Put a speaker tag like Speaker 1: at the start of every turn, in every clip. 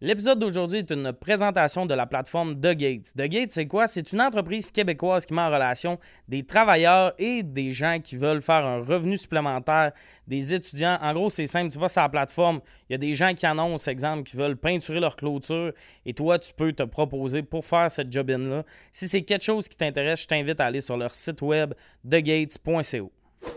Speaker 1: L'épisode d'aujourd'hui est une présentation de la plateforme The Gates. The Gates, c'est quoi? C'est une entreprise québécoise qui met en relation des travailleurs et des gens qui veulent faire un revenu supplémentaire, des étudiants. En gros, c'est simple. Tu vas sur la plateforme, il y a des gens qui annoncent, exemple, qui veulent peinturer leur clôture et toi, tu peux te proposer pour faire cette job-in-là. Si c'est quelque chose qui t'intéresse, je t'invite à aller sur leur site web thegates.co.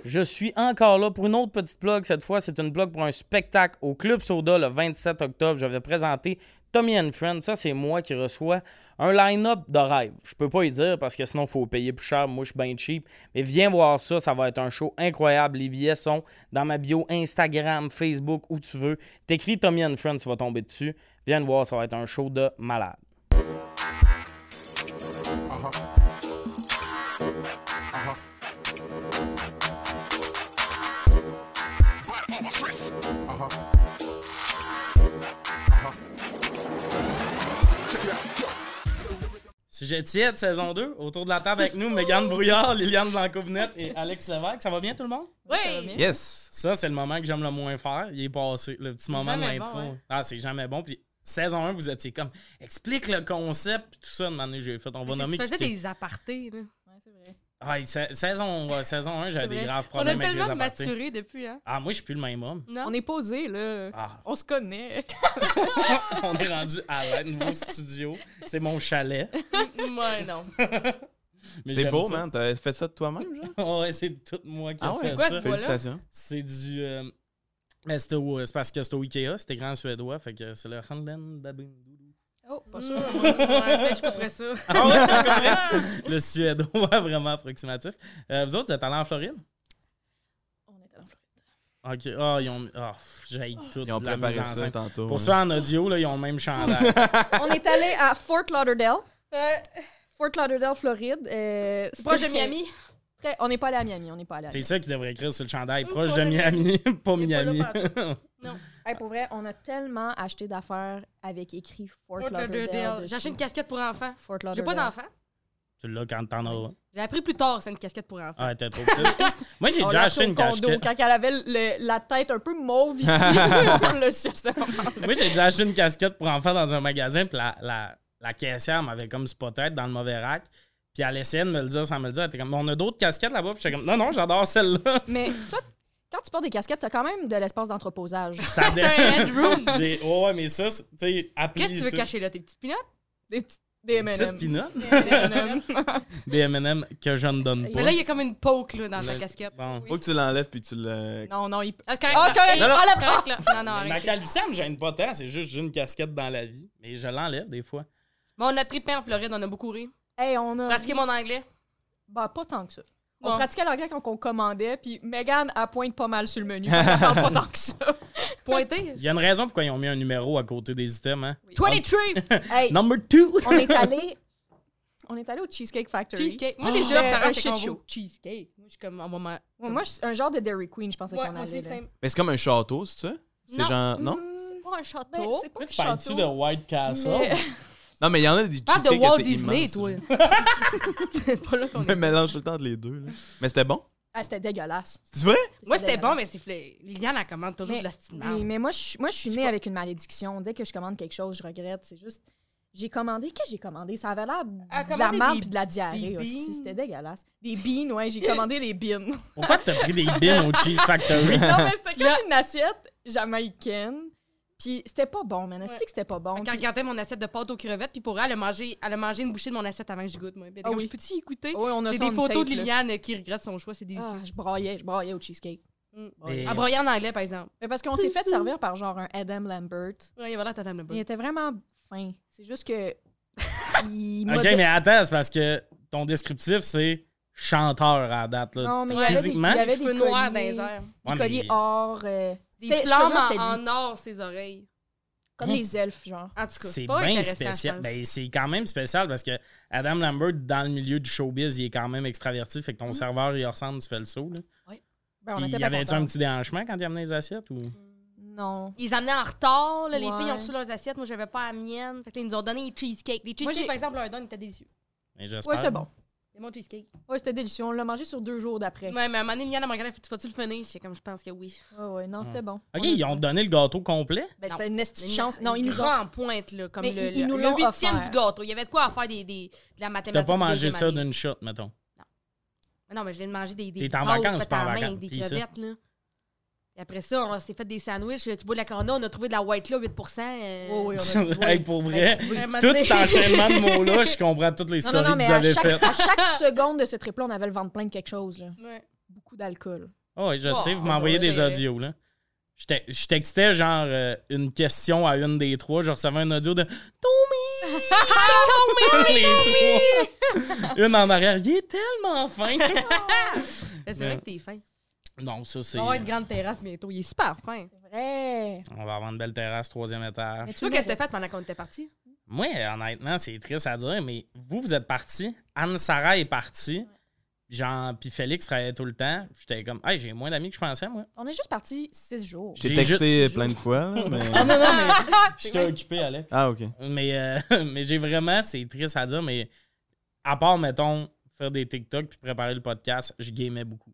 Speaker 1: Je suis encore là pour une autre petite blog. Cette fois, c'est une blog pour un spectacle au Club Soda le 27 octobre. Je vais présenter Tommy and Friends. Ça, c'est moi qui reçois un line-up de rêve. Je peux pas y dire parce que sinon, il faut payer plus cher. Moi, je suis bien cheap. Mais viens voir ça. Ça va être un show incroyable. Les billets sont dans ma bio Instagram, Facebook, où tu veux. T'écris Tommy and Friends, tu vas tomber dessus. Viens le voir. Ça va être un show de malade. Sujet tiède, saison 2, autour de la table avec nous, Mégane Brouillard, Liliane Blanco-Benette et Alex Lévesque. Ça va bien tout le monde?
Speaker 2: Oui!
Speaker 3: Yes!
Speaker 1: Ça, c'est le moment que j'aime le moins faire. Il est passé, le petit moment de
Speaker 2: Jamais
Speaker 1: l'intro.
Speaker 2: bon, hein?
Speaker 1: Ah, c'est jamais bon. Puis saison 1, vous étiez comme, explique le concept, puis tout ça, de manière j'ai fait. On va nommer
Speaker 2: Tu faisais
Speaker 1: qui- qui-
Speaker 2: des apartés, là.
Speaker 1: Ah, sa- saison, euh, saison 1,
Speaker 2: C'est
Speaker 1: j'avais des
Speaker 2: vrai.
Speaker 1: graves
Speaker 2: On a
Speaker 1: problèmes avec les
Speaker 2: tellement
Speaker 1: apartés.
Speaker 2: maturé depuis, hein?
Speaker 1: Ah, moi, je suis plus le même homme.
Speaker 2: Non?
Speaker 4: On est posé, là.
Speaker 1: Ah,
Speaker 4: On se connaît.
Speaker 1: on est rendu à la nouveau studio. C'est mon chalet.
Speaker 2: ouais, non.
Speaker 1: Mais
Speaker 3: C'est
Speaker 1: j'aime
Speaker 3: beau,
Speaker 1: ça.
Speaker 3: man. T'as fait ça de toi-même, genre?
Speaker 1: ouais, c'est tout moi qui ai
Speaker 3: Ah ouais?
Speaker 1: fait
Speaker 2: quoi,
Speaker 1: ça.
Speaker 2: ce bois-là?
Speaker 3: Félicitations.
Speaker 1: C'est du. euh, mais c'est au- euh, c'est parce que c'est au Ikea, c'était grand suédois, fait que c'est le Hanlen Dabindoulou.
Speaker 4: Oh, pas
Speaker 2: sûr.
Speaker 4: sûr.
Speaker 2: ouais, Mm, peut-être que je couperais ça.
Speaker 1: Ah ouais, ça, c'est vrai. le suédois vraiment approximatif. Euh, vous autres, vous êtes allés en Floride?
Speaker 4: On est
Speaker 1: Ok. Ah, ils ont. Ah, pff, j'ai tout.
Speaker 3: Ils ont
Speaker 1: de la
Speaker 3: préparé
Speaker 1: mise en
Speaker 3: ça
Speaker 1: scène.
Speaker 3: tantôt.
Speaker 1: Pour
Speaker 3: hein.
Speaker 1: ceux en audio, là, ils ont le même chandail.
Speaker 4: allé à Fort Lauderdale. Euh, Fort Lauderdale, Floride. Euh, c'est
Speaker 2: Proche de
Speaker 4: très-
Speaker 2: Miami.
Speaker 4: très- On n'est pas allé à Miami. On n'est pas allé à
Speaker 1: c'est
Speaker 4: Miami.
Speaker 1: ça qu'ils devraient écrire sur le chandail.
Speaker 2: Mm,
Speaker 1: Proche
Speaker 2: pas
Speaker 1: de
Speaker 2: jamais.
Speaker 1: Miami, pas
Speaker 2: Il est pas là
Speaker 1: Miami.
Speaker 4: Hey, pour vrai, on a tellement acheté d'affaires avec écrit Fort,
Speaker 2: Fort
Speaker 4: Lauderdale.
Speaker 2: Lauderdale.
Speaker 4: dessus.
Speaker 2: J'ai acheté une casquette pour enfants.
Speaker 4: Fort
Speaker 2: J'ai
Speaker 4: Lauderdale.
Speaker 2: pas d'enfant.
Speaker 1: Tu l'as quand t'en as. un.
Speaker 2: J'ai appris plus tard que c'est une casquette pour enfants.
Speaker 1: Ah, t'es trop petite. Moi, j'ai
Speaker 4: On
Speaker 1: déjà
Speaker 4: l'a
Speaker 1: acheté
Speaker 4: acheté
Speaker 1: une
Speaker 4: au condo.
Speaker 1: casquette.
Speaker 4: Quand elle avait le- la tête un peu mauve ici, on l'a su à ce moment-là.
Speaker 1: Moi, j'ai déjà acheté une casquette pour enfants dans un magasin, puis la, la, la caissière m'avait comme spoté dans le mauvais rack. Puis elle essayait de me le dire sans me le dire. Elle était comme, on a d'autres casquettes là-bas. Puis j'étais comme, non, non, j'adore celle-là.
Speaker 4: Mais toi, quand tu portes des casquettes, t'as quand même de l'espace d'entreposage.
Speaker 1: Ça
Speaker 2: T'as un headroom.
Speaker 1: J'ai- ouais, ouais, mais ça, c'est- tu sais, appli.
Speaker 2: Qu'est-ce que tu veux
Speaker 1: ça.
Speaker 2: cacher là? Tes petites pinottes?
Speaker 4: Des petites des
Speaker 1: Petite
Speaker 4: M&M.
Speaker 1: pinotte
Speaker 4: Des M&M.
Speaker 1: des M&M que je ne donne pas.
Speaker 2: Mais là, il y a comme une poke là, dans ta
Speaker 3: Mais-
Speaker 2: casquette.
Speaker 1: Bon.
Speaker 3: Faut que tu l'enlèves puis tu le.
Speaker 4: Non, non, il
Speaker 2: Ah, c'est correct.
Speaker 4: Ah, c'est correct.
Speaker 2: Non,
Speaker 4: Enlève
Speaker 2: c'est correct, là. Non, non,
Speaker 1: Ma
Speaker 2: arrête.
Speaker 1: calvitie, elle me gêne pas tant. C'est juste que j'ai une casquette dans la vie. Mais je l'enlève des fois.
Speaker 2: Bon, on a trippé en Floride, on a beaucoup ri.
Speaker 4: Hey, on a.
Speaker 2: Pratiquer mon anglais.
Speaker 4: Bah, pas tant que ça. On
Speaker 2: Bon.
Speaker 4: pratiquait l'anglais quand on commandait, puis Megan elle pointe pas mal sur le menu. Elle parle pas tant que ça.
Speaker 2: Pointé.
Speaker 1: Il y a une raison pourquoi ils ont mis un numéro à côté des items. Hein?
Speaker 2: 23!
Speaker 4: Hey,
Speaker 1: Number two!
Speaker 4: on est allé. On est allé au Cheesecake Factory.
Speaker 2: Cheesecake. Moi,
Speaker 1: Oh.
Speaker 2: déjà,
Speaker 4: Mais
Speaker 2: par
Speaker 4: un
Speaker 2: contre,
Speaker 4: shit
Speaker 2: c'est
Speaker 4: show.
Speaker 2: show. Cheesecake. Moi, je suis comme en moment.
Speaker 4: Ah. Ouais, moi, je suis un genre de Dairy Queen, je pensais
Speaker 2: Ouais,
Speaker 4: qu'on
Speaker 2: moi
Speaker 4: allait.
Speaker 2: aussi,
Speaker 4: là.
Speaker 2: c'est
Speaker 3: Mais c'est comme un château, c'est ça? C'est
Speaker 2: Non.
Speaker 3: genre. Non?
Speaker 4: Hmm,
Speaker 2: pas un
Speaker 4: ben,
Speaker 2: château.
Speaker 4: c'est pas
Speaker 1: Toi,
Speaker 4: un
Speaker 1: tu parles-tu
Speaker 4: château.
Speaker 1: de White Castle?
Speaker 4: mais-
Speaker 3: Non, mais il y en a des
Speaker 2: Parle de
Speaker 3: cheesecakes
Speaker 2: Walt
Speaker 3: assez
Speaker 2: Disney,
Speaker 3: immenses,
Speaker 2: toi.
Speaker 3: genre.
Speaker 2: c'est pas là qu'on
Speaker 3: Je
Speaker 2: est.
Speaker 3: mélange tout le temps entre les deux. Là. Mais c'était bon.
Speaker 4: Ah, c'était dégueulasse.
Speaker 3: C'est vrai?
Speaker 2: Moi, c'était bon,
Speaker 4: dégueulasse.
Speaker 2: mais c'est flé. Liliane, elle commande toujours
Speaker 4: Mais-
Speaker 2: de la petite
Speaker 4: Mais, mais moi, je suis- moi, je suis née avec une malédiction. Dès que je commande quelque chose, je regrette. C'est juste. J'ai commandé. Qu'est-ce que j'ai commandé? Ça avait l'air
Speaker 2: Elle a
Speaker 4: de la
Speaker 2: commandé
Speaker 4: marde
Speaker 2: des-
Speaker 4: puis de la diarrhée.
Speaker 2: des
Speaker 4: hostie,
Speaker 2: beans.
Speaker 4: C'était dégueulasse. Des beans, ouais, j'ai commandé les beans.
Speaker 1: Pourquoi t'as pris des bins au Cheese Factory?
Speaker 4: Non, mais c'était
Speaker 2: Là-
Speaker 4: comme une assiette jamaïcaine. Puis c'était pas bon, man. Est-ce
Speaker 2: Ouais.
Speaker 4: que c'était pas bon?
Speaker 2: Quand elle
Speaker 4: Puis-
Speaker 2: regardait mon assiette de pâte aux crevettes, puis pour elle, elle a mangé, elle a mangé une bouchée de mon assiette avant que j'y goûte. Moi. Puis elle était
Speaker 4: Ah
Speaker 2: comme,
Speaker 4: oui.
Speaker 2: Je peux-tu y goûter?
Speaker 4: Ouais, on a
Speaker 2: J'ai
Speaker 4: ça
Speaker 2: des
Speaker 4: on
Speaker 2: photos
Speaker 4: tape,
Speaker 2: de
Speaker 4: là.
Speaker 2: Liliane euh, qui regrette son choix, c'est des.
Speaker 4: Ah, je broyais, je broyais au cheesecake.
Speaker 2: Mm.
Speaker 4: Broyais.
Speaker 1: Et-
Speaker 2: À broyer en anglais, par exemple.
Speaker 4: Mais parce qu'on s'est fait servir par genre un Adam Lambert.
Speaker 2: Ouais, voilà, t'attends le
Speaker 4: Il
Speaker 2: bon.
Speaker 4: était vraiment fin. C'est juste que. il
Speaker 1: OK,
Speaker 4: modé-
Speaker 1: mais attends, c'est parce que ton descriptif, c'est chanteur à la date. Là.
Speaker 4: Non, mais il
Speaker 2: Ouais.
Speaker 4: y avait des, il y
Speaker 1: Physiquement?
Speaker 4: avait
Speaker 2: Des
Speaker 4: des
Speaker 2: cheveux noirs dans
Speaker 4: colliers,
Speaker 2: les airs.
Speaker 4: Des
Speaker 1: Ouais, mais-
Speaker 4: colliers or. euh,
Speaker 2: Des
Speaker 4: c'était- je te
Speaker 2: flammes
Speaker 4: jure, c'était
Speaker 2: en,
Speaker 4: lui.
Speaker 2: en or, ses oreilles.
Speaker 1: Mm.
Speaker 4: Comme les elfes, genre.
Speaker 2: En tout cas,
Speaker 1: C'est
Speaker 2: pas
Speaker 1: bien
Speaker 2: intéressant,
Speaker 1: spécial.
Speaker 2: je pense.
Speaker 1: Ben, c'est quand même spécial parce que Adam Lambert, dans le milieu du showbiz, il est quand même extraverti. Fait que ton serveur, il ressemble, tu fais le saut. Là.
Speaker 4: Ben, Mm. on
Speaker 1: Puis,
Speaker 4: était
Speaker 1: il y
Speaker 4: pas Mm.
Speaker 1: avait-tu
Speaker 4: contents.
Speaker 1: un petit déhanchement quand il amenait les assiettes? Ou...
Speaker 4: Non.
Speaker 2: Ils amenaient en retard, là, les
Speaker 4: Ouais.
Speaker 2: filles ont reçu leurs assiettes, moi j'avais pas la mienne. Fait que là, ils nous ont donné les cheesecakes. Les
Speaker 4: Moi,
Speaker 2: cheesecakes,
Speaker 4: j'ai-
Speaker 2: par exemple, leur donne, ils étaient déçus.
Speaker 1: Mais Ben, j'espère.
Speaker 4: Ouais, c'était bon.
Speaker 2: C'est mon cheesecake.
Speaker 4: Ouais, c'était délicieux. On l'a mangé sur deux jours d'après.
Speaker 2: Ouais, mais à un moment donné, Yann, elle m'a regardé, elle fait, Vas-tu le finir? J'étais comme, je pense que oui.
Speaker 4: Ouais, ouais, non, c'était bon.
Speaker 1: OK,
Speaker 4: On a-
Speaker 1: ils ont donné le gâteau complet.
Speaker 4: Ben,
Speaker 2: Non.
Speaker 4: c'était une
Speaker 2: Une
Speaker 4: petite chance. Non, ils nous ont.
Speaker 2: grand pointe, là, comme
Speaker 4: Mais
Speaker 2: le,
Speaker 4: ils- ils
Speaker 2: le-
Speaker 4: nous
Speaker 2: le
Speaker 4: l'ont
Speaker 2: huitième
Speaker 4: offert.
Speaker 2: du gâteau. Il y avait de quoi à faire des, des- de la mathématique.
Speaker 1: T'as pas
Speaker 2: des
Speaker 1: mangé ça
Speaker 2: gématries.
Speaker 1: d'une shot, mettons.
Speaker 2: Mais Non, mais je viens de manger des. des
Speaker 1: T'es en
Speaker 2: pâtes
Speaker 1: vacances,
Speaker 2: faites
Speaker 1: pas en
Speaker 2: à la main
Speaker 1: vacances,
Speaker 2: avec Des
Speaker 1: puis ça.
Speaker 2: crevettes, là. Et après ça, on s'est fait des sandwichs. Tu bois de la corona, on a trouvé de la white là, 8 euh,
Speaker 4: Ouais, ouais, on a-
Speaker 1: Hey, pour vrai,
Speaker 2: Ouais, un moment
Speaker 1: tout
Speaker 2: donné.
Speaker 1: cet enchaînement de mots-là, je comprends toutes les
Speaker 4: Non,
Speaker 1: stories
Speaker 4: non, non,
Speaker 1: que
Speaker 4: mais
Speaker 1: vous
Speaker 4: à
Speaker 1: avez
Speaker 4: chaque,
Speaker 1: faites.
Speaker 4: à chaque seconde de ce trip-là, on avait le ventre plein de quelque chose. Là.
Speaker 2: Ouais.
Speaker 4: Beaucoup d'alcool.
Speaker 1: Oh, oui, je
Speaker 2: Oh,
Speaker 1: sais, vous
Speaker 2: c'était
Speaker 1: m'envoyez des
Speaker 2: drôle.
Speaker 1: audios, là. Je te- Je textais genre euh, une question à une des trois. Je recevais un audio de Tommy! Les trois. une en arrière. Il est tellement fin!
Speaker 2: Mais C'est
Speaker 1: Ouais.
Speaker 2: vrai que t'es fin.
Speaker 1: non, ça, c'est.
Speaker 2: On va avoir une grande terrasse bientôt. Il est super fin.
Speaker 4: C'est vrai.
Speaker 1: On va avoir une belle terrasse, troisième étage.
Speaker 4: Mais
Speaker 2: Tu vois qu'est-ce que t'as fait pendant qu'on était parti?
Speaker 1: Moi, honnêtement, c'est triste à dire, mais vous, vous êtes partis. Anne-Sara est partie. Genre, puis Félix travaillait tout le temps. J'étais comme, hey, j'ai moins d'amis que je pensais, moi.
Speaker 4: On est juste parti six jours.
Speaker 3: Je t'ai
Speaker 1: J'ai juste-
Speaker 3: texté plein de fois, là, mais...
Speaker 1: non, non, mais
Speaker 2: Ah,
Speaker 1: j'étais occupé, Alex.
Speaker 3: Ah, OK.
Speaker 1: Mais, euh, mais j'ai vraiment, c'est triste à dire, mais à part, mettons, faire des TikTok puis préparer le podcast, je gamais beaucoup.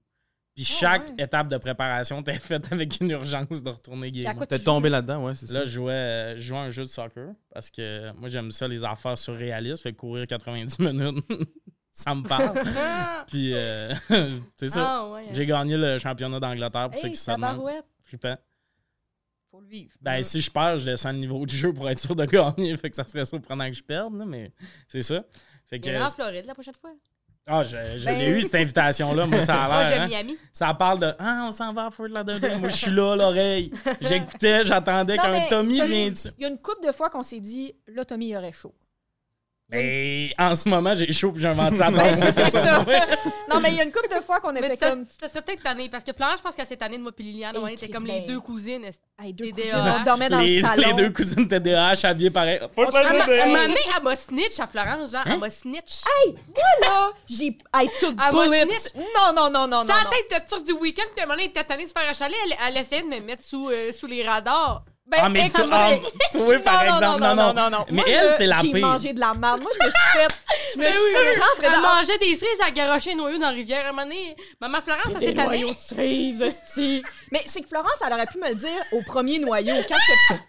Speaker 1: Puis chaque
Speaker 4: Ah ouais.
Speaker 1: étape de préparation était faite avec une urgence de retourner
Speaker 4: Puis à
Speaker 1: gamer.
Speaker 4: quoi
Speaker 3: T'es
Speaker 4: tu
Speaker 3: tombé là-dedans, ouais, c'est ça.
Speaker 1: Là, je jouais, euh, je jouais à un jeu de soccer parce que moi, j'aime ça, les affaires surréalistes. Fait que courir 90 minutes, ça me parle.
Speaker 2: Ah,
Speaker 1: Puis, euh, c'est ça.
Speaker 2: ah ouais.
Speaker 1: J'ai gagné le championnat d'Angleterre pour
Speaker 4: joues?
Speaker 1: ceux
Speaker 4: Hey,
Speaker 1: qui se demandent.
Speaker 4: tabarouette.
Speaker 1: Trippant.
Speaker 2: Faut le vivre.
Speaker 1: Ben, si je perds, je descends le niveau du jeu pour être sûr de gagner. Fait que ça serait surprenant que je perde, là, mais c'est ça. Fait que.
Speaker 2: Il en Floride la prochaine fois.
Speaker 1: Ah, je, je
Speaker 4: Ben-
Speaker 1: l'ai eu, cette invitation-là. Moi, ça
Speaker 2: Moi,
Speaker 1: a
Speaker 2: j'ai
Speaker 1: l'air. hein.
Speaker 2: Miami.
Speaker 1: Ça parle de Ah, on s'en va à Fort Lauderdale. Moi, je suis là, l'oreille. J'écoutais, j'attendais
Speaker 4: Non,
Speaker 1: qu'un
Speaker 4: mais
Speaker 1: Tommy
Speaker 4: Tommy,
Speaker 1: vienne dessus.
Speaker 4: Il y a une couple de fois qu'on s'est dit, là, Tommy, il aurait chaud.
Speaker 1: Ben, en ce moment, j'ai chaud puis j'ai un ventilateur.
Speaker 4: Ben, c'était
Speaker 1: C'est
Speaker 4: ça.
Speaker 1: ouais.
Speaker 4: Non, mais il y a une couple de fois qu'on
Speaker 2: Mais
Speaker 4: était
Speaker 2: tu t'as-
Speaker 4: comme,
Speaker 2: tu te serais peut-être tannée parce que Florence, je pense que cette année de moi et Liliane,
Speaker 4: Et
Speaker 2: on était
Speaker 4: Chris,
Speaker 2: comme les
Speaker 4: ben-
Speaker 2: deux cousines. est-ce-
Speaker 4: hey, deux
Speaker 2: Les
Speaker 4: cousines,
Speaker 2: DAH.
Speaker 4: on dormait dans
Speaker 1: les,
Speaker 4: le salon.
Speaker 1: les deux cousines TDAH habillées pareil. Fort
Speaker 2: À ma- à un moment
Speaker 1: Lauderdale.
Speaker 2: donné, elle m'a snitch à Florence, genre, elle m'a snitch.
Speaker 4: Là, j'ai, I took
Speaker 2: Ah, moi,
Speaker 4: bullets.
Speaker 2: snitch.
Speaker 4: Non, non, non, non, non.
Speaker 2: Sans
Speaker 4: non.
Speaker 2: tête de tour du week-end, puis à un moment donné, elle était tannée de se faire achaler, elle, elle essayait de me mettre sous, euh, sous les radars. Ben,
Speaker 1: Ah, mais toi,
Speaker 2: écoute,
Speaker 1: ah, toi, par
Speaker 4: Non,
Speaker 1: exemple, non, non.
Speaker 4: non, non.
Speaker 1: Mais
Speaker 4: Moi,
Speaker 1: elle,
Speaker 4: là,
Speaker 1: c'est la
Speaker 4: J'ai
Speaker 1: pire.
Speaker 4: mangé de la merde. Moi, je me suis fait. Je me
Speaker 1: Mais oui,
Speaker 4: suis fait rentrer
Speaker 2: elle
Speaker 4: dans
Speaker 2: mangeait des cerises à garocher un noyau dans la rivière. À un moment donné, maman Florence, ça s'est
Speaker 4: Des
Speaker 2: tannée.
Speaker 4: noyaux de cerises, hostie. Mais c'est que Florence, elle aurait pu me le dire au premier noyau. Quand je fais-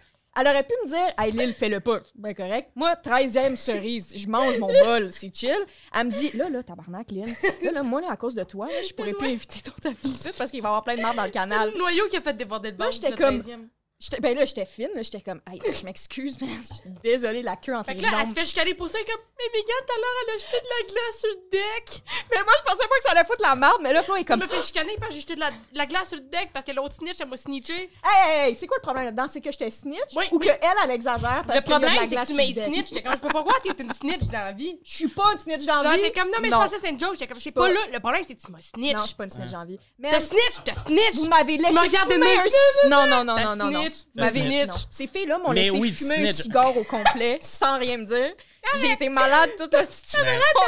Speaker 4: Elle aurait pu me dire, hey Lille, fais-le pas. Ben correct. Moi, 13e cerise, je mange mon bol, c'est chill. Elle me dit, là, là, tabarnak, Lille. Là, là, moi, là, à cause de toi, là, je pourrais plus éviter ton tapis ici parce qu'il va y avoir plein de merde dans le canal.
Speaker 2: Le noyau qui a fait déborder le
Speaker 4: Là,
Speaker 2: bord.
Speaker 4: j'étais
Speaker 2: c'est le
Speaker 4: comme-
Speaker 2: 13e.
Speaker 4: J'étais- Ben là, j'étais fine, là, j'étais comme, hey, je m'excuse, mais je suis désolée, la queue entre
Speaker 2: Fait
Speaker 4: les
Speaker 2: que là, elle se
Speaker 4: jambes.
Speaker 2: fait chicaner pour ça, elle est comme, mais Mégane, tout à l'heure, elle a jeté de la glace sur le deck.
Speaker 4: Mais moi, je pensais pas que ça allait foutre la merde, mais là, Flo est
Speaker 2: Elle
Speaker 4: comme,
Speaker 2: m'a fait chicaner parce que j'ai jeté de la, de la glace sur le deck parce que l'autre snitch, elle m'a snitché.
Speaker 4: hey, hey, hey, c'est quoi le problème là-dedans? C'est que j'étais snitch
Speaker 2: Oui,
Speaker 4: ou
Speaker 2: oui.
Speaker 4: que elle, elle exagère parce
Speaker 2: Le
Speaker 4: qu'il y a de la
Speaker 2: problème, c'est que
Speaker 4: glace
Speaker 2: tu
Speaker 4: sous
Speaker 2: m'as
Speaker 4: le deck.
Speaker 2: snitch. J'étais comme, je peux pas croire, t'es une snitch dans la vie.
Speaker 4: Je suis pas une snitch dans la
Speaker 2: Genre,
Speaker 4: vie.
Speaker 2: t'es comme, non, mais je pensais que c'est une joke. J'étais comme, je sais pas
Speaker 4: pas-
Speaker 2: là. Le problème, c'est que tu m'as
Speaker 4: Non, je
Speaker 2: snitch.
Speaker 4: suis pas une snitch dans la vie. Mais
Speaker 2: T'as snitch, t'as snitch.
Speaker 4: vous m'avez laissé
Speaker 2: m'as regardé
Speaker 4: fumer
Speaker 2: de
Speaker 4: un
Speaker 2: nez.
Speaker 4: ci- Non, non, non,
Speaker 2: T'as
Speaker 4: non, non, non.
Speaker 2: snitch.
Speaker 4: Vous m'avez-
Speaker 2: T'as snitch.
Speaker 4: non. Ces filles-là m'ont
Speaker 1: Mais
Speaker 4: laissé
Speaker 1: oui, tu
Speaker 4: fumer un
Speaker 1: snitch.
Speaker 4: cigare au complet sans rien me dire. J'ai été malade toute la petite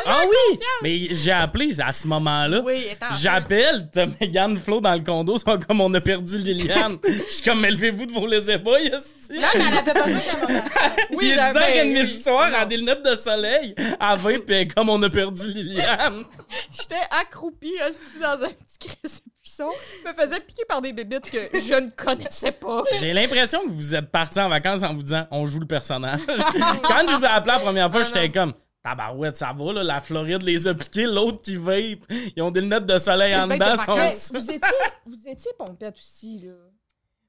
Speaker 1: Ah oui! Mais j'ai appelé à ce moment-là.
Speaker 2: Oui, attends.
Speaker 1: J'appelle, t'as Megan Flo dans le condo, c'est comme on a perdu Liliane. Je suis comme, mais levez-vous de vos laissez pas, Yasti.
Speaker 2: Non, ben mais elle avait besoin d'un moment.
Speaker 1: Il est
Speaker 4: j'avais-
Speaker 1: 10h30 le
Speaker 4: oui.
Speaker 1: soir, à des lunettes de soleil, à 20, puis comme on a perdu Liliane.
Speaker 4: J'étais accroupie, hostie, dans un petit crèche de buisson. Je me faisais piquer par des bébites que je ne connaissais pas.
Speaker 1: J'ai l'impression que vous êtes partis en vacances en vous disant, on joue le personnage. Quand je vous ai appelé la première fois, j'étais comme, tabarouette, ça va, là, la Floride les a piqués, l'autre qui vape, ils ont des lunettes de soleil en
Speaker 2: Ben, t'es
Speaker 1: dedans,
Speaker 2: pas
Speaker 1: sont-
Speaker 4: Mais vous étiez, vous étiez pompette aussi, là.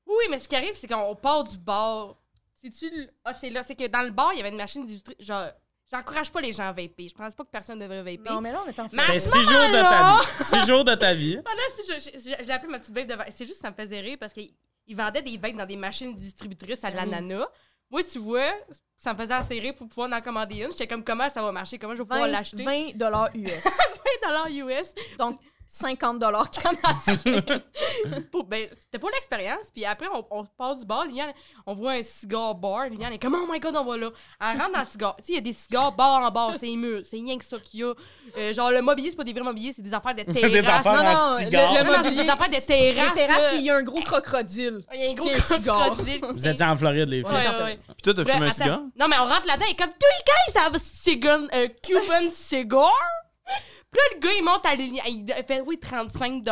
Speaker 2: Oui, mais ce qui arrive, c'est qu'on part du bar. C'est-tu. le- Ah, c'est là. C'est que dans le bar, il y avait une machine d'illustrer. Genre, j'encourage pas les gens à vaper. Je pense pas que personne devrait vaper.
Speaker 4: Non, mais là, on est en
Speaker 2: Mais-
Speaker 1: C'était
Speaker 2: À ce
Speaker 1: 6 jours de ta
Speaker 2: moment-là-
Speaker 1: vie. 6 jours de ta vie.
Speaker 2: Pendant si je, je, je- je l'ai appelé ma petite vape de vape. C'est juste ça me faisait rire parce qu'ils vendaient des vapes dans des machines distributrices à de
Speaker 4: Ah oui.
Speaker 2: l'ananas. Moi, tu vois, ça me faisait assez rire pour pouvoir en commander une. J'étais comme, comment ça va marcher? Comment je vais pouvoir
Speaker 4: 20,
Speaker 2: l'acheter? 20
Speaker 4: 20 US.
Speaker 2: dollars US.
Speaker 4: Donc, 50 canadiens.
Speaker 2: Pour, ben, c'était pour l'expérience. Puis après, on, on part du bar. Liliane, on voit un cigare bar. Liliane est comme, oh my god, on va là. Elle rentre dans le cigare. Tu sais, il y a des cigares bar en bar. C'est mur. C'est rien que ça qu'il y a. Euh, genre, le mobilier, c'est pas des vrais mobiliers, c'est des affaires de terrasse.
Speaker 1: C'est des affaires
Speaker 2: Non, non,
Speaker 1: en
Speaker 4: non, le-
Speaker 1: cigare.
Speaker 4: le-
Speaker 2: non, non, c'est des affaires de terrasse. là.
Speaker 4: il y a un gros crocodile.
Speaker 2: Oh, Il y a un
Speaker 4: qui
Speaker 2: gros
Speaker 4: tient un cigare.
Speaker 2: crocodile.
Speaker 1: Vous étiez en Floride, les filles.
Speaker 2: Ouais, ouais, ouais.
Speaker 3: Puis toi, t'as
Speaker 2: Là,
Speaker 3: fumé un
Speaker 2: attends.
Speaker 3: cigare?
Speaker 2: Non, mais on rentre là-dedans et comme, do you guys have a cigar, a Cuban cigar? euh, Puis là, le gars, il monte à l'Union. Il fait, oui, 35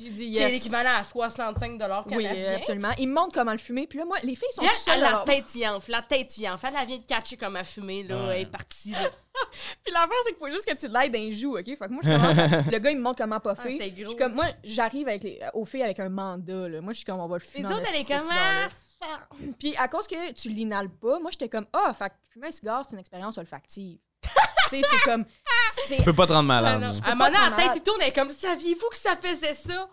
Speaker 4: J'ai dit
Speaker 2: Qui est
Speaker 4: yes.
Speaker 2: l'équivalent à 65 canadiens.
Speaker 4: Oui, euh, absolument. Il me montre comment le fumer. Puis là, moi, les filles sont
Speaker 2: Là,
Speaker 4: toutes seules.
Speaker 2: elle a
Speaker 4: alors-
Speaker 2: la tête y enfle, la tête y enfle. Elle vient de catcher comme à fumer, là.
Speaker 1: Ouais.
Speaker 2: Elle est partie, là.
Speaker 4: Puis l'affaire, c'est qu'il faut juste que tu l'aides d'un joue, OK? Fait que moi, je commence à- Le gars, il me montre comment
Speaker 2: Ah,
Speaker 4: puffer.
Speaker 2: c'était
Speaker 4: Je
Speaker 2: gros.
Speaker 4: suis comme, moi, j'arrive avec les- aux filles avec un mandat, là. Moi, je suis comme, on va le
Speaker 2: Les
Speaker 4: fumer. en
Speaker 2: autres, elle est
Speaker 4: esti, ce
Speaker 2: comme.
Speaker 4: cigare-là.
Speaker 2: ah,
Speaker 4: Puis à cause que tu l'inhales pas, moi, j'étais comme, ah, fait que fumer un cigare, c'est une expérience olfactive. tu sais, c'est comme... c'est-
Speaker 3: Tu peux pas te rendre malade.
Speaker 4: non.
Speaker 3: là.
Speaker 2: À un
Speaker 4: pas
Speaker 2: moment donné,
Speaker 4: être
Speaker 2: la tête,
Speaker 4: malade.
Speaker 2: il tourne, elle est comme, saviez-vous que ça faisait ça?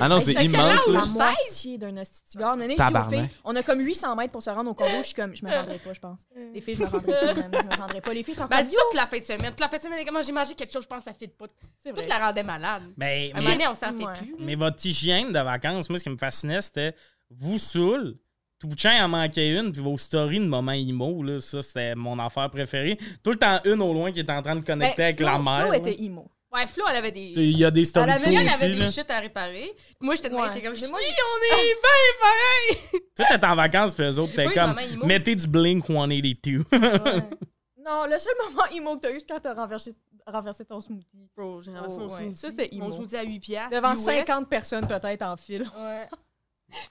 Speaker 3: Ah non,
Speaker 4: Hey,
Speaker 3: c'est
Speaker 4: je fais
Speaker 3: immense.
Speaker 4: la
Speaker 3: là.
Speaker 4: moitié d'un hostie de cigare. Nanné, je dis aux
Speaker 3: Tabarnak.
Speaker 4: filles, on a comme 800 mètres pour se rendre au Congo. Je suis comme, je me rendrai pas, je pense. Les filles, je me rendrai pas. man, Je me rendrai pas. Les filles sont
Speaker 2: Ben,
Speaker 4: comme,
Speaker 2: dis ça toute la fin de semaine. Toute la fin de semaine, elle est comme, Ah, j'ai mangé quelque chose, je pense, que ça fait de pote.
Speaker 4: C'est
Speaker 2: Toute
Speaker 4: vrai.
Speaker 2: la rendait malade.
Speaker 1: Mais,
Speaker 2: À un
Speaker 1: mais-
Speaker 2: moment donné, on s'en
Speaker 4: Ouais.
Speaker 2: fait plus.
Speaker 1: mais votre hygiène de vacances, moi, ce qui me fascinait, c'était vous saoul. Tout chien en manquait une, puis vos stories de moments IMO, là, ça, c'était mon affaire préférée. Tout le temps, une au loin qui est en train de
Speaker 4: Ben,
Speaker 1: connecter avec
Speaker 4: Flo-
Speaker 1: la mère.
Speaker 4: Flo
Speaker 1: là.
Speaker 4: était emo.
Speaker 2: Ouais, Flo, elle avait des.
Speaker 1: Il y a des stories
Speaker 4: À la
Speaker 1: de
Speaker 2: Flo,
Speaker 1: toi
Speaker 2: elle
Speaker 1: aussi.
Speaker 2: avait
Speaker 1: Là.
Speaker 2: des shit à réparer. Moi, j'étais demandée,
Speaker 4: Ouais.
Speaker 2: j'étais comme,
Speaker 4: Mais moi,
Speaker 2: moi, on est bien pareil!
Speaker 1: Toi, t'es en vacances, puis eux autres, t'es
Speaker 2: Oui,
Speaker 1: comme,
Speaker 2: maman, Imo.
Speaker 1: mettez du Blink 182.
Speaker 4: Non, le seul moment emo que t'as eu, c'est quand t'as renversé, renversé ton smoothie.
Speaker 2: Bro, j'ai
Speaker 4: renversé mon smoothie.
Speaker 2: Ça, c'était Mon
Speaker 4: Mon
Speaker 2: smoothie à 8 piastres.
Speaker 4: Devant 50 personnes peut-être en fil.
Speaker 2: Ouais.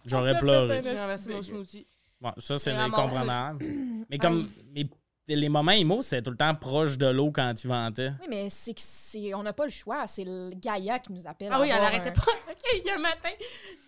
Speaker 1: J'aurais pleuré.
Speaker 2: J'ai renversé mon smoothie.
Speaker 1: Bon, ça, c'est
Speaker 2: Vraiment
Speaker 1: incompréhensible. Mais comme mais les moments IMO, c'est tout le temps proche de l'eau quand ils vantaient.
Speaker 4: Oui, mais c'est que c'est. On n'a pas le choix. C'est le Gaïa qui nous appelle.
Speaker 2: Ah oui, elle
Speaker 4: avoir
Speaker 2: arrêtait
Speaker 4: un-
Speaker 2: pas. OK, il y a un matin.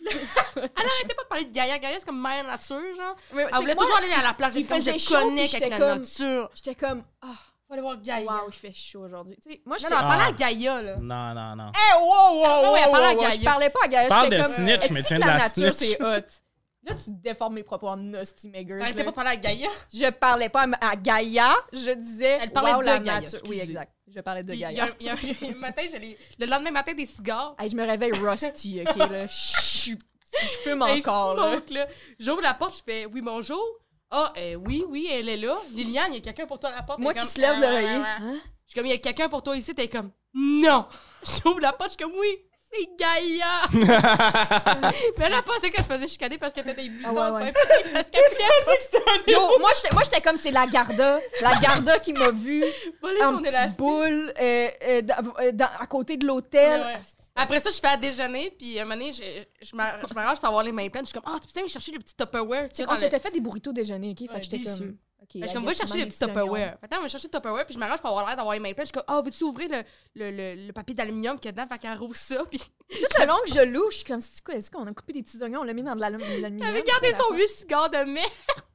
Speaker 2: elle arrêtait pas de parler de Gaïa. Gaïa, c'est comme mère nature, genre.
Speaker 4: Mais
Speaker 2: Elle
Speaker 4: c'est
Speaker 2: voulait
Speaker 4: que moi,
Speaker 2: toujours aller à la plage.
Speaker 4: il
Speaker 2: J'étais comme,
Speaker 4: faisait
Speaker 2: je
Speaker 4: chaud,
Speaker 2: connecte
Speaker 4: puis
Speaker 2: avec la
Speaker 4: j'étais comme-
Speaker 2: nature.
Speaker 4: J'étais comme, ah,
Speaker 2: Faut aller voir Gaïa.
Speaker 4: wow, il fait chaud aujourd'hui. Tu sais, moi,
Speaker 2: Non,
Speaker 4: j'étais.
Speaker 2: non, elle parlait
Speaker 1: Ah.
Speaker 2: à Gaïa, là.
Speaker 1: Non, non, non.
Speaker 4: Hey, wow, wow,
Speaker 2: Ah ouais, elle
Speaker 4: wow,
Speaker 2: parlait à
Speaker 4: wow, wow.
Speaker 2: Gaïa.
Speaker 4: Je parlais pas à Gaïa.
Speaker 1: Tu parles
Speaker 4: j'étais
Speaker 1: de
Speaker 4: comme,
Speaker 1: snitch,
Speaker 4: Est-ce
Speaker 1: mais tu
Speaker 4: que
Speaker 1: viens de la snitch.
Speaker 4: nature, c'est hot. Là, tu déformes mes propos en nasty maggers.
Speaker 2: T'arrêtais Ben, pas
Speaker 4: là.
Speaker 2: de parler à Gaïa.
Speaker 4: Je parlais pas à, ma- à Gaïa, je disais.
Speaker 2: Elle parlait
Speaker 4: wow,
Speaker 2: de
Speaker 4: la
Speaker 2: Gaïa,
Speaker 4: nature. Oui,
Speaker 2: excusez.
Speaker 4: exact. Je parlais de
Speaker 2: Il y a-
Speaker 4: Gaïa.
Speaker 2: il y a- il y a un matin, je l'ai- le lendemain matin, des cigares.
Speaker 4: Hey, je me réveille rusty, ok? Là. Je, je fume
Speaker 2: Hey,
Speaker 4: encore, là.
Speaker 2: smoke, Ben, là. J'ouvre la porte, je fais oui, bonjour. Ah, euh, oui, oui, elle est là. Liliane, il y a quelqu'un pour toi à la porte.
Speaker 4: Moi
Speaker 2: Elle est
Speaker 4: qui
Speaker 2: comme,
Speaker 4: se lève Hein?
Speaker 2: Ah,
Speaker 4: l'oreiller.
Speaker 2: ah, ah, ah. Je suis comme, il y a quelqu'un pour toi ici. T'es comme, non. J'ouvre la porte, je suis comme, oui, c'est Gaïa. Mais la pensait qu'elle se faisait chicaner parce qu'elle était des bisons.
Speaker 4: Ah ouais, ouais.
Speaker 2: c'est pas Parce qu'elle voulait
Speaker 4: Yo, moi, j'étais- moi, j'étais comme c'est la Garda. La Garda qui m'a vu
Speaker 2: voler
Speaker 4: en
Speaker 2: son
Speaker 4: petite
Speaker 2: élastique.
Speaker 4: boule euh, euh, dans- euh, dans- à côté de l'hôtel.
Speaker 2: Ouais, ouais. Après ça, je fais à déjeuner, puis à un moment donné, je, je m'ar- je m'arrange pour avoir les mains pleines. Je suis comme, ah, tu putain, chercher le petit Tupperware.
Speaker 4: C'est
Speaker 2: Tu sais,
Speaker 4: qu'on
Speaker 2: dans le-
Speaker 4: s'était fait des burritos déjeuner, ok? Fait
Speaker 2: Ouais,
Speaker 4: que j'étais
Speaker 2: délicieux.
Speaker 4: comme. ok,
Speaker 2: Fait que je suis
Speaker 4: I
Speaker 2: comme,
Speaker 4: guess
Speaker 2: va chercher
Speaker 4: maman
Speaker 2: les petits
Speaker 4: est mignonne.
Speaker 2: Tupperware. Fait que là, je chercher le Tupperware, puis je m'arrange pour avoir l'air d'avoir les mains pleines. Je suis comme, ah, veux-tu ouvrir le, le, le, le papier d'aluminium qu'il y a dedans? Fait qu'elle rouvre ça, puis
Speaker 4: Tout le long que je loue, je suis comme, c'est quoi? Est-ce qu'on a coupé des petits oignons, on l'a mis dans de l'alum- de l'aluminium?
Speaker 2: elle avait gardé son vieux cigare de mer.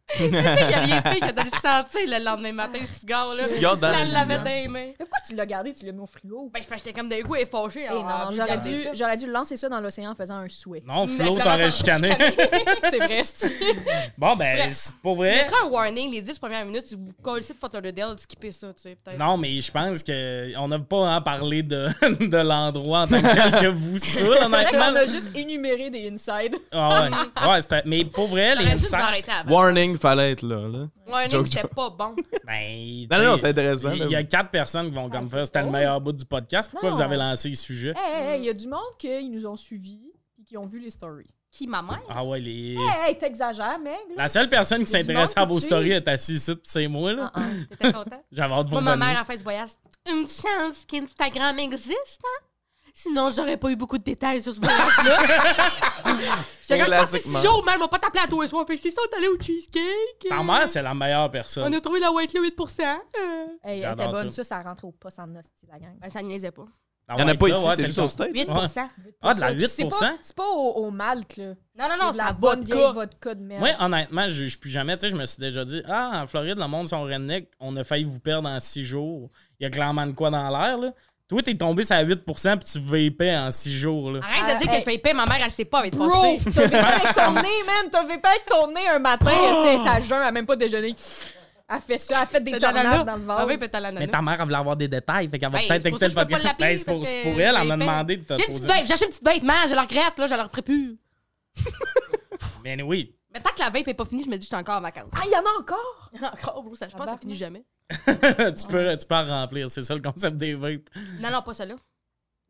Speaker 2: tu sais, il y a rien fait que de le sentir le lendemain matin, le cigare, là.
Speaker 3: Cigare
Speaker 2: Là, elle l'avait
Speaker 3: d'aluminium.
Speaker 2: dans les mains.
Speaker 4: Mais pourquoi tu l'as gardé? Tu l'as mis au frigo?
Speaker 2: Ben, je pense que j'étais comme d'un coup effauchée.
Speaker 4: Eh
Speaker 2: alors,
Speaker 4: non,
Speaker 2: elle veut
Speaker 4: j'aurais
Speaker 2: garder
Speaker 4: dû,
Speaker 2: ça.
Speaker 4: j'aurais dû lancer ça dans l'océan en faisant un souhait.
Speaker 1: Non,
Speaker 2: Mais
Speaker 1: Flo,
Speaker 2: finalement,
Speaker 1: t'aurais
Speaker 2: elle
Speaker 1: chicané.
Speaker 4: c'est vrai, c'est-
Speaker 1: Bon, ben,
Speaker 2: Bref.
Speaker 1: c'est pour
Speaker 2: Je
Speaker 1: vrai.
Speaker 2: mettrais un warning les 10 premières minutes, si vous collez de Fort Lauderdale, skippez ça, tu sais, peut-être.
Speaker 1: Non, mais je pense que on n'a pas à parler de, de l'endroit en tant que tel que vous saoul,
Speaker 4: C'est vrai qu'on
Speaker 1: honnêtement.
Speaker 4: a juste énuméré des insides.
Speaker 1: Ah ouais. Ouais, c'était- mais pour vrai, les
Speaker 2: J'aurais dû vous
Speaker 1: insights,
Speaker 2: arrêter avant.
Speaker 3: Warning, fallait être là. là.
Speaker 2: Warning,
Speaker 3: Joke,
Speaker 2: c'était
Speaker 3: joke.
Speaker 2: pas bon.
Speaker 1: ben,
Speaker 3: Non, non, non, c'est
Speaker 1: t'sais,
Speaker 3: intéressant.
Speaker 1: il
Speaker 3: là.
Speaker 1: y a quatre personnes qui vont comme
Speaker 4: Ah,
Speaker 1: faire
Speaker 4: c'est
Speaker 1: c'était le
Speaker 4: drôle. Ah.
Speaker 1: meilleur bout du podcast. Pourquoi
Speaker 4: Non.
Speaker 1: vous avez lancé le sujet?
Speaker 4: Hey, hey, il y a du monde qui nous ont suivis et qui ont vu les stories.
Speaker 2: Qui, ma mère?
Speaker 1: Ah ouais, les...
Speaker 4: Hey, hey, t'exagères, mec.
Speaker 1: La seule personne qui
Speaker 4: Il y a du
Speaker 1: s'intéresse
Speaker 4: monde Ah.
Speaker 1: à vos
Speaker 4: qui suit.
Speaker 1: stories est assise ici, puis c'est moi, là.
Speaker 2: Ah, T'étais content?
Speaker 1: J'avais hâte de vous
Speaker 2: Moi, ma
Speaker 1: revenir.
Speaker 2: mère, a fait du voyage, une chance qu'Instagram existe, hein? Sinon, j'aurais pas eu beaucoup de détails sur ce voyage-là. J'étais comme, je pensais
Speaker 3: Classiquement.
Speaker 2: six jours, mais elle m'a pas tapé à tous les soirs. Fait que c'est ça, on est allé au cheesecake.
Speaker 1: Ta
Speaker 2: euh,
Speaker 1: mère, c'est la meilleure
Speaker 2: On
Speaker 1: personne.
Speaker 2: a trouvé la white le 8%. euh.
Speaker 4: Hey, elle
Speaker 1: J'adore
Speaker 4: était bonne,
Speaker 1: tout.
Speaker 4: ça, ça rentrait au poste en hostie, la gang.
Speaker 2: Ben, ça niaisait pas.
Speaker 1: Ah
Speaker 3: Il y en a
Speaker 1: ouais,
Speaker 3: pas
Speaker 1: là,
Speaker 3: ici,
Speaker 1: ouais,
Speaker 3: c'est
Speaker 1: le
Speaker 3: juste
Speaker 1: fun.
Speaker 3: au state.
Speaker 2: 8%.
Speaker 1: Ah, de la
Speaker 4: C'est
Speaker 1: 8
Speaker 4: pas, c'est pas au, au Malte, là.
Speaker 2: Non, non, non,
Speaker 4: de
Speaker 2: c'est la
Speaker 4: la bonne
Speaker 2: vodka.
Speaker 4: vieille vodka de merde.
Speaker 1: Moi, honnêtement, je je puis jamais, tu sais, je me suis déjà dit, ah, en Floride, le monde sont redneck, on a failli vous perdre en 6 jours. Il y a clairement de quoi dans l'air, là. Toi, t'es tombé sur la 8% puis tu vapais en 6 jours, là.
Speaker 2: Arrête de
Speaker 4: Ah,
Speaker 2: dire que
Speaker 4: hey.
Speaker 2: je fais payer, ma mère, elle sait pas, elle va être
Speaker 4: Bro,
Speaker 2: fâchée.
Speaker 4: t'as fait avec ton nez, man! T'as fait pas être ton nez un matin, elle était à jeun, elle a même pas déjeuné. Elle fait ça, elle fait des
Speaker 2: Oh! T'as de la nana.
Speaker 4: tornades dans le vase.
Speaker 2: Ah oui, peut-être la
Speaker 1: Mais
Speaker 2: nana.
Speaker 1: ta mère, elle voulait avoir des détails, fait qu'elle va
Speaker 2: Hey,
Speaker 1: peut-être
Speaker 2: Ben, c'est pour ça
Speaker 1: écouter le
Speaker 2: que je peux pas
Speaker 1: podcast.
Speaker 2: l'appeler,
Speaker 1: Ben, c'est pour,
Speaker 2: parce
Speaker 1: c'est
Speaker 2: que
Speaker 1: pour elle,
Speaker 2: je
Speaker 1: elle m'a
Speaker 2: l'ai
Speaker 1: demandé de te
Speaker 2: J'ai une petite
Speaker 1: poser.
Speaker 2: vape, j'ai acheté une petite vape, man, je la regrette, là, je la referai plus.
Speaker 1: Mais oui.
Speaker 2: Mais tant que la vape est pas finie, je me dis que je suis encore en vacances.
Speaker 4: Ah, il y en a encore?
Speaker 2: Encore, gros, ça, je pense que ça finit jamais.
Speaker 1: tu, peux, tu peux en remplir, c'est ça le concept des vapes.
Speaker 2: Non, non, pas celle-là.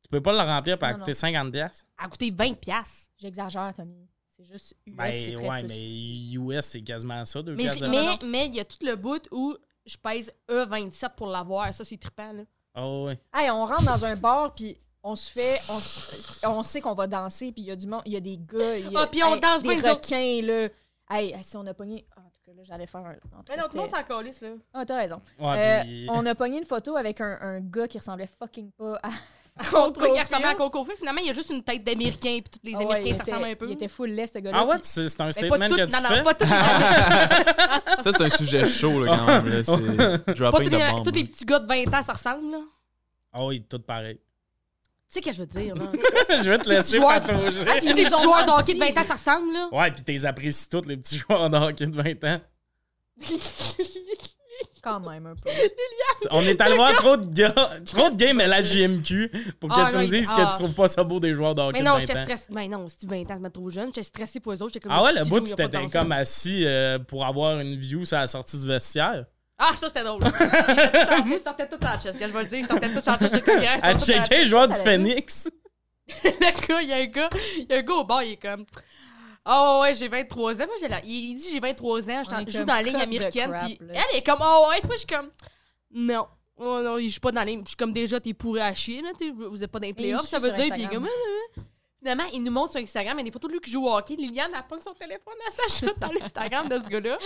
Speaker 1: Tu peux pas le remplir pour
Speaker 4: Non,
Speaker 1: coûter 50$. piastres.
Speaker 2: Elle a coûté 20$. piastres.
Speaker 4: J'exagère, Tommy. C'est juste US,
Speaker 1: Ben,
Speaker 4: c'est très
Speaker 1: ouais,
Speaker 4: plus.
Speaker 1: mais US, c'est quasiment ça, deux
Speaker 2: Mais
Speaker 1: piastres
Speaker 2: j'ai-
Speaker 1: de-
Speaker 2: E mais- mais il y a tout le bout où je pèse E27 pour l'avoir. Ça, c'est trippant, là.
Speaker 1: Ah oui.
Speaker 4: Hey, on rentre dans un bar, puis on se fait. On, se- on sait qu'on va danser, puis il y a du monde, il y a des gars. il y a-
Speaker 2: Ah, puis on
Speaker 4: hey,
Speaker 2: danse
Speaker 4: des
Speaker 2: bien, nous
Speaker 4: requins, là. Hey, si on a pogné. En tout cas, là, j'allais faire un. en tout
Speaker 2: Mais
Speaker 4: cas,
Speaker 2: non, tout le monde
Speaker 4: c'était-
Speaker 2: s'en calisse, là.
Speaker 4: Ah, t'as raison.
Speaker 1: Ouais,
Speaker 4: Euh,
Speaker 1: puis-
Speaker 4: on a pogné une photo avec un, un gars qui ressemblait fucking pas à.
Speaker 2: On trouvait qu'il
Speaker 4: Cocofield.
Speaker 2: ressemblait à Cocofil. Finalement, il y a juste une tête d'Américain, puis tous les
Speaker 4: Ah ouais,
Speaker 2: Américains
Speaker 4: il
Speaker 2: se
Speaker 4: était-
Speaker 2: ressemblent un peu.
Speaker 4: Il était full laid, ce gars-là.
Speaker 1: Ah ouais,
Speaker 4: puis-
Speaker 1: c'est c'est un
Speaker 2: Mais pas
Speaker 1: statement
Speaker 2: tout,
Speaker 1: que tu
Speaker 2: non,
Speaker 1: fais?
Speaker 2: non, pas tout. Pas
Speaker 3: Ah, Ça, c'est un sujet chaud, là, quand même. là. C'est dropping
Speaker 2: tous
Speaker 3: de
Speaker 2: les-
Speaker 3: bombe.
Speaker 2: tous les petits gars de 20 ans se ressemblent, là.
Speaker 1: Ah oui, tout pareil.
Speaker 2: Tu sais ce que je veux dire, là?
Speaker 1: Je vais te laisser
Speaker 2: Joueur- Ah,
Speaker 1: patauger.
Speaker 2: Puis les
Speaker 4: ont
Speaker 2: joueurs de
Speaker 4: menti.
Speaker 2: hockey de 20 ans se ressemblent, là.
Speaker 1: Ouais, puis t'es apprécies toutes les petits joueurs de hockey de 20 ans.
Speaker 4: Quand même, un peu.
Speaker 1: On est allé voir trop de gars, trop de games à la JMQ pour que
Speaker 2: Ah,
Speaker 1: tu
Speaker 2: non,
Speaker 1: me
Speaker 2: il-
Speaker 1: dises
Speaker 2: ah.
Speaker 1: que tu trouves pas ça beau des joueurs de hockey
Speaker 2: Mais non,
Speaker 1: de
Speaker 2: j'étais
Speaker 1: 20 ans.
Speaker 2: stressée. Mais non, si 20 ans, je me trouve jeune. J'étais stressée pour eux autres. j'étais comme,
Speaker 1: Ah ouais, le
Speaker 2: petit
Speaker 1: bout,
Speaker 2: loup,
Speaker 1: tu
Speaker 2: il a pas de
Speaker 1: t'étais
Speaker 2: danse.
Speaker 1: comme assis euh, pour avoir une view sur la sortie du vestiaire.
Speaker 2: Ah, ça, c'était drôle. Ils sortaient tout en chest. que Je vais le dire, ils sortaient tout en chest. de coquillage,
Speaker 1: À
Speaker 2: ils sortaient tout en
Speaker 1: checker les joueurs du
Speaker 4: ça l'a vu.
Speaker 1: Phoenix.
Speaker 2: le gars, il y a un gars, il y a un gars au bar, il est comme Oh ouais, j'ai 23 ans. Moi, j'ai la- il il dit j'ai 23 ans, je
Speaker 4: On
Speaker 2: t'en-
Speaker 4: est
Speaker 2: je joue
Speaker 4: comme
Speaker 2: dans la ligne
Speaker 4: cut de
Speaker 2: américaine.
Speaker 4: crap,
Speaker 2: Puis
Speaker 4: là.
Speaker 2: elle est comme Oh ouais, puis moi, je suis comme Non. Oh non, je suis pas dans la ligne. Je suis comme déjà, t'es pourri à chier, là, t'sais, vous vous êtes pas dans les
Speaker 4: il me
Speaker 2: playoffs,
Speaker 4: suit
Speaker 2: ça veut
Speaker 4: sur
Speaker 2: dire. Puis il est
Speaker 4: Instagram.
Speaker 2: comme Ah, ah, ah. Finalement, il nous montre sur Instagram, il y a des photos de lui qui joue au hockey. Liliane, elle pogne son téléphone, elle s'achète dans l'Instagram de ce gars-là.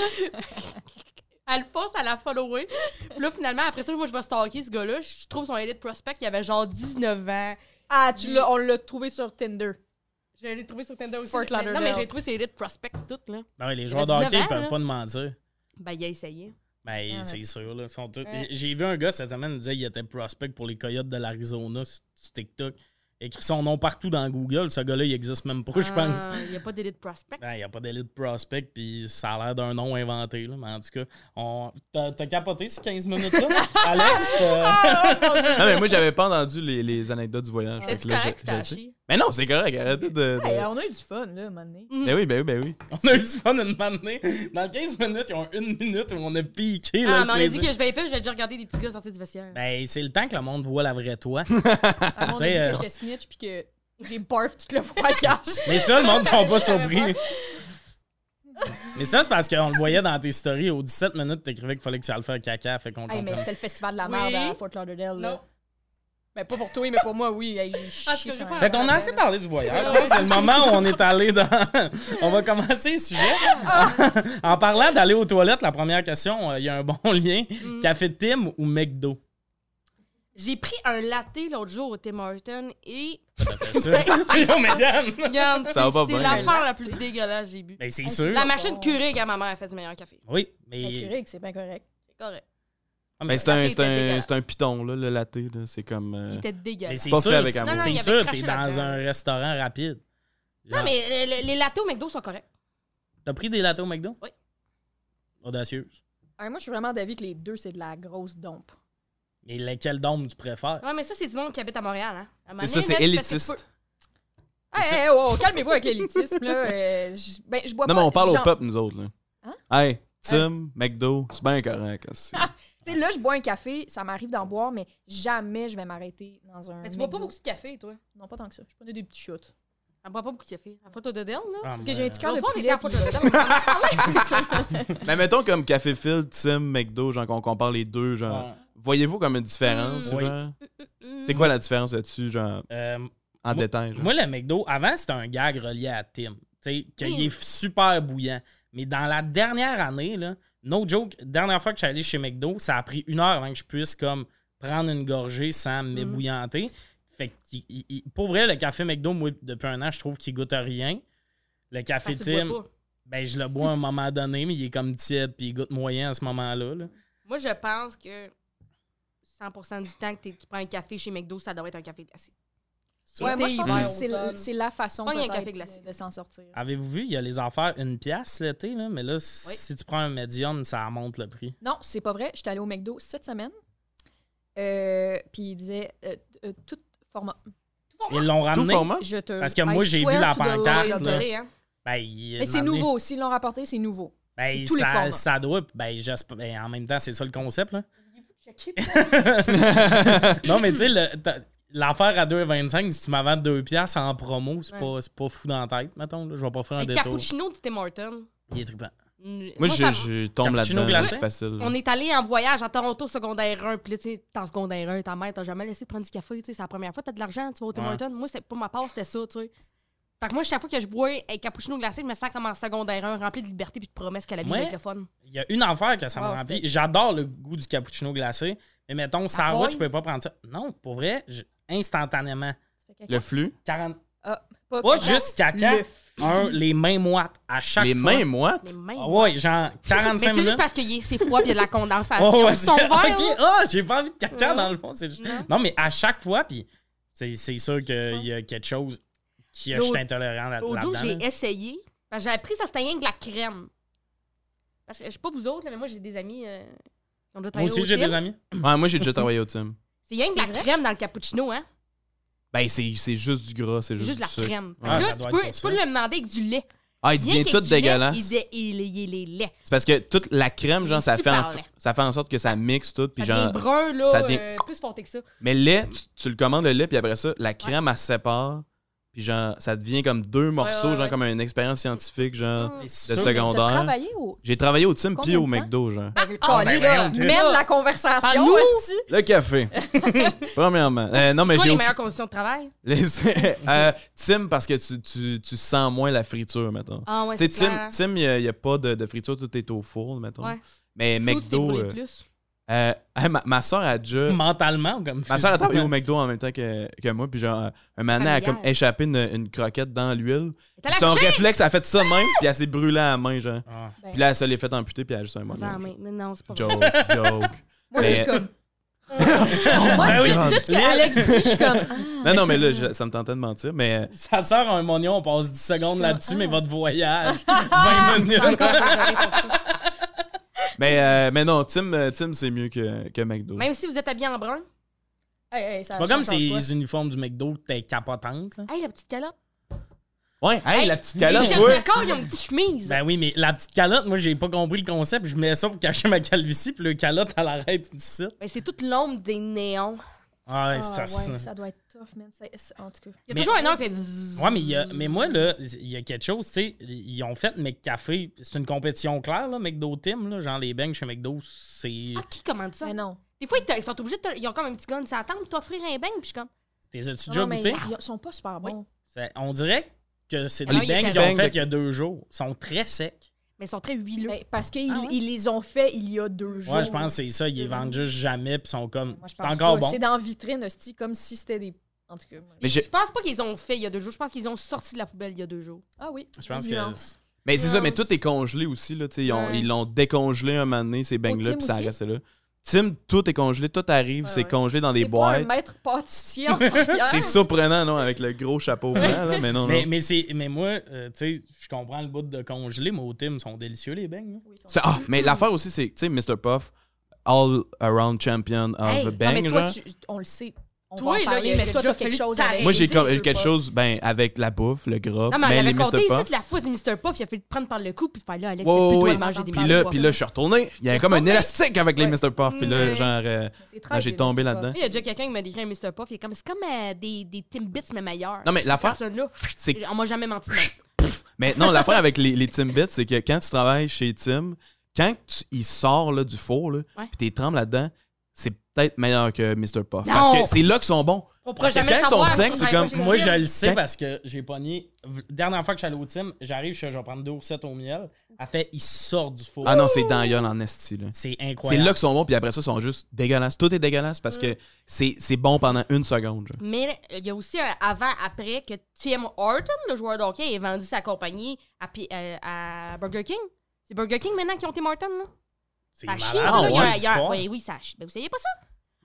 Speaker 2: Elle le force à la follower. Puis là, finalement, après ça, moi, je vais stalker ce gars-là. Je trouve son edit prospect, il avait genre 19 ans.
Speaker 4: Ah, tu l'as- on l'a trouvé sur Tinder.
Speaker 2: Je l'ai trouvé sur Tinder aussi.
Speaker 4: Fort
Speaker 2: Mais- non, mais
Speaker 4: Lauderdale.
Speaker 2: j'ai trouvé sur Elite Prospect tout, là.
Speaker 1: Ben oui, les
Speaker 2: Il
Speaker 1: joueurs de
Speaker 2: avait
Speaker 1: hockey,
Speaker 2: 19
Speaker 1: ils peuvent
Speaker 2: ans,
Speaker 1: pas te mentir.
Speaker 2: Ben, il a essayé.
Speaker 1: Ben,
Speaker 4: mais
Speaker 1: c'est
Speaker 4: c'est-
Speaker 1: sûr, là. ils sont tous-
Speaker 2: Ouais.
Speaker 1: J'ai- J'ai vu un gars cette semaine, il disait qu'il était prospect pour les Coyotes de l'Arizona sur sur TikTok. Écrit son nom partout dans Google. Ce gars-là, il existe même pas, je pense.
Speaker 2: Ah, Il n'y a pas d'Elite Prospect.
Speaker 1: Ben, il n'y a pas d'élite prospect, puis ça a l'air d'un nom inventé. Là. Mais en tout cas, on... t'as t'as capoté ces 15 minutes-là? Alex, t'as-
Speaker 2: Ah!
Speaker 3: Non, mais moi, j'avais pas entendu les, les anecdotes du voyage. fait
Speaker 2: C'est
Speaker 3: que là,
Speaker 2: correct,
Speaker 3: je-
Speaker 2: c'était à
Speaker 3: je sais.
Speaker 2: chier.
Speaker 3: Mais non, c'est correct. Arrêtez de. de-
Speaker 4: Hey, on a eu du fun, là, à un moment donné.
Speaker 3: Ben oui, ben oui, ben oui.
Speaker 1: on a eu du fun une matinée. Dans 15 minutes, ils ont une minute où on a piqué. là,
Speaker 2: Ah, mais on a
Speaker 1: le
Speaker 2: dit que
Speaker 1: plaisir.
Speaker 2: je vais épais, je vais déjà regarder des petits gars sortir du vestiaire.
Speaker 1: Ben, c'est le temps que le monde voit la vraie toi.
Speaker 4: On a
Speaker 3: Ah,
Speaker 1: T'sais,
Speaker 4: dit
Speaker 1: euh,
Speaker 4: que j'étais snitch puis que j'ai barf tout le voyage.
Speaker 1: Mais ça, le monde ne sont pas surpris. mais ça, c'est parce qu'on le voyait dans tes stories. Aux 17 minutes, t'écrivais qu'il fallait que tu ailles faire caca. Fait qu'on
Speaker 4: hey, mais
Speaker 1: t'entend.
Speaker 4: c'était le festival de la
Speaker 2: Oui.
Speaker 4: merde à Fort Lauderdale.
Speaker 2: Non.
Speaker 4: Là. Ben, pas pour toi, mais pour moi, oui. Hey, j'ai
Speaker 2: Ah,
Speaker 4: chié
Speaker 2: parce que
Speaker 4: sur
Speaker 2: j'ai
Speaker 4: un-
Speaker 2: pas-
Speaker 1: Fait qu'on a assez parlé du voyage.
Speaker 2: Ouais, ouais.
Speaker 1: C'est le moment où on est allé dans. on va commencer le sujet.
Speaker 2: Ah.
Speaker 1: en parlant d'aller aux toilettes, la première question, euh, il y a un bon lien.
Speaker 2: Mm.
Speaker 1: Café Tim ou McDo?
Speaker 2: J'ai pris un latte l'autre jour au Tim Hortons et.
Speaker 1: Ça fait ça. Yo, Megan!
Speaker 2: Regarde, c'est
Speaker 3: va pas
Speaker 2: c'est
Speaker 3: bien.
Speaker 2: l'affaire la plus dégueulasse que j'ai bu.
Speaker 1: Ben, c'est
Speaker 4: Hey,
Speaker 1: sûr.
Speaker 2: La machine Keurig à ma mère, elle fait du meilleur café.
Speaker 1: Oui,
Speaker 4: Ben,
Speaker 1: mais.
Speaker 4: Keurig, c'est bien correct.
Speaker 2: C'est correct.
Speaker 1: Ah, mais
Speaker 3: Mais c'est
Speaker 1: c'est
Speaker 3: un,
Speaker 2: Ça,
Speaker 3: c'est
Speaker 2: c'était
Speaker 3: un,
Speaker 2: dégueulasse.
Speaker 3: c'est un piton, là, le latte. là. C'est comme. euh,
Speaker 2: Il était
Speaker 1: mais
Speaker 2: dégueulasse.
Speaker 1: c'est
Speaker 3: Pas
Speaker 1: sûr,
Speaker 3: fait avec
Speaker 1: c'est-
Speaker 3: amour.
Speaker 2: Non, non,
Speaker 1: c'est
Speaker 2: il avait
Speaker 1: sûr,
Speaker 2: craché
Speaker 1: t'es dans
Speaker 2: là-dedans.
Speaker 1: un restaurant rapide.
Speaker 2: Non,
Speaker 1: Genre,
Speaker 2: mais euh, le- les lattes au McDo sont corrects.
Speaker 1: T'as pris des lattes au McDo?
Speaker 2: Oui.
Speaker 1: Audacieuse.
Speaker 4: Hey, moi, je suis vraiment d'avis que les deux, c'est de la grosse dompe.
Speaker 1: Mais lequel dôme tu préfères?
Speaker 2: Ouais, mais ça, c'est du monde qui habite à Montréal, hein. À un moment
Speaker 3: C'est ça,
Speaker 2: donné,
Speaker 3: c'est
Speaker 2: là, parce que tu peux-
Speaker 3: élitiste.
Speaker 4: Hey, hey, oh, calmez-vous avec l'élitisme, là. Euh, je- ben, je bois
Speaker 3: Non,
Speaker 4: pas...
Speaker 3: mais on parle au
Speaker 4: j'en-
Speaker 3: peuple, nous autres. Là.
Speaker 4: Hein?
Speaker 3: Hey, Tim, McDo, c'est bien correct. aussi.
Speaker 4: Tu sais, là, je bois un café, ça m'arrive d'en boire, mais jamais je vais m'arrêter dans un.
Speaker 2: Mais tu bois pas
Speaker 4: McDo.
Speaker 2: beaucoup de café, toi.
Speaker 4: Non, pas tant que ça. Je prenais des petits shots.
Speaker 2: Elle boit pas beaucoup de café. La photo de Dell, là.
Speaker 1: Ah,
Speaker 4: Parce
Speaker 1: mais-
Speaker 4: que j'ai un petit cœur
Speaker 2: L'autre
Speaker 4: de
Speaker 2: fois, on était
Speaker 4: poulet.
Speaker 2: à Fort Lauderdale,
Speaker 4: puis-
Speaker 3: Mais mettons comme Café Field, Tim, McDo, genre qu'on compare les deux, genre.
Speaker 1: Ouais.
Speaker 3: Voyez-vous comme une différence?
Speaker 1: Mm. Oui.
Speaker 3: genre?
Speaker 2: Mm.
Speaker 3: C'est quoi la différence là-dessus, genre,
Speaker 1: Euh,
Speaker 3: en
Speaker 1: Moi-
Speaker 3: détail? genre?
Speaker 1: Moi, le McDo, avant, c'était un gag relié à Tim. Tu sais, qu'il
Speaker 2: Mm.
Speaker 1: est f- super bouillant. Mais dans la dernière année, là, no joke, dernière fois que je suis allé chez McDo, ça a pris une heure avant que je puisse comme prendre une gorgée sans
Speaker 2: Hmm.
Speaker 1: m'ébouillanter. Fait que, pour vrai, le café McDo, moi, depuis un an, je trouve qu'il goûte à rien. Le café
Speaker 2: Parce que Ah, tu
Speaker 1: Tim,
Speaker 2: bois pas.
Speaker 1: ben, je le bois à un moment donné, mais il est comme tiède, puis il goûte moyen à ce moment-là. là.
Speaker 2: Moi, je pense que 100% du temps que t'es- tu prends un café chez McDo, ça devrait être un café glacé.
Speaker 4: Ouais, moi, je pense que
Speaker 2: hiver,
Speaker 4: c'est
Speaker 2: automne.
Speaker 4: le- c'est la façon
Speaker 2: Pas un
Speaker 4: peut-être,
Speaker 2: café glacé.
Speaker 4: de- de s'en sortir.
Speaker 1: Avez-vous vu, il y a les affaires une pièce l'été, là, mais là, si tu prends un médium, ça monte le prix.
Speaker 4: Non, c'est pas vrai. J'étais allée au McDo cette semaine. Euh, puis il disait euh, t- euh, tout format.
Speaker 1: Ils l'ont
Speaker 3: Tout
Speaker 1: ramené.
Speaker 3: format?
Speaker 4: Je te.
Speaker 1: Parce que
Speaker 4: I
Speaker 1: moi, j'ai vu
Speaker 4: swear
Speaker 1: la
Speaker 4: to God.
Speaker 1: pancarte.
Speaker 2: Ouais,
Speaker 1: là.
Speaker 2: désolé, hein.
Speaker 1: Ben, il-
Speaker 4: Mais c'est
Speaker 1: m'amener-
Speaker 4: nouveau. S'ils l'ont rapporté, c'est nouveau.
Speaker 1: Ben,
Speaker 4: C'est tous les
Speaker 1: ça,
Speaker 4: formats.
Speaker 1: ça doit. Ben, j'espère- ben, en même temps, c'est ça le concept. Là. non, mais tu sais, le- t'as- l'affaire à 2,25, si tu m'avais 2 piastres en promo, c'est
Speaker 2: Ouais.
Speaker 1: pas, c'est pas fou dans la tête, mettons. là. Je vais pas faire un
Speaker 2: Un
Speaker 1: détour.
Speaker 2: cappuccino de Tim Hortons.
Speaker 1: Il est trippant.
Speaker 2: Moi,
Speaker 3: Moi,
Speaker 2: ça-
Speaker 3: je, je tombe
Speaker 1: Cappuccino
Speaker 3: là-dedans. là,
Speaker 1: glacé?
Speaker 3: C'est facile.
Speaker 2: On est allé en voyage à Toronto secondaire 1, puis là, tu sais, t'es en secondaire 1, ta mère t'a jamais laissé de prendre du café, tu sais, c'est la première fois, t'as de l'argent, tu vas au Tim
Speaker 1: Ouais.
Speaker 2: Hortons. Moi, c'est, pour ma part, c'était ça, tu sais. Fait que moi, chaque fois que je bois un cappuccino glacé, je me sens comme en secondaire 1, rempli de liberté puis de promesses qu'elle a vie
Speaker 1: Ouais.
Speaker 2: va être le fun.
Speaker 1: Il y a une affaire que ça me
Speaker 2: Wow,
Speaker 1: remplit.
Speaker 2: c'était-
Speaker 1: J'adore le goût du cappuccino glacé. Mais mettons, sans
Speaker 2: Ah,
Speaker 1: route,
Speaker 2: ouais?
Speaker 1: je peux pas prendre ça. Non, pour vrai, je- instantanément.
Speaker 3: Le flux,
Speaker 1: 40...
Speaker 4: Pas ah,
Speaker 1: Pas
Speaker 4: que-
Speaker 1: juste caca.
Speaker 4: Le
Speaker 1: Un, les mains moites à chaque
Speaker 3: les
Speaker 1: fois.
Speaker 3: mains moites.
Speaker 2: Mais même.
Speaker 1: Ah ouais, genre
Speaker 2: mais
Speaker 1: 45
Speaker 2: c'est juste
Speaker 1: minutes.
Speaker 2: parce que y est- c'est froid puis il y a de la condensation.
Speaker 1: Oh, ouais,
Speaker 2: Ils sont
Speaker 1: c'est-
Speaker 2: verts,
Speaker 1: ok,
Speaker 2: là.
Speaker 1: ah, j'ai pas envie de caca
Speaker 2: Ouais.
Speaker 1: dans le fond. c'est juste-
Speaker 2: Non.
Speaker 1: Non, mais à chaque fois, puis c'est c'est sûr qu'il y a quelque chose qui je suis
Speaker 2: L'autre-
Speaker 1: intolérant là-
Speaker 2: L'autre jour,
Speaker 1: là-dedans.
Speaker 2: j'ai
Speaker 1: là.
Speaker 2: essayé. Parce que j'ai appris que ça c'était rien que de la crème. Parce que je sais pas vous autres, là, mais moi, j'ai des amis. euh, qui ont déjà
Speaker 1: Moi
Speaker 2: travaillé
Speaker 1: aussi,
Speaker 2: au
Speaker 1: j'ai
Speaker 2: Tim.
Speaker 1: des amis.
Speaker 3: Ouais, moi, j'ai déjà travaillé au team.
Speaker 2: C'est rien que de la
Speaker 4: C'est vrai?
Speaker 2: crème dans le cappuccino, hein?
Speaker 3: Ben, c'est c'est juste du gras, c'est
Speaker 2: C'est
Speaker 3: juste,
Speaker 2: juste de la
Speaker 3: du sucre.
Speaker 2: crème.
Speaker 1: Ouais,
Speaker 2: Fait que
Speaker 1: ça
Speaker 2: là, tu
Speaker 1: doit
Speaker 2: peux,
Speaker 1: être pour
Speaker 2: tu
Speaker 1: ça.
Speaker 2: peux le demander avec du lait.
Speaker 3: Ah, il devient
Speaker 2: qu'avec
Speaker 3: tout
Speaker 2: du lait,
Speaker 3: dégueulasse.
Speaker 2: Il est, il est, il est laid.
Speaker 3: C'est parce que toute la crème, genre, ça fait, en,
Speaker 2: Super laid.
Speaker 3: ça fait en sorte que ça mixe tout. Puis
Speaker 2: Ça devient
Speaker 3: genre,
Speaker 2: brun, là,
Speaker 3: ça devient-
Speaker 2: euh, plus forté que ça.
Speaker 3: mais le lait, tu, tu le commandes le lait, puis après ça, la crème, elle se sépare. Puis genre, ça devient comme deux morceaux,
Speaker 2: ouais,
Speaker 3: genre
Speaker 2: ouais.
Speaker 3: comme une expérience scientifique, genre,
Speaker 2: Mm.
Speaker 1: De
Speaker 3: de
Speaker 4: T'as
Speaker 3: secondaire.
Speaker 4: travaillé au.
Speaker 3: J'ai travaillé au team puis
Speaker 4: Combien
Speaker 3: au
Speaker 4: de temps?
Speaker 3: McDo, genre.
Speaker 4: Ben, le
Speaker 1: Ah, ben,
Speaker 4: calice,
Speaker 1: voyons, Chris.
Speaker 4: mène la conversation.
Speaker 2: Parle-nous.
Speaker 4: hostie.
Speaker 3: Le café. Premièrement. Euh, non, mais
Speaker 2: Quoi,
Speaker 3: j'ai.
Speaker 2: les
Speaker 3: aucune-
Speaker 2: meilleures conditions de travail?
Speaker 3: Les- euh, Tim, parce que tu, tu, tu sens moins la friture, mettons.
Speaker 2: Ah, ouais,
Speaker 3: tu sais,
Speaker 2: c'est
Speaker 3: Tim,
Speaker 2: clair.
Speaker 3: Tim, il n'y a, pas de, de friture, tout est au four, mettons.
Speaker 2: Ouais.
Speaker 3: Mais
Speaker 2: Surtout si t'es
Speaker 3: McDo.
Speaker 2: brûlé
Speaker 3: euh,
Speaker 2: plus.
Speaker 3: euh, hey, ma, ma soeur a déjà.
Speaker 1: Mentalement, ou comme
Speaker 3: Ma soeur a travaillé au
Speaker 1: physiquement?
Speaker 3: McDo en même temps que, que moi, puis genre, un moment donné, elle a comme
Speaker 2: Familial.
Speaker 3: échappé une, une croquette dans l'huile.
Speaker 2: T'as
Speaker 3: Puis
Speaker 2: la
Speaker 3: Son
Speaker 2: coucher?
Speaker 3: réflexe, elle a fait ça de même, puis elle s'est brûlée à la main, genre.
Speaker 1: Ah.
Speaker 4: Ben,
Speaker 3: Puis là, elle se l'est fait amputer, puis elle a juste un mot.
Speaker 2: Avant, mais mais non, c'est pas vrai.
Speaker 3: Joke, joke.
Speaker 4: moi, j'ai
Speaker 3: mais-
Speaker 4: comme.
Speaker 1: Ben oui,
Speaker 4: Tout ce que Alex dit, je suis comme.
Speaker 3: Non, non, mais là, je- ça me tentait de mentir, mais.
Speaker 1: Ça sort un moignon, on passe 10 secondes là-dessus, mais votre voyage, 20
Speaker 2: T'es
Speaker 1: minutes.
Speaker 2: ah. encore désolé pour ça.
Speaker 3: Mais, euh, mais non, Tim, euh, Tim c'est mieux que, que McDo.
Speaker 2: Même si vous êtes habillé en brun.
Speaker 1: C'est pas comme ces uniformes du McDo, t'es capotante. Là.
Speaker 2: Hey, la petite calotte.
Speaker 3: Ouais, hey,
Speaker 2: Hey,
Speaker 3: la petite
Speaker 2: Les
Speaker 3: calotte,
Speaker 2: chefs
Speaker 3: ouais.
Speaker 2: d'accord, ils ont une petite chemise.
Speaker 1: Ben oui, mais la petite calotte, moi, j'ai pas compris le concept. Je mets ça pour cacher ma calvitie, puis le calotte, elle arrête d'ici.
Speaker 2: Mais Ben, c'est toute l'ombre des néons.
Speaker 1: Ah, ouais,
Speaker 4: Ah,
Speaker 1: c'est
Speaker 4: ouais,
Speaker 1: pour ça.
Speaker 4: ça doit être tough, man. C'est- c'est- En tout cas.
Speaker 2: Il y a
Speaker 1: Mais-
Speaker 2: toujours un homme qui fait bzzz.
Speaker 1: Ouais, mais, il y a- mais moi, là, il y a quelque chose, tu sais, ils ont fait McCafé. C'est une compétition claire, là, McDo Team, là, genre les bangs chez McDo, c'est...
Speaker 2: Ah, qui commande ça?
Speaker 4: Mais non.
Speaker 2: Des fois, ils, te- ils sont obligés de. te- Ils ont comme un petit gun. Ils attendent pour t'offrir un bang. Puis je suis comme.
Speaker 1: T'es as-tu
Speaker 4: Non,
Speaker 1: déjà
Speaker 4: non, mais
Speaker 1: goûté?
Speaker 4: Ils sont pas super
Speaker 2: Oui.
Speaker 4: bons.
Speaker 1: C'est- On dirait que c'est des
Speaker 2: Ah,
Speaker 1: bangs
Speaker 2: oui, il y a
Speaker 1: qu'ils
Speaker 2: des
Speaker 1: ont
Speaker 3: bangs
Speaker 1: fait
Speaker 3: de-
Speaker 1: il y a deux jours. Ils sont très secs.
Speaker 2: Mais ils sont très huileux.
Speaker 4: Ben, parce qu'ils
Speaker 1: Ah ouais?
Speaker 4: ils les ont fait il y a deux jours.
Speaker 1: Ouais, je pense que c'est ça. Ils les
Speaker 4: vraiment-
Speaker 1: vendent juste jamais, puis sont comme...
Speaker 4: Moi, je
Speaker 1: C'est
Speaker 4: pense
Speaker 1: encore
Speaker 4: pas.
Speaker 1: bon.
Speaker 4: C'est dans vitrine, hostie, comme si c'était des. En tout cas. moi-
Speaker 3: Mais,
Speaker 2: Je
Speaker 3: j'ai-
Speaker 2: pense pas qu'ils ont fait il y a deux jours. Je pense qu'ils ont sorti de la poubelle il y a deux jours.
Speaker 4: Ah oui.
Speaker 1: Je pense
Speaker 4: Nuance.
Speaker 1: que...
Speaker 3: mais c'est ça, mais
Speaker 2: Non,
Speaker 3: tout est congelé aussi, là. tu sais, Ils ont-
Speaker 2: Ouais.
Speaker 3: ils l'ont décongelé un moment donné, ces bangs-là,
Speaker 4: Tim
Speaker 3: puis ça
Speaker 4: aussi?
Speaker 3: restait là. Tim, tout est congelé, tout arrive,
Speaker 4: Ouais,
Speaker 3: c'est
Speaker 4: ouais.
Speaker 3: congelé dans des
Speaker 4: C'est pas un
Speaker 3: boîtes.
Speaker 4: maître pâtissier en arrière.
Speaker 2: Ah!
Speaker 3: C'est surprenant, non, avec le gros chapeau blanc, là, mais non, non.
Speaker 1: Mais, mais, c'est- mais moi, euh, tu sais, je comprends le bout de congelé, mais au team, sont délicieux, les bangs. hein. là.
Speaker 4: Oui, ils sont-
Speaker 3: C'est- Ah, mais l'affaire aussi, c'est, tu sais, Mr. Puff, all-around champion of
Speaker 2: Hey, non,
Speaker 3: bang,
Speaker 4: non, mais toi,
Speaker 3: genre.
Speaker 4: tu- on le sait. On
Speaker 2: Toi,
Speaker 4: va en
Speaker 2: là,
Speaker 4: parler,
Speaker 2: il y a
Speaker 4: mais toi,
Speaker 2: déjà
Speaker 4: t'as quelque
Speaker 2: fallu
Speaker 4: chose
Speaker 2: que
Speaker 4: avec.
Speaker 2: t'arrêtes.
Speaker 3: Moi, j'ai
Speaker 2: Mr.
Speaker 3: com- quelque
Speaker 2: Puff.
Speaker 3: chose, ben, avec la bouffe, le gras,
Speaker 2: Non, mais
Speaker 3: Oh, mais
Speaker 2: elle
Speaker 3: les
Speaker 2: avait
Speaker 3: Mr.
Speaker 2: compté ici
Speaker 3: Puff.
Speaker 2: de la fois du Mr. Puff. Il a fait prendre par le coup. Puis faire là, Alex, t'as
Speaker 3: Ouais,
Speaker 2: plus le
Speaker 3: ouais,
Speaker 2: droit
Speaker 3: ouais.
Speaker 2: de manger des
Speaker 3: Puis là,
Speaker 2: Mr.
Speaker 3: puis
Speaker 2: Puff.
Speaker 3: là, je suis retourné. Il y avait comme un
Speaker 2: Retourné.
Speaker 3: élastique avec les Mr. Puff. Puis là,
Speaker 2: Ouais.
Speaker 3: genre, euh,
Speaker 4: C'est trash,
Speaker 3: non, j'ai
Speaker 4: les
Speaker 3: tombé
Speaker 4: Mr.
Speaker 2: Tu
Speaker 3: là-dedans.
Speaker 2: sais, Il y a déjà quelqu'un qui m'a décrit un Mr. Puff. Il est comme, c'est comme euh, des, des Timbits, mais meilleurs.
Speaker 3: Non, mais
Speaker 2: Cette
Speaker 3: l'affaire,
Speaker 2: personne-là,
Speaker 3: c'est
Speaker 2: on m'a jamais menti. non.
Speaker 3: Mais non, l'affaire avec les, les Timbits, c'est que quand tu travailles chez Tim, quand tu, il sort là, du four, là,
Speaker 2: Ouais.
Speaker 3: puis t'es tremble là-dedans, c'est peut-être meilleur que Mr. Puff.
Speaker 2: Non!
Speaker 3: Parce que c'est là qu'ils sont bons.
Speaker 2: On pourra
Speaker 1: Parce que
Speaker 2: jamais
Speaker 3: quand ils
Speaker 2: le
Speaker 3: sont
Speaker 2: savoir.
Speaker 3: secs,
Speaker 2: parce
Speaker 3: c'est
Speaker 2: que
Speaker 3: comme-
Speaker 2: j'ai
Speaker 1: Moi, je le sais
Speaker 3: Quand-
Speaker 1: parce que j'ai pogné. v- Dernière fois que j'allais au team, j'arrive, je fais, je vais prendre deux recettes au miel. Elle fait, il sort du four.
Speaker 3: Ah non, c'est dans la gueule en esti. là.
Speaker 1: C'est
Speaker 3: C'est là
Speaker 1: incroyable.
Speaker 3: qu'ils sont bons, puis après ça, ils sont juste dégueulasses. Tout est dégueulasse parce que c'est c'est bon pendant une seconde. genre.
Speaker 2: Mais euh, il y a aussi un avant-après que Tim Horton, le joueur de hockey, ait vendu sa compagnie à, P- euh, à Burger King. C'est Burger King maintenant qui ont Tim Horton, là.
Speaker 1: C'est
Speaker 2: Ça
Speaker 1: malade.
Speaker 2: chie, ça,
Speaker 1: Ah
Speaker 2: Bah, là. Il y
Speaker 1: ouais,
Speaker 2: a- il y a-
Speaker 1: l'histoire.
Speaker 2: oui, oui, ça chie. Ben, vous saviez pas ça?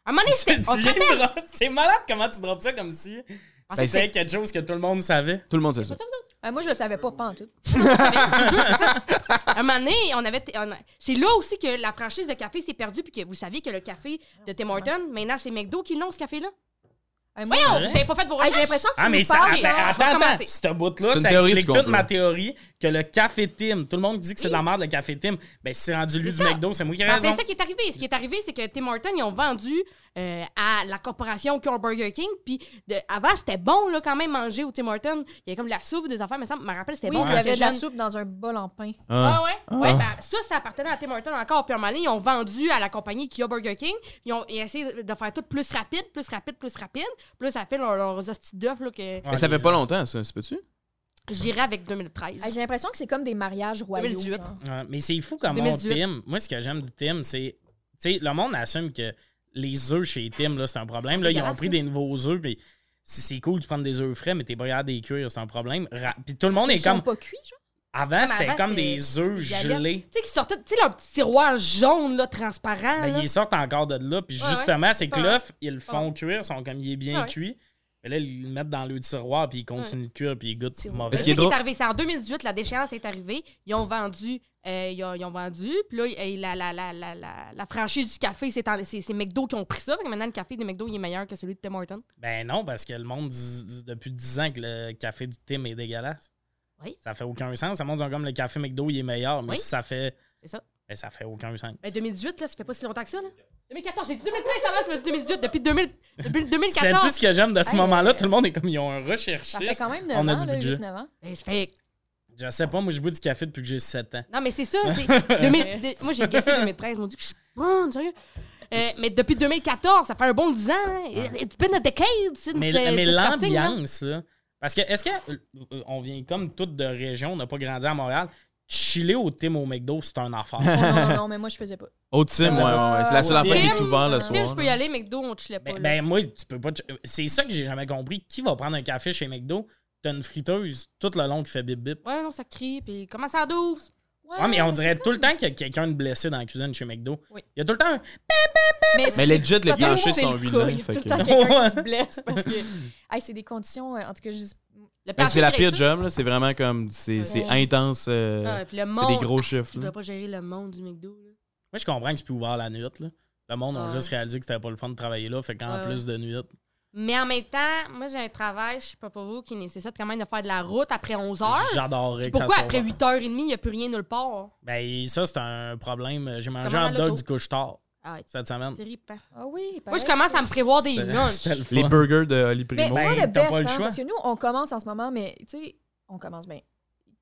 Speaker 2: À un moment donné,
Speaker 1: Tu
Speaker 2: c'était- on se
Speaker 1: viens
Speaker 2: rappelle. Ah,
Speaker 1: de dro- C'est malade comment tu drops ça comme si
Speaker 3: Ben,
Speaker 1: c'était
Speaker 3: c'est-
Speaker 1: quelque chose que tout le monde savait.
Speaker 3: Tout le monde sait
Speaker 2: C'est
Speaker 3: ça.
Speaker 2: pas ça, vous autres?
Speaker 4: Ah, moi, je le savais pas, pas en tout.
Speaker 2: Je vous jure, c'est ça. À un moment donné, on avait. on a- C'est là aussi que la franchise de café s'est perdue, puis que vous saviez que le café de Tim Horton, maintenant, c'est McDo qui l'ont, ce café-là.
Speaker 4: Ah, moi,
Speaker 2: Voyons,
Speaker 1: vrai?
Speaker 2: vous avez pas fait vos
Speaker 4: ah,
Speaker 2: recherches.
Speaker 4: j'ai l'impression que tu
Speaker 1: Ah, mais
Speaker 4: me
Speaker 1: ça.
Speaker 4: parles.
Speaker 1: Attends,
Speaker 4: genre-
Speaker 2: je vais
Speaker 1: attends, attends.
Speaker 2: commencer.
Speaker 1: Ce bout-là,
Speaker 3: C'est une
Speaker 1: ça
Speaker 3: théorie
Speaker 1: explique
Speaker 3: du
Speaker 1: toute
Speaker 3: complot.
Speaker 1: ma théorie que le café Tim, tout le monde dit que c'est de la merde le café Tim, ben c'est rendu lui
Speaker 2: C'est
Speaker 1: du
Speaker 2: ça.
Speaker 1: McDo, c'est moi qui ai
Speaker 2: C'est
Speaker 1: raison.
Speaker 2: ça qui est arrivé. Ce qui est arrivé, c'est que Tim Hortons, ils ont vendu euh, à la corporation qui a un Burger King. Puis de- avant, c'était bon là, quand même manger au Tim Hortons. Il y avait comme de la soupe, des affaires, mais ça me rappelle, c'était
Speaker 4: Oui,
Speaker 2: bon.
Speaker 4: il
Speaker 2: quand
Speaker 4: y avait
Speaker 2: j'étais
Speaker 4: de la
Speaker 2: jeune.
Speaker 4: soupe dans un bol en pain.
Speaker 3: Ah.
Speaker 2: Ah ouais? Ouais, ben, ça, ça appartenait à Tim Hortons encore. Puis à un moment donné, ils ont vendu à la compagnie qui a Burger King. Ils ont ils ont essayé de faire tout plus rapide, plus rapide, plus rapide. Plus ça fait leurs, leurs hosties d'œufs là, que
Speaker 1: Ouais,
Speaker 3: Mais ça
Speaker 1: les-
Speaker 3: fait pas longtemps, ça, c'est peux-tu?
Speaker 2: j'irais avec
Speaker 4: Ah,
Speaker 2: 2013.
Speaker 4: J'ai l'impression que c'est comme des mariages royaux.
Speaker 2: 2018.
Speaker 4: genre.
Speaker 1: Ouais, mais c'est fou comment
Speaker 2: 2018.
Speaker 1: Tim. Moi, ce que j'aime de Tim, c'est. Tu sais, le monde assume que les œufs chez Tim, là, c'est un problème. Là, ils ont
Speaker 2: Dégueulasse,
Speaker 1: pris
Speaker 2: ça.
Speaker 1: des nouveaux œufs, puis c'est c'est cool de prendre des œufs frais, mais t'es pas capable de les cuire, c'est un problème. Ra- Puis tout le monde
Speaker 4: Ils
Speaker 1: est
Speaker 4: sont
Speaker 1: comme.
Speaker 4: pas cuits, genre.
Speaker 1: Avant,
Speaker 2: mais
Speaker 1: c'était
Speaker 2: avant,
Speaker 1: comme
Speaker 2: c'était-
Speaker 1: des œufs
Speaker 2: c'était des
Speaker 1: gelés.
Speaker 2: Tu sais, qui sortaient, tu sais, leur petit tiroir jaune, là, transparent.
Speaker 1: Ben,
Speaker 2: Ah, là.
Speaker 1: ils sortent encore de là, puis
Speaker 2: Ouais,
Speaker 1: justement, c'est que
Speaker 2: Ouais.
Speaker 1: l'œuf, ils le font
Speaker 2: Ouais.
Speaker 1: cuire, ils sont comme il est bien
Speaker 2: Ouais, ouais.
Speaker 1: cuit. Mais là, ils le mettent dans le tiroir, puis ils continuent de cuire, puis ils goûtent
Speaker 4: Tiroir.
Speaker 1: mauvais.
Speaker 2: C'est
Speaker 3: Parce
Speaker 2: ça
Speaker 3: qu'il
Speaker 2: qui
Speaker 3: est
Speaker 2: est
Speaker 3: drôle-
Speaker 2: arrivé. C'est en 2018, la déchéance est arrivée. Ils ont vendu. euh, ils, ont, ils ont vendu. Puis là, euh, la, la, la, la, la, la franchise du café, c'est, en- c'est, c'est McDo qui ont pris ça. Fait que maintenant, le café de McDo, il est meilleur que celui de Tim Hortons.
Speaker 1: Ben non, parce que le monde dit, dit depuis 10 ans que le café du Tim est dégueulasse.
Speaker 2: Oui.
Speaker 1: Ça fait aucun sens. Le monde dit comme le café McDo, il est meilleur, mais
Speaker 2: Oui.
Speaker 1: ça fait.
Speaker 2: C'est ça.
Speaker 1: Ben ça fait aucun sens.
Speaker 2: Ben, 2018, là, ça fait pas si longtemps que ça, là. 2014, j'ai dit 2013, ça là, tu m'as dit 2018. Depuis, 2000, depuis
Speaker 1: C'est
Speaker 2: 2014.
Speaker 1: tu ce que j'aime de ce
Speaker 4: Hey,
Speaker 1: moment-là?
Speaker 4: euh,
Speaker 1: Tout le monde est comme ils ont un recherché.
Speaker 4: Ça fait quand même 9
Speaker 1: On a
Speaker 4: ans,
Speaker 1: du
Speaker 4: là,
Speaker 1: budget.
Speaker 4: 8, 9 ans.
Speaker 2: Ben, ça fait-
Speaker 1: Je sais pas, moi je bois du café depuis que j'ai 7 ans.
Speaker 2: Non, mais c'est ça. C'est 2000 de- moi, j'ai guessé 2013. Ils m'ont dit que je suis bonne, sérieux. Euh, mais depuis 2014, ça fait un bon 10 ans. hein. It's been a decade. since,
Speaker 1: Mais,
Speaker 2: euh,
Speaker 1: mais
Speaker 2: this casting, là.
Speaker 1: l'ambiance, là. Parce que est-ce que euh, euh, on vient comme toutes de région, on n'a pas grandi à Montréal? Chiller au Tim au McDo, c'est un affaire.
Speaker 4: Oh, non, non, non, mais moi, je faisais pas.
Speaker 3: Oh, Tim, ouais, ouais, ouais. C'est la seule
Speaker 1: Tim,
Speaker 3: affaire qui est ouverte le
Speaker 4: Tim,
Speaker 2: Tu sais,
Speaker 3: soir.
Speaker 2: je peux y aller, McDo, on chillait pas.
Speaker 1: Ben,
Speaker 2: là.
Speaker 1: ben, moi, tu peux pas. te- C'est ça que j'ai jamais compris. Qui va prendre un café chez McDo? T'as une friteuse tout le long qui fait bip bip.
Speaker 2: Ouais, non, ça crie, puis comment ça douce?
Speaker 1: Ouais, mais on dirait tout le temps qu'il y a quelqu'un de blessé dans la cuisine chez McDo.
Speaker 4: Oui.
Speaker 1: Il y a tout le temps un.
Speaker 3: Mais
Speaker 4: c'est
Speaker 3: legit, les
Speaker 4: pas
Speaker 3: planchers
Speaker 4: toujours
Speaker 3: sont
Speaker 4: le cas.
Speaker 3: huilés,
Speaker 4: Il y a
Speaker 3: fait
Speaker 4: tout le
Speaker 3: que-
Speaker 4: temps quelqu'un qui se
Speaker 1: Ouais.
Speaker 4: blesse parce que. Hey, c'est des conditions. euh, En tout cas, je.
Speaker 2: Le
Speaker 1: Ben,
Speaker 3: Mais
Speaker 2: plancher
Speaker 3: c'est la
Speaker 2: de
Speaker 3: pire
Speaker 2: réussite.
Speaker 3: job, là. C'est vraiment comme. C'est c'est
Speaker 4: Ouais.
Speaker 3: intense. euh,
Speaker 2: Ah, puis le monde.
Speaker 3: c'est des gros chiffres,
Speaker 2: Tu
Speaker 3: là.
Speaker 2: dois pas gérer le monde du McDo. Là.
Speaker 1: Moi, je comprends que c'est plus ouvert la nuit. Là. Le monde a
Speaker 2: Ouais.
Speaker 1: juste réalisé que c'était pas le fun de travailler là. Fait qu'en
Speaker 2: Ouais.
Speaker 1: plus de nuit.
Speaker 2: Mais en même temps, moi, j'ai un travail, je sais pas pour vous, qui nécessite quand même de faire de la route après 11 heures.
Speaker 1: J'adorerais que ça
Speaker 2: Ah. Pourquoi
Speaker 1: soit.
Speaker 2: après
Speaker 1: ouvert.
Speaker 2: 8h30, il n'y a plus rien nulle part?
Speaker 1: Ben, ça, c'est un problème. J'ai mangé
Speaker 2: Commande
Speaker 1: un
Speaker 2: à
Speaker 1: hot dog
Speaker 2: l'auto.
Speaker 1: du couche-tard
Speaker 2: Ah, ouais,
Speaker 1: cette semaine.
Speaker 2: c'est terrible. hein.
Speaker 4: Ah oui.
Speaker 2: Moi, je commence à me prévoir des
Speaker 1: C'était-
Speaker 2: lunchs.
Speaker 1: c'était le fun.
Speaker 3: Les burgers de Oli
Speaker 4: Mais
Speaker 1: Ben,
Speaker 3: Primo.
Speaker 4: pas le
Speaker 1: t'as
Speaker 4: best,
Speaker 1: pas le
Speaker 4: hein,
Speaker 1: choix.
Speaker 4: parce que nous, on commence en ce moment, mais tu sais, on commence bien.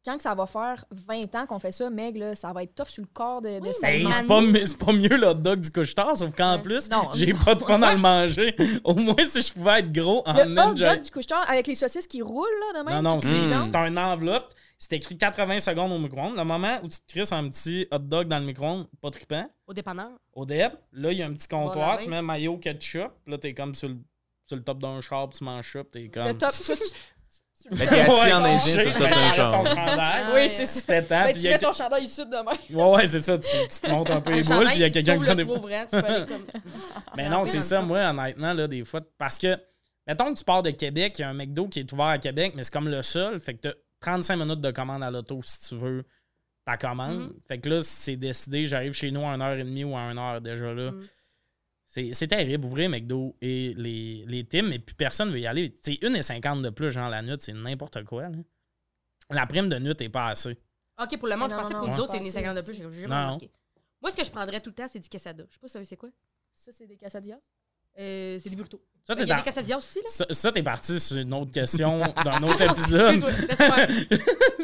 Speaker 4: Quand que ça va faire 20 ans qu'on fait ça, Meg, là, ça va être tough sur le corps de, de sa
Speaker 1: Ben,
Speaker 4: mère.
Speaker 1: c'est pas, mi- c'est pas mieux le hot dog du couche-tard, sauf
Speaker 2: Euh,
Speaker 1: qu'en plus,
Speaker 4: non.
Speaker 1: j'ai pas de fun à le manger. Au moins, si je pouvais être gros en
Speaker 4: Le hot
Speaker 1: ninja.
Speaker 4: dog du couche-tard avec les saucisses qui roulent, là, de
Speaker 1: Non,
Speaker 4: même.
Speaker 1: non,
Speaker 4: tout
Speaker 1: c'est
Speaker 4: le
Speaker 1: c'est
Speaker 4: temps.
Speaker 1: un enveloppe. C'est écrit 80 secondes au micro-ondes. Le moment où tu te crisses un petit hot dog dans le micro-ondes, pas trippant,
Speaker 2: Au dépanneur.
Speaker 1: au deb, là, il y a un petit
Speaker 2: Bon,
Speaker 1: comptoir,
Speaker 2: la
Speaker 1: tu
Speaker 2: main.
Speaker 1: mets mayo, ketchup, là, t'es comme sur le, sur le top d'un char, puis tu manges ça, puis t'es comme...
Speaker 4: Le top, toi, tu-
Speaker 3: Mais t'es assis en
Speaker 1: Ouais,
Speaker 3: indien sur le top d'un
Speaker 1: t'enlèves
Speaker 3: char.
Speaker 1: ton chandail.
Speaker 4: Oui, c'est ça.
Speaker 1: C'était temps,
Speaker 4: Ben,
Speaker 1: puis
Speaker 4: tu
Speaker 1: il y a
Speaker 4: mets ton chandail ici de même.
Speaker 1: que- Ouais, ouais, c'est ça, tu, tu te montes un peu les
Speaker 2: Un
Speaker 1: boules, puis il y a
Speaker 2: chandail,
Speaker 1: quelqu'un qui
Speaker 2: t'ouvres
Speaker 1: prend
Speaker 2: le
Speaker 1: des...
Speaker 2: trou ouvrant, tu peux aller comme-
Speaker 1: Mais non, c'est
Speaker 2: Dans
Speaker 1: ça,
Speaker 2: le
Speaker 1: moi, honnêtement, là, des fois, parce que, mettons que tu pars de Québec, il y a un McDo qui est ouvert à Québec, mais c'est comme le seul, fait que t'as 35 minutes de commande à l'auto si tu veux ta commande.
Speaker 2: Mm-hmm.
Speaker 1: Fait que là, c'est décidé, j'arrive chez nous à 1h30 ou à 1h déjà là.
Speaker 2: Mhm.
Speaker 1: C'est c'est terrible, ouvrez McDo et les, les teams, et puis personne ne veut y aller. C'est 1,50 de plus, genre la nuit, c'est n'importe quoi. là. La prime de nuit est pas assez.
Speaker 2: Ok, pour le monde, je
Speaker 4: Mais non,
Speaker 2: pensais
Speaker 4: non,
Speaker 2: pour nous
Speaker 4: non,
Speaker 2: autres, c'est
Speaker 4: pas
Speaker 2: une
Speaker 4: assez,
Speaker 2: 50 de
Speaker 4: c'est-
Speaker 2: plus. J'ai j'ai
Speaker 1: Non.
Speaker 2: jamais remarqué. Moi, ce que je prendrais tout le temps, c'est du quesada. Je sais pas si vous savez c'est quoi.
Speaker 4: Ça, c'est des cassadias.
Speaker 2: Euh, c'est des burritos.
Speaker 1: Ça,
Speaker 2: Il
Speaker 1: t'es
Speaker 2: y a des
Speaker 1: dans-
Speaker 2: quesadillas aussi, là.
Speaker 1: ça- ça, t'es parti sur une autre question d'un autre épisode.
Speaker 2: Excuse-moi,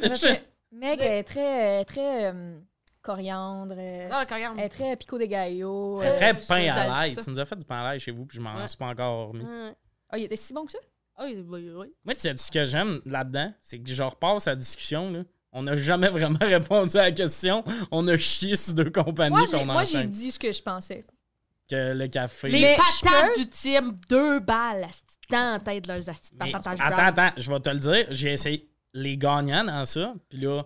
Speaker 2: laisse-moi.
Speaker 4: Meg elle est très, euh, très euh, coriandre. euh,
Speaker 2: Non, Ah, regarde.
Speaker 4: Elle est très pico de gallo.
Speaker 2: Elle est
Speaker 4: euh,
Speaker 1: Très
Speaker 2: Euh,
Speaker 1: pain à
Speaker 2: salsa.
Speaker 1: l'ail. Tu nous as fait du pain à l'ail chez vous, puis je m'en
Speaker 2: Ouais.
Speaker 1: suis pas encore remis.
Speaker 2: Ouais.
Speaker 4: Ah, il était si bon que ça?
Speaker 2: Ah oui, oui, oui.
Speaker 1: Moi, tu sais, ce que j'aime là-dedans, c'est que je repasse la discussion. Là. On n'a jamais vraiment répondu à la question. On a chié sur deux compagnies
Speaker 4: Moi, j'ai-
Speaker 1: qu'on
Speaker 4: moi, j'ai
Speaker 1: enchaîne.
Speaker 4: dit ce que je pensais.
Speaker 1: Que le café.
Speaker 2: Les
Speaker 4: Mais
Speaker 2: patates
Speaker 4: je
Speaker 2: du team, deux balles, asti, dans la tête de leurs astuces.
Speaker 1: Mais- attends, attends, je vais te le dire. J'ai essayé les gagnants dans ça. Puis là,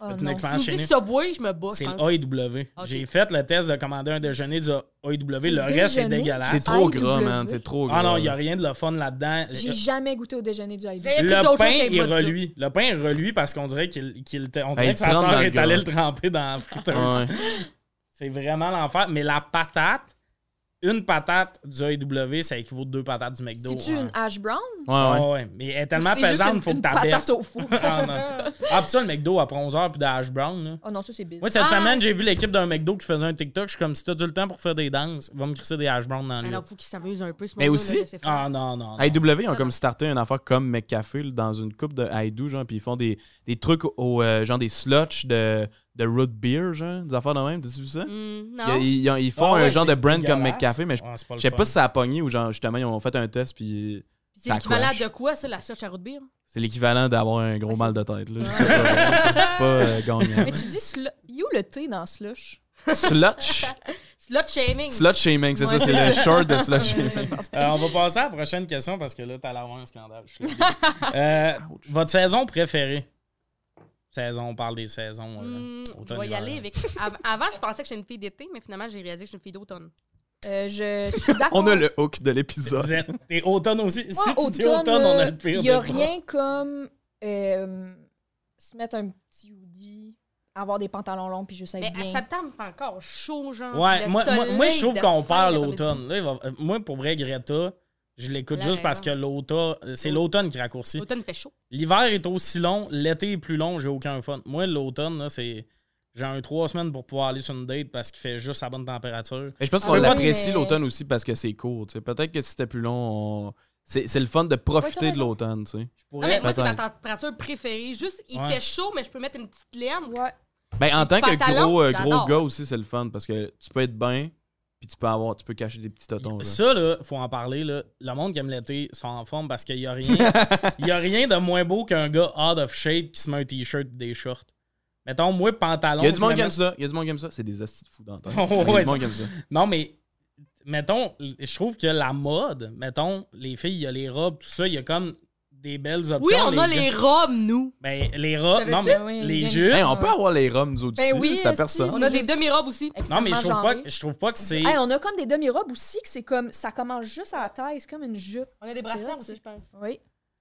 Speaker 4: Oh,
Speaker 1: Faites une
Speaker 4: non.
Speaker 1: expérience.
Speaker 2: Si tu me
Speaker 1: enchaîner.
Speaker 2: dis Subway, je me bats,
Speaker 1: c'est
Speaker 2: Oh, je
Speaker 1: le
Speaker 2: pense.
Speaker 1: AEW.
Speaker 2: Ok.
Speaker 1: J'ai fait le test de commander un déjeuner du AEW. Le
Speaker 4: Déjeuner?
Speaker 1: reste, c'est
Speaker 3: C'est
Speaker 1: dégueulasse.
Speaker 3: trop
Speaker 4: IW.
Speaker 3: gras, man. C'est trop gras.
Speaker 1: Ah non, il n'y a rien de le fun là-dedans.
Speaker 4: J'ai jamais goûté au déjeuner du Ivy.
Speaker 2: J'ai- Il y a plus
Speaker 1: Le
Speaker 2: d'autres
Speaker 1: pain
Speaker 2: choses que les
Speaker 1: est
Speaker 2: bottes, ça.
Speaker 1: reluit. Le pain est reluit parce qu'on dirait qu'il qu'il te- on
Speaker 3: Ben,
Speaker 1: dirait
Speaker 3: il
Speaker 1: que sa
Speaker 3: trempe dans
Speaker 1: sœur
Speaker 3: le
Speaker 1: est allée
Speaker 3: gars.
Speaker 1: le tremper dans la friteuse.
Speaker 3: Ouais.
Speaker 1: C'est vraiment l'enfer. Mais la patate, une patate du AEW, ça équivaut à deux patates du McDo.
Speaker 4: C'est-tu
Speaker 1: hein.
Speaker 4: une hash brown?
Speaker 3: ouais.
Speaker 1: Ah ouais, Mais elle est tellement
Speaker 4: C'est juste
Speaker 1: pesante,
Speaker 4: une-
Speaker 1: faut que
Speaker 4: une
Speaker 1: t'abaisses.
Speaker 4: patate au four.
Speaker 1: ah, non. Ah, pis ça, le McDo à 11h, puis des hash browns, là.
Speaker 4: Oh non, ça, c'est bizarre.
Speaker 1: Moi, cette
Speaker 2: Ah!
Speaker 1: semaine, j'ai vu l'équipe d'un McDo qui faisait un TikTok. Je suis comme, si t'as du le temps pour faire des danses, va me crisser des hash browns dans le
Speaker 2: Alors,
Speaker 1: lit.
Speaker 2: Ah, faut qu'ils s'amusent un peu ce
Speaker 3: Mais
Speaker 2: moment-là,
Speaker 3: aussi-
Speaker 2: là, c'est fun.
Speaker 1: Ah non, non. non.
Speaker 3: IW, ils ont comme starté une affaire comme McCafé là, dans une coupe de Haïdou, genre, puis ils font des, des trucs au euh, genre des slotch de, de root beer, genre, des affaires de même. T'as vu ça?
Speaker 2: Hmm, non.
Speaker 3: Ils, ils- ils- ils
Speaker 1: Ah
Speaker 3: font
Speaker 1: ouais,
Speaker 3: un genre
Speaker 1: c'est
Speaker 3: de brand comme
Speaker 1: dégueulasse.
Speaker 3: McCafé, mais je,
Speaker 1: Ouais, c'est pas le
Speaker 3: je sais
Speaker 1: fun.
Speaker 3: pas si ça a pogné ou genre, justement, ils ont fait un test, puis
Speaker 2: Puis C'est
Speaker 3: ça
Speaker 2: l'équivalent
Speaker 3: accroche.
Speaker 2: de quoi, ça, la search à root beer?
Speaker 3: c'est l'équivalent d'avoir un gros
Speaker 4: Ouais,
Speaker 3: mal de tête, là. Je sais pas. c'est pas euh, gagnant.
Speaker 4: Mais tu dis, slu- il est où le thé dans slush?
Speaker 3: Slotch.
Speaker 2: Slut shaming.
Speaker 3: Slot shaming, c'est ça,
Speaker 4: Ouais,
Speaker 3: c'est
Speaker 4: c'est
Speaker 3: le
Speaker 4: ça.
Speaker 3: short de slot shaming.
Speaker 1: Euh, on va passer à la prochaine question parce que là, t'as l'air un scandale. je suis désolé. Euh, votre saison préférée? Saison, on parle des saisons. euh,
Speaker 2: Hmm, je
Speaker 1: automne,
Speaker 2: vais y
Speaker 1: hiver.
Speaker 2: aller avec. Av- Avant, je pensais que j'étais une fille d'été, mais finalement, j'ai réalisé que je suis une fille d'automne.
Speaker 4: Euh, je suis d'accord.
Speaker 3: On a le hook de l'épisode.
Speaker 1: Vous êtes, t'es automne aussi.
Speaker 4: Moi,
Speaker 1: si tu dis
Speaker 4: automne, euh,
Speaker 1: automne, on a le
Speaker 4: Il
Speaker 1: pire.
Speaker 4: n'y a
Speaker 1: des trois.
Speaker 4: rien comme euh, se mettre un petit hoodie, avoir des pantalons longs, puis juste être
Speaker 2: Mais à
Speaker 4: Eh bien.
Speaker 2: septembre, c'est encore chaud, genre.
Speaker 1: Ouais,
Speaker 2: le
Speaker 1: moi, moi,
Speaker 2: soleil
Speaker 1: moi, je trouve
Speaker 2: de
Speaker 1: qu'on
Speaker 2: fin
Speaker 1: perd
Speaker 2: d'après-midi.
Speaker 1: l'automne. Là, il va- euh, Moi, pour vrai, Greta, je l'écoute
Speaker 2: Elle a
Speaker 1: juste parce que
Speaker 2: raison.
Speaker 1: l'automne, euh, c'est l'automne qui raccourcit.
Speaker 2: L'automne fait chaud.
Speaker 1: L'hiver est aussi long, l'été est plus long, j'ai aucun fun. Moi, l'automne, là, c'est. J'ai un trois semaines pour pouvoir aller sur une date parce qu'il fait juste à bonne température.
Speaker 3: Mais je pense
Speaker 4: Ah
Speaker 3: qu'on
Speaker 4: oui,
Speaker 3: l'apprécie
Speaker 4: mais-
Speaker 3: l'automne aussi parce que c'est court. tu sais. Peut-être que si c'était plus long, on- c'est c'est le fun de profiter
Speaker 4: Ouais, t'as
Speaker 3: de l'automne. tu sais.
Speaker 1: Je
Speaker 2: Non,
Speaker 1: pourrais.
Speaker 2: mais moi, c'est ma
Speaker 3: Peut-être.
Speaker 2: température préférée. Juste, il
Speaker 1: Ouais.
Speaker 2: fait chaud, mais je peux mettre une petite laine.
Speaker 4: Ouais.
Speaker 3: Ben, en tant que
Speaker 2: pantalons,
Speaker 3: gros, euh, gros
Speaker 2: j'adore.
Speaker 3: gars aussi, c'est le fun parce que tu peux être bien puis tu peux avoir, tu peux cacher des petits totons. là.
Speaker 1: Ça, là, faut en parler. Là. Le monde qui aime l'été sont en forme parce qu'il n'y a, rien- il y a rien de moins beau qu'un gars out of shape qui se met un t-shirt et des shorts. Mettons, moi, pantalon.
Speaker 3: Il y a du
Speaker 1: je
Speaker 3: monde
Speaker 1: le
Speaker 3: qui aime
Speaker 1: mets-
Speaker 3: ça. Il y a du monde qui aime ça. C'est des astis de fous dans la tête.
Speaker 1: Ouais,
Speaker 3: Il y a
Speaker 1: ouais,
Speaker 3: du monde
Speaker 1: ça-
Speaker 3: qui aime ça.
Speaker 1: Non, mais mettons, je trouve que la mode, mettons, les filles, il y a les robes, tout ça, il y a comme des belles options.
Speaker 2: Oui, on
Speaker 1: gars-
Speaker 2: a les robes, nous.
Speaker 1: Ben, les robes,
Speaker 4: Savais-tu?
Speaker 1: non, mais
Speaker 4: Oui,
Speaker 1: les
Speaker 4: bien
Speaker 1: jupes.
Speaker 3: Hey, on peut avoir les roms au-dessus.
Speaker 4: Ben oui,
Speaker 3: c'est à
Speaker 4: esti,
Speaker 3: personne.
Speaker 2: On
Speaker 4: C'est
Speaker 2: a des
Speaker 4: juste-
Speaker 2: demi-robes aussi.
Speaker 1: Non, mais je trouve, pas,
Speaker 4: Extrêmement
Speaker 1: que- je trouve pas que c'est.
Speaker 4: Hey, on a comme des demi-robes aussi, que c'est comme ça commence juste à la taille, c'est comme une jupe.
Speaker 2: On a des
Speaker 4: C'est
Speaker 2: brassières
Speaker 4: vrai,
Speaker 2: aussi,
Speaker 4: ça.
Speaker 2: je pense.
Speaker 4: Oui.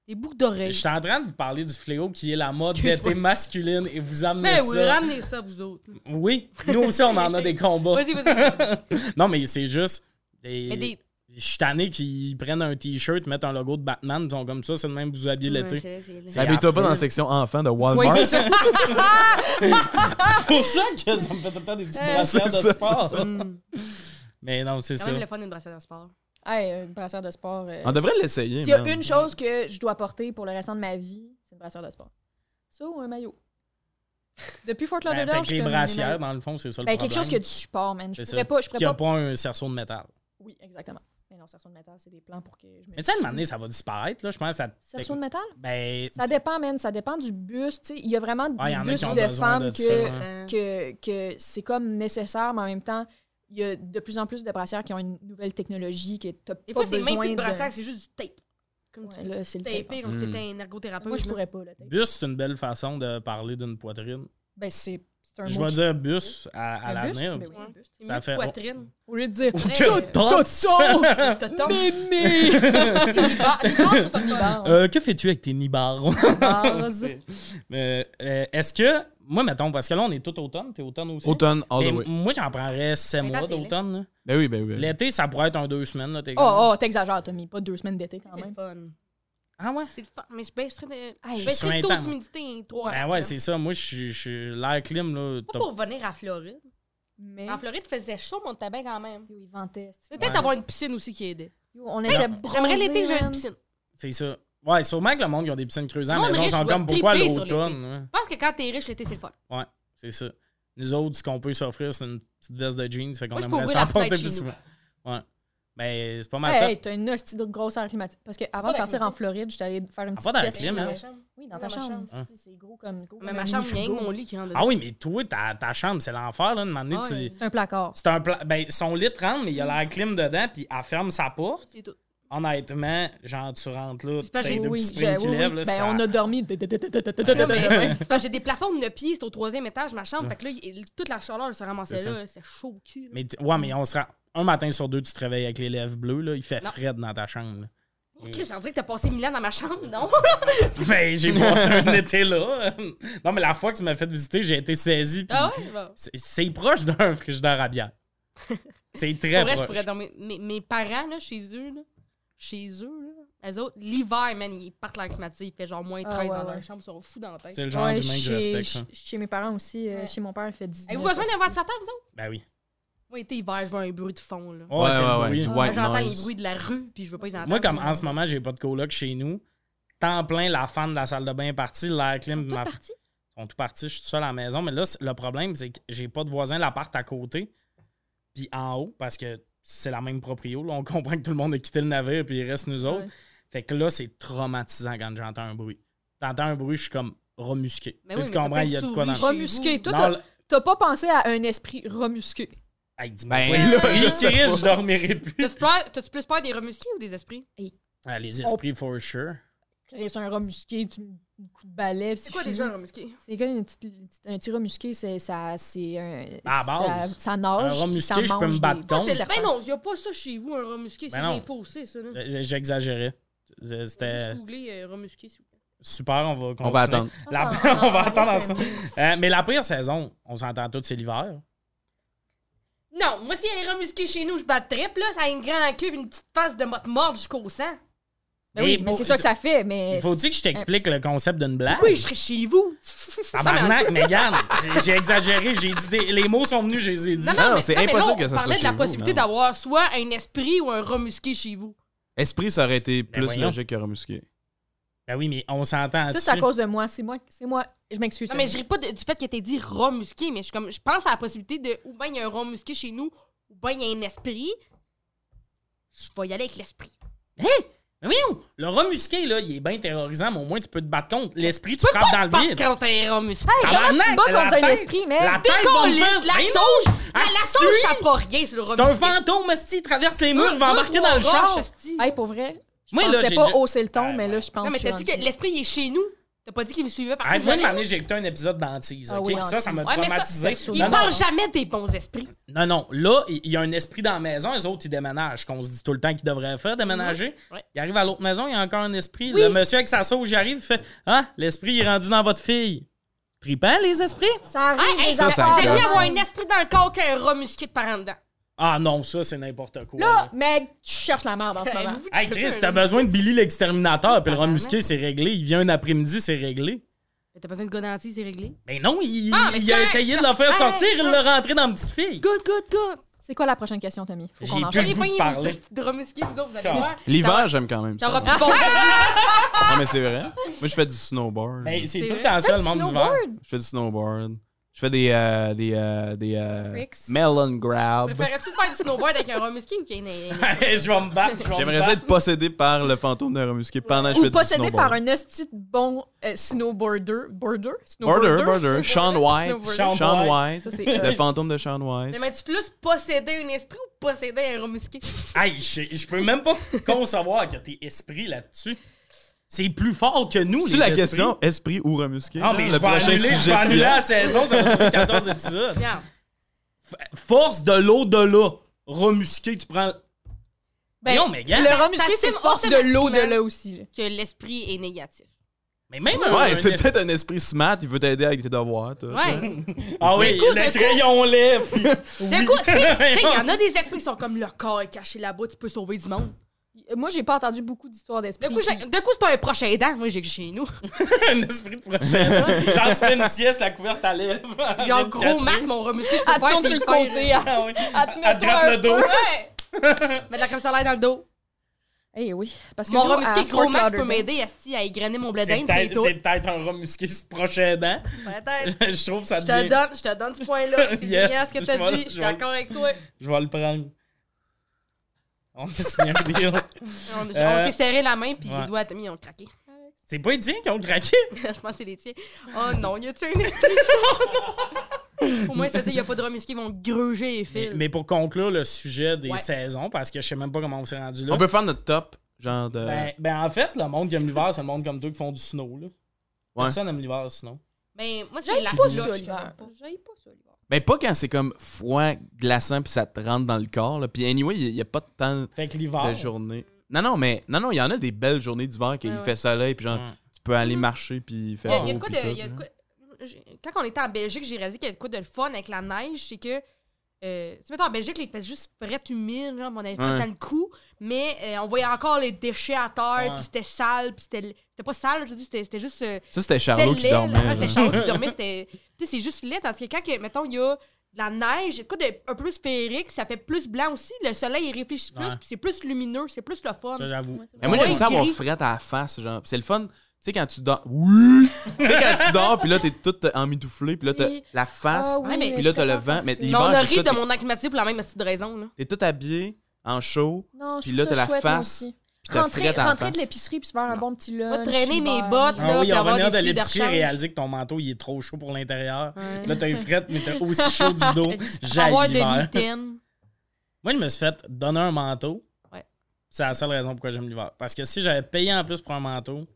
Speaker 2: Des boucles d'oreilles.
Speaker 1: Je suis en train de vous parler du fléau qui est la mode
Speaker 2: Excuse-moi.
Speaker 1: d'été masculine et vous amenez
Speaker 2: Mais
Speaker 1: ça.
Speaker 2: oui, ramenez ça, vous autres.
Speaker 1: Oui, nous aussi, on en a des combats.
Speaker 2: Vas-y, vas-y, vas-y. vas-y.
Speaker 1: Non, mais c'est juste. des-
Speaker 2: Mais des-
Speaker 1: Je suis tanné qu'ils prennent un t-shirt, mettent un logo de Batman, ils sont comme ça, c'est le même que vous habillez
Speaker 2: Ouais,
Speaker 1: l'été.
Speaker 2: c'est- c'est-
Speaker 1: C'est
Speaker 3: Habille-toi pas
Speaker 1: affreux.
Speaker 3: dans la section enfant de Walmart.
Speaker 4: Oui, c'est ça.
Speaker 1: C'est pour ça que ça me fait tout le temps des petits
Speaker 4: Euh,
Speaker 1: brassières de
Speaker 3: c'est ça,
Speaker 1: sport.
Speaker 2: Mm.
Speaker 1: Mais non, c'est
Speaker 2: Quand
Speaker 1: ça.
Speaker 2: même le fun d'une brassière de sport.
Speaker 4: Hey, une brassière de sport. euh,
Speaker 3: On devrait l'essayer.
Speaker 4: S'il y a
Speaker 3: man.
Speaker 4: une chose que je dois porter pour le restant de ma vie, c'est une brassière de sport. Ça ou un maillot. Depuis Fort
Speaker 1: Ben,
Speaker 4: Lauderdale,
Speaker 1: fait
Speaker 4: je
Speaker 1: que
Speaker 4: suis
Speaker 1: les
Speaker 4: comme,
Speaker 1: brassières, dans le fond, c'est ça le
Speaker 4: Ben,
Speaker 1: problème.
Speaker 4: quelque chose qui a du support, man. Je
Speaker 1: C'est
Speaker 4: pourrais
Speaker 1: ça.
Speaker 4: pas. Je
Speaker 1: Qui
Speaker 4: pourrais
Speaker 1: a
Speaker 4: pas...
Speaker 1: pas un cerceau de métal.
Speaker 4: Oui, exactement. Mais non, cerceau de métal, c'est des plans pour que je me.
Speaker 1: Mais ça, à un moment donné, ça va disparaître, là. Je pense que ça.
Speaker 4: Cerceau de métal?
Speaker 1: Ben,
Speaker 4: Ça dépend, man. Ça dépend du bus. tu sais. Il y a vraiment
Speaker 1: Ah, il y en a
Speaker 4: des bus
Speaker 1: qui ont
Speaker 4: de
Speaker 1: besoin
Speaker 4: femmes
Speaker 1: de ça,
Speaker 4: que,
Speaker 1: hein.
Speaker 2: Euh,
Speaker 4: que, que c'est comme nécessaire, mais en même temps, il y a de plus en plus de brassières qui ont une nouvelle technologie que t'as pas
Speaker 2: Des fois, c'est même
Speaker 4: besoin
Speaker 2: plus de brassière,
Speaker 4: de-
Speaker 2: c'est juste du tape. Comme tu
Speaker 4: Ouais, là, c'est le tape.
Speaker 2: tapé, comme si
Speaker 3: Mm.
Speaker 2: t'étais un ergothérapeute.
Speaker 4: Moi, je
Speaker 2: là.
Speaker 4: pourrais pas, le tape.
Speaker 1: Bus, c'est une belle façon de parler d'une poitrine.
Speaker 4: Ben, c'est c'est un
Speaker 1: Je
Speaker 4: mot
Speaker 1: vais
Speaker 4: qui-
Speaker 1: dire bus à, à
Speaker 4: Un buste,
Speaker 1: l'avenir.
Speaker 4: ben oui,
Speaker 2: Ouais.
Speaker 4: un buste.
Speaker 2: C'est
Speaker 1: Ça
Speaker 2: mieux
Speaker 1: fait-
Speaker 2: que poitrine.
Speaker 4: Au lieu de dire
Speaker 1: Ou
Speaker 2: Euh,
Speaker 1: que torse!
Speaker 4: Toto!
Speaker 2: Toton.
Speaker 4: Néné!
Speaker 2: Ah, les gorges, ça fait mal.
Speaker 4: Barre,
Speaker 1: Euh, que fais-tu avec tes nibards?
Speaker 4: barre.
Speaker 1: Euh, euh, Est-ce que, moi, mettons, parce que là, on est tout automne, t'es automne aussi.
Speaker 3: Automne all
Speaker 1: Mais
Speaker 3: the way.
Speaker 1: moi, j'en prendrais 7
Speaker 2: Mais
Speaker 1: mois
Speaker 2: attends, c'est
Speaker 1: d'automne. là.
Speaker 3: Ben oui, ben oui. ben oui.
Speaker 1: L'été, ça pourrait être un deux semaines. Là, t'es comme-
Speaker 4: Oh, oh, t'exagères, Tommy. Pas deux semaines d'été, quand
Speaker 2: C'est le
Speaker 4: même.
Speaker 2: fun.
Speaker 1: Ah ouais?
Speaker 2: C'est le fun. Mais je baisserais de.
Speaker 4: Hey,
Speaker 2: je
Speaker 1: je suis
Speaker 2: baisserais le taux
Speaker 1: intense.
Speaker 2: d'humidité 3
Speaker 1: Ben ouais, c'est ça. Moi, je suis- je suis l'air clim. Là,
Speaker 2: Pas
Speaker 1: top.
Speaker 2: pour venir à Floride.
Speaker 4: Mais.
Speaker 2: En Floride, il faisait chaud, mais on était bien quand même.
Speaker 4: Yo, il ventait. c'est-
Speaker 2: Peut-être
Speaker 1: Ouais.
Speaker 2: avoir une piscine aussi qui aidait.
Speaker 4: Yo, on était
Speaker 2: J'aimerais l'été que j'avais une piscine.
Speaker 1: C'est ça. Ouais, sûrement que le monde qui a des piscines creuses à
Speaker 2: Le
Speaker 1: la
Speaker 2: monde
Speaker 1: maison
Speaker 2: riche
Speaker 1: sont
Speaker 2: doit
Speaker 1: comme pourquoi
Speaker 2: triper sur
Speaker 1: l'automne? ouais.
Speaker 2: Je pense que quand t'es riche, l'été, c'est le fun.
Speaker 1: Ouais, c'est ça. Nous autres, ce qu'on peut s'offrir, c'est une petite veste de jeans. Fait qu'on
Speaker 2: Moi, je peux
Speaker 1: aimerait
Speaker 2: ouvrir
Speaker 1: s'en
Speaker 2: la
Speaker 1: porter
Speaker 2: fenêtre
Speaker 1: plus
Speaker 2: chez nous.
Speaker 1: souvent. Ouais. Mais c'est pas mal
Speaker 4: Hey, hey, t'as une hostie de grosse air climatique. Parce que avant
Speaker 2: Pas
Speaker 4: de partir
Speaker 2: d'air
Speaker 4: en Floride, j'étais allée faire une
Speaker 1: Ah, pas
Speaker 4: petite
Speaker 1: d'air
Speaker 4: sieste.
Speaker 1: clim,
Speaker 4: chez-
Speaker 1: hein?
Speaker 4: Oui, dans ta
Speaker 2: Dans ma
Speaker 4: chambre.
Speaker 2: chambre.
Speaker 1: Hein.
Speaker 4: c'est- C'est gros comme. gros
Speaker 2: Mais
Speaker 4: comme
Speaker 2: ma
Speaker 4: un
Speaker 2: chambre, il y a
Speaker 4: mini-frigo.
Speaker 2: rien que mon lit qui rentre
Speaker 1: ça.
Speaker 2: dedans.
Speaker 1: Ah oui, mais toi, ta, ta chambre, c'est l'enfer, là. De m'amener,
Speaker 2: Ah,
Speaker 1: tu-
Speaker 2: ouais.
Speaker 4: C'est un placard.
Speaker 1: C'est un pla- Ben, son lit rentre, mais il y a l'air clim dedans, puis elle ferme sa porte.
Speaker 2: C'est tout.
Speaker 1: Honnêtement, genre, tu rentres là,
Speaker 2: C'est parce que
Speaker 1: t'as les
Speaker 2: j'ai-
Speaker 1: deux
Speaker 4: Oui,
Speaker 1: petits
Speaker 4: j'ai-
Speaker 1: primes qui
Speaker 4: oui,
Speaker 1: lèvent,
Speaker 4: oui.
Speaker 1: là,
Speaker 4: Ben,
Speaker 1: ça-
Speaker 4: on a dormi.
Speaker 2: Non, mais c'est parce que j'ai des plafonds de 9 pieds, c'est au troisième étage, ma chambre. Fait que là, il- toute la chaleur se ramassait
Speaker 1: C'est ça.
Speaker 2: là. C'est chaud au cul. là.
Speaker 1: Mais t- ouais, mais on se rend... Un matin sur deux, tu te réveilles avec les lèvres bleues, là. Il fait
Speaker 2: Non.
Speaker 1: fred dans ta chambre, là.
Speaker 2: Chris, on dirait que t'as passé mille ans dans ma chambre, non?
Speaker 1: Ben, j'ai passé un été là. Non, mais la fois que tu m'as fait visiter, j'ai été saisi. puis
Speaker 2: ah ouais? Bon.
Speaker 1: c'est- C'est proche d'un frigidaire à bière. C'est très
Speaker 2: Pour vrai, je
Speaker 1: proche.
Speaker 2: pourrais dormir. Mes, mes parents, là, chez eux, là, chez eux, là, elles autres, l'hiver, man, ils partent l'air climatisé, il fait genre moins
Speaker 4: Ah,
Speaker 2: 13
Speaker 4: ouais,
Speaker 2: dans
Speaker 4: ouais.
Speaker 2: leur chambre, ils sont fous dans la tête.
Speaker 1: C'est le genre
Speaker 4: Ouais,
Speaker 1: d'humain que je
Speaker 4: chez,
Speaker 1: respecte. hein. ça.
Speaker 4: ch- Chez mes parents aussi, euh,
Speaker 2: Ouais.
Speaker 4: chez mon père, il fait 19.
Speaker 2: Avez-vous besoin d'un
Speaker 4: hostie.
Speaker 2: ventilateur, vous autres?
Speaker 1: Ben oui.
Speaker 2: Moi, été hiver, je veux un bruit de fond, là.
Speaker 1: Oh, c'est le bruit.
Speaker 3: du
Speaker 2: Ah,
Speaker 3: white
Speaker 2: J'entends les
Speaker 3: noise.
Speaker 2: bruits de la rue, puis je veux pas les entendre.
Speaker 1: Moi, comme en ce moment, j'ai pas de coloc chez nous, temps plein, la fan de la salle de bain est partie, l'air clim de
Speaker 4: Toute
Speaker 1: ma
Speaker 4: partie?
Speaker 1: sont tous partis, je suis tout seul à la maison. Mais là, c- le problème, c'est que j'ai pas de voisin l'appart à côté, puis en haut, parce que c'est la même proprio. là. on comprend que tout le monde a quitté le navire, puis il reste nous autres.
Speaker 4: Ouais.
Speaker 1: Fait que là, c'est traumatisant quand j'entends un bruit. T'entends un bruit, je suis comme remusqué. tu
Speaker 2: Mais Ben oui,
Speaker 1: sais, tu
Speaker 2: mais t'as
Speaker 1: comprends,
Speaker 2: pas de
Speaker 1: il y a de quoi dans
Speaker 2: souris.
Speaker 1: le...
Speaker 4: Remusqué. Toi,
Speaker 1: Dans
Speaker 4: t'as-
Speaker 1: le...
Speaker 4: t'as pas pensé à un esprit remusqué.
Speaker 1: Hey, dis-moi,
Speaker 3: Ben,
Speaker 1: oui,
Speaker 3: là,
Speaker 1: je
Speaker 3: je sais
Speaker 1: dirais,
Speaker 3: pas.
Speaker 1: je dormirai plus.
Speaker 2: T'as-tu peur- T'as-tu plus peur des remusqués ou des esprits?
Speaker 1: Ah, les esprits, for sure.
Speaker 4: Créer un remusqué, tu un coup de balai. puis
Speaker 2: C'est quoi
Speaker 4: fini.
Speaker 2: déjà un remusqué?
Speaker 4: C'est comme une petite- une petite- un petit remusqué, c'est ça, c'est un.
Speaker 1: À la
Speaker 4: ça,
Speaker 1: base.
Speaker 4: ça
Speaker 1: Un
Speaker 4: nage. puis
Speaker 1: remusqué,
Speaker 4: ça
Speaker 1: je peux
Speaker 4: mange
Speaker 1: me battre
Speaker 4: des-
Speaker 1: contre.
Speaker 4: des
Speaker 2: C'est ben
Speaker 4: serpents.
Speaker 2: non, y a pas ça chez vous, un remusqué. C'est
Speaker 1: Ben
Speaker 2: des
Speaker 1: non.
Speaker 2: faussés, ça. Là.
Speaker 1: J- euh, J'exagérais. Euh, C'était
Speaker 2: Juste googler euh, remusqué, s'il vous plaît.
Speaker 1: super, on va continuer.
Speaker 3: On va attendre.
Speaker 1: La- on va attendre ensemble. Euh, mais la pire saison, on s'entend tous, c'est l'hiver.
Speaker 2: Non, moi, si elle est remusquée chez nous, je bats triple, là. Ça a une grande queue pis une petite face de motte morte jusqu'au sang.
Speaker 4: Ben oui,
Speaker 1: Et
Speaker 4: mais
Speaker 1: pour-
Speaker 4: c'est ça que ça fait, mais.
Speaker 1: Il faut-tu que je t'explique le concept d'une blague?
Speaker 2: Pourquoi je serais chez vous?
Speaker 1: Tabarnak, mais regarde, j'ai- j'ai exagéré, j'ai dit des- les mots sont venus, je les ai dit.
Speaker 2: Non,
Speaker 3: Non,
Speaker 2: non, mais
Speaker 3: c'est
Speaker 2: non, mais
Speaker 3: impossible
Speaker 2: là,
Speaker 3: que ça
Speaker 2: on
Speaker 3: soit
Speaker 2: parlait de
Speaker 3: chez
Speaker 2: la
Speaker 3: vous,
Speaker 2: possibilité
Speaker 3: non.
Speaker 2: d'avoir soit un esprit ou un remusqué chez vous.
Speaker 3: Esprit, ça aurait été plus
Speaker 1: Ben voyons.
Speaker 3: logique que remusqué.
Speaker 1: Ben oui, mais on s'entend
Speaker 4: Ça,
Speaker 1: dessus.
Speaker 4: c'est à cause de moi. C'est moi. C'est moi. Je m'excuse.
Speaker 2: Non, mais je ris pas de- du fait qu'il ait dit remusqué, mais je, suis comme, je pense à la possibilité de ou bien il y a un remusqué chez nous, ou bien il y a un esprit. Je vais y aller avec l'esprit.
Speaker 1: Mais voyons, le remusqué, là, il est bien terrorisant, mais au moins tu peux te battre contre. L'esprit, tu
Speaker 2: Tu peux
Speaker 1: frappes
Speaker 2: pas
Speaker 1: dans
Speaker 2: te
Speaker 1: le
Speaker 2: battre
Speaker 1: vide.
Speaker 2: quand t'es remusqué.
Speaker 4: Comment tu te bats
Speaker 1: la
Speaker 4: contre un
Speaker 1: tête-
Speaker 4: esprit, mais-
Speaker 1: La tête va me
Speaker 2: Décolle,
Speaker 1: faire-
Speaker 2: la
Speaker 1: Mais non,
Speaker 2: sauge! La, la
Speaker 1: elle
Speaker 2: sauge,
Speaker 1: suit.
Speaker 2: ça fera rien sur le
Speaker 1: C'est
Speaker 2: remusqué.
Speaker 1: un fantôme, hostie, il traverse les murs,
Speaker 2: Deux-
Speaker 1: il va
Speaker 2: deux,
Speaker 1: embarquer
Speaker 2: trois
Speaker 1: dans le char.
Speaker 2: roches, hostie.
Speaker 4: Hey, pour vrai, je
Speaker 1: Moi, là,
Speaker 4: pensais
Speaker 1: j'ai
Speaker 4: pas
Speaker 1: déjà-
Speaker 4: hausser le ton,
Speaker 1: Ah,
Speaker 4: mais
Speaker 1: ouais.
Speaker 4: là, je pense
Speaker 2: Non, mais
Speaker 4: que je
Speaker 2: t'as
Speaker 4: suis
Speaker 2: dit que
Speaker 4: rendue-
Speaker 2: l'esprit, il est chez nous. T'as pas dit qu'il vous suivait par
Speaker 1: Ah,
Speaker 2: contre.
Speaker 1: moi, une année, j'ai écouté un épisode d'Antise.
Speaker 4: Ah
Speaker 1: ok?
Speaker 4: oui,
Speaker 1: ça, ça m'a
Speaker 2: Ouais, mais ça,
Speaker 1: traumatisé.
Speaker 2: Il
Speaker 1: Non, non,
Speaker 2: parle jamais des bons esprits.
Speaker 1: Non, non. Là, il il y a un esprit dans la maison. Les autres, ils déménagent. Qu'on se dit tout le temps qu'ils devraient faire, déménager.
Speaker 2: Ouais.
Speaker 1: Il arrive à l'autre maison, il y a encore un esprit. Le monsieur avec sa sauge, il arrive, il fait Ah, l'esprit il est rendu dans votre fille. Tripant, les esprits
Speaker 4: Ça arrive.
Speaker 2: Hein, hey,
Speaker 4: les
Speaker 3: ça, ça
Speaker 4: affaires.
Speaker 2: J'aime mieux
Speaker 3: gosse.
Speaker 2: avoir un esprit dans le corps qu'un remusqué de parents dedans.
Speaker 1: Ah non, ça, c'est n'importe quoi.
Speaker 4: Là,
Speaker 1: là.
Speaker 4: mec, tu cherches la merde en ce moment.
Speaker 2: Avez-vous
Speaker 1: Hey,
Speaker 2: tué
Speaker 1: Chris,
Speaker 2: un-
Speaker 1: t'as besoin de Billy l'exterminateur, puis le remusqué, c'est réglé. Il vient un après-midi, c'est réglé.
Speaker 2: T'as besoin de gars d'anti, c'est réglé.
Speaker 1: Mais non, il,
Speaker 2: Ah, mais
Speaker 1: il
Speaker 2: c'est
Speaker 1: a
Speaker 2: correct,
Speaker 1: essayé de
Speaker 2: ça.
Speaker 1: le faire
Speaker 2: Hey,
Speaker 1: sortir, il
Speaker 2: hey.
Speaker 1: l'a rentré dans la petite fille.
Speaker 2: Good, good, good.
Speaker 4: C'est quoi la prochaine question, Tommy? Faut
Speaker 1: J'ai
Speaker 4: qu'on
Speaker 1: plus-
Speaker 4: enchaîne.
Speaker 2: J'allais
Speaker 1: goût de
Speaker 2: pas y
Speaker 1: parler.
Speaker 2: aller de remusqué, vous autres, vous allez
Speaker 1: Sure.
Speaker 2: voir.
Speaker 3: L'hiver, j'aime quand même ça.
Speaker 2: T'auras plus bon.
Speaker 3: Non, mais c'est vrai. Moi, je fais du snowboard.
Speaker 1: Mais Ben, c'est
Speaker 2: C'est
Speaker 1: tout le
Speaker 2: vrai.
Speaker 1: temps
Speaker 4: Tu
Speaker 1: ça,
Speaker 4: fais
Speaker 1: le
Speaker 4: du
Speaker 1: monde d'hiver.
Speaker 4: snowboard?
Speaker 3: Je fais du snowboard. Je fais des. euh, des. euh, des. euh,
Speaker 4: Tricks.
Speaker 3: melon grab.
Speaker 2: Préférais-tu faire du snowboard avec un remusqué ou qu'un. un-
Speaker 1: je vais me battre. je vais me
Speaker 3: J'aimerais
Speaker 1: battre.
Speaker 3: ça être possédé par le fantôme de remusqué pendant que je fais
Speaker 4: Ou
Speaker 3: du
Speaker 4: possédé
Speaker 3: snowboard.
Speaker 4: par un hostie de bon euh, snowboarder. Border?
Speaker 3: Border, border. Sean White.
Speaker 4: Snowboarder.
Speaker 1: Sean
Speaker 3: Sean
Speaker 1: White.
Speaker 3: White.
Speaker 4: Ça, c'est
Speaker 3: Le
Speaker 4: hot.
Speaker 3: fantôme de Sean White.
Speaker 2: T'aimerais-tu plus posséder un esprit ou posséder un remusqué?
Speaker 1: Hey, je, je peux même pas concevoir que t'es esprit là-dessus. C'est plus fort que nous,
Speaker 3: C'est
Speaker 1: les
Speaker 3: la
Speaker 1: esprits.
Speaker 3: question, esprit ou remusqué?
Speaker 1: Ah, mais
Speaker 3: Le
Speaker 1: je vais
Speaker 3: prochain
Speaker 1: annuler, je vais
Speaker 3: sujet
Speaker 1: annuler
Speaker 3: tiers.
Speaker 1: la saison, ça va durer 14 épisodes.
Speaker 2: Regarde.
Speaker 1: Force de l'au-delà. Remusqué, tu prends...
Speaker 2: Ben,
Speaker 1: non, mais gars,
Speaker 4: Le remusqué, c'est
Speaker 2: T'assumes
Speaker 4: force de
Speaker 2: automatiquement.
Speaker 4: l'au-delà aussi. là.
Speaker 2: Que l'esprit est négatif.
Speaker 1: mais même un-
Speaker 3: Ouais,
Speaker 1: un-
Speaker 3: c'est peut-être un esprit smart, il veut t'aider avec tes devoirs. toi.
Speaker 2: Ouais.
Speaker 1: Ah oui,
Speaker 2: D'un coup,
Speaker 1: le
Speaker 2: d'un coup.
Speaker 1: crayon lève. puis-
Speaker 2: D'un coup, tu sais, tu sais, il y en a des esprits qui sont comme le corps est caché là-bas, tu peux sauver du monde.
Speaker 4: Moi, j'ai pas entendu beaucoup d'histoires d'esprit.
Speaker 2: D'un coup, j'ai- d'un coup, c'est un prochain aidant, moi, j'ai que chez nous.
Speaker 1: un esprit de prochaine. Genre, tu fais une sieste, la couverte à lèvres.
Speaker 2: Puis en gros, Max, mon remusqué, je peux
Speaker 4: Elle te
Speaker 2: faire,
Speaker 4: tourne
Speaker 2: c'est
Speaker 4: sur le
Speaker 2: le
Speaker 4: côté. Elle
Speaker 1: Ah oui.
Speaker 4: elle te
Speaker 1: Elle
Speaker 4: met
Speaker 1: te gratte
Speaker 4: toi
Speaker 1: le
Speaker 4: un
Speaker 1: dos.
Speaker 4: peu.
Speaker 2: Mettre de la crème solaire dans le dos.
Speaker 4: Eh oui. Parce que
Speaker 2: Mon
Speaker 4: nous, à
Speaker 2: remusqué, gros
Speaker 4: Fort
Speaker 2: Max, peut
Speaker 4: Lauderdale-
Speaker 2: m'aider asti, à égrener mon blé
Speaker 1: C'est
Speaker 2: d'Inde, c'est
Speaker 1: peut-être
Speaker 2: tout.
Speaker 1: c'est peut-être un remusqué sur le prochain dent.
Speaker 2: Peut-être.
Speaker 1: Je trouve que ça
Speaker 2: Je te
Speaker 1: devient...
Speaker 2: donne, je te donne ce point-là. C'est
Speaker 1: Yes,
Speaker 2: bien ce que
Speaker 1: je
Speaker 2: t'as
Speaker 1: vais-
Speaker 2: dit. Je
Speaker 1: je
Speaker 2: suis
Speaker 1: vais-
Speaker 2: d'accord avec toi.
Speaker 1: Je vais le prendre. On a signé un deal.
Speaker 2: On, on
Speaker 1: Euh,
Speaker 2: s'est serré la main, puis
Speaker 1: ouais.
Speaker 2: les doigts à Tommy ont craqué.
Speaker 1: C'est pas les tiens qui ont craqué.
Speaker 2: je pense que c'est les tiens. Oh non, y a-tu un esprit? Au moins, ça dit, y a pas de remusqués qui vont gruger les
Speaker 1: Mais,
Speaker 2: fils.
Speaker 1: mais pour conclure le sujet des
Speaker 2: Ouais.
Speaker 1: saisons, parce que je sais même pas comment on s'est rendu là.
Speaker 3: On peut faire notre top, genre de.
Speaker 1: Ben, ben, en fait, le monde qui aime l'hiver, c'est le monde comme toi qui font du snow. Là. Personne aime l'hiver, sinon.
Speaker 2: Mais moi, c'est
Speaker 4: J'aille
Speaker 2: la
Speaker 4: pas
Speaker 2: flotte,
Speaker 4: ça,
Speaker 2: je
Speaker 4: l'hiver.
Speaker 2: comprends pas.
Speaker 4: J'aille pas ça, l'hiver.
Speaker 3: Mais Ben, pas quand c'est comme froid, glaçant, puis ça te rentre dans le corps. Là. Puis anyway, il n'y a, pas de temps de
Speaker 1: Fait que l'hiver.
Speaker 3: journée. Non, non, mais non, non, il y en a des belles journées d'hiver qu'il
Speaker 2: Ouais, ouais.
Speaker 3: fait soleil, puis genre,
Speaker 1: Ouais.
Speaker 3: tu peux aller marcher, Oh, puis il fait
Speaker 2: Il y a, il y a de
Speaker 3: beau,
Speaker 2: quoi
Speaker 3: puis
Speaker 2: de.
Speaker 3: tout,
Speaker 2: il y a de
Speaker 3: là.
Speaker 2: quoi- j'ai- Quand on était en Belgique, j'ai réalisé qu'il y a de quoi de le fun avec la neige, c'est que euh, tu sais, mettons, en Belgique, il fait juste fret humide, genre, puis on avait fait
Speaker 3: Ouais.
Speaker 2: dans le cou, mais euh, on voyait encore les déchets à terre,
Speaker 1: Ouais.
Speaker 2: puis c'était sale, puis c'était c'était pas sale, je dis, c'était c'était juste. euh,
Speaker 3: Ça, c'était
Speaker 2: c'était
Speaker 3: Charlot qui
Speaker 2: laid, là. Ouais,
Speaker 3: dormait.
Speaker 2: C'était
Speaker 3: genre.
Speaker 2: Charlot qui dormait, c'était. Tu sais, c'est juste laid, tandis que quand, que, mettons, il y a de la neige, c'est quoi de, un peu plus féerique, ça fait plus blanc aussi, le soleil, il réfléchit plus,
Speaker 1: Ouais.
Speaker 2: puis c'est plus lumineux, c'est plus le fun.
Speaker 1: Ça, j'avoue.
Speaker 3: Mais moi, j'aime
Speaker 2: Ouais,
Speaker 3: ça avoir
Speaker 2: gris.
Speaker 3: fret à la face, genre. Puis C'est le fun. Tu sais, quand tu dors. Oui! tu sais, quand tu dors, puis là, t'es toute emmitouflée, puis là, t'as
Speaker 4: Oui.
Speaker 3: la face.
Speaker 4: Ah
Speaker 2: Ouais, mais-
Speaker 3: Puis là,
Speaker 4: je
Speaker 3: t'as le
Speaker 4: préfère
Speaker 3: vent,
Speaker 4: faire
Speaker 3: mais
Speaker 4: ça.
Speaker 2: Mais
Speaker 3: l'hiver,
Speaker 2: on a
Speaker 3: c'est
Speaker 2: ri
Speaker 3: ça,
Speaker 2: de
Speaker 3: t'es-
Speaker 2: mon acclimatique pour la même petite raison, là.
Speaker 3: T'es tout habillé, en chaud,
Speaker 4: Non, je
Speaker 3: Puis
Speaker 4: trouve
Speaker 3: là,
Speaker 4: ça
Speaker 3: t'as la
Speaker 4: chouette, moi
Speaker 3: face,
Speaker 4: aussi.
Speaker 3: puis t'as
Speaker 4: Rentrer,
Speaker 3: fret à la
Speaker 4: rentrer
Speaker 3: face.
Speaker 4: de l'épicerie puis se faire un bon petit lunch.
Speaker 2: Va traîner mes
Speaker 4: l'hiver.
Speaker 2: bottes,
Speaker 1: Ah
Speaker 2: là,
Speaker 1: oui,
Speaker 2: puis
Speaker 1: en
Speaker 2: avoir
Speaker 1: revenant
Speaker 2: des
Speaker 1: de
Speaker 2: filles de
Speaker 1: l'épicerie,
Speaker 2: rechange.
Speaker 1: réaliser que ton manteau, il est trop chaud pour l'intérieur.
Speaker 2: Ouais.
Speaker 1: Là, t'as une frette, mais t'as aussi chaud du dos. J'ai
Speaker 2: Avoir des
Speaker 1: l'hiver.
Speaker 2: mitaines.
Speaker 1: Moi, je me suis fait donner un manteau.
Speaker 2: Ouais.
Speaker 1: C'est la seule raison pourquoi j'aime l'hiver. Parce que si j'avais payé en plus pour un manteau,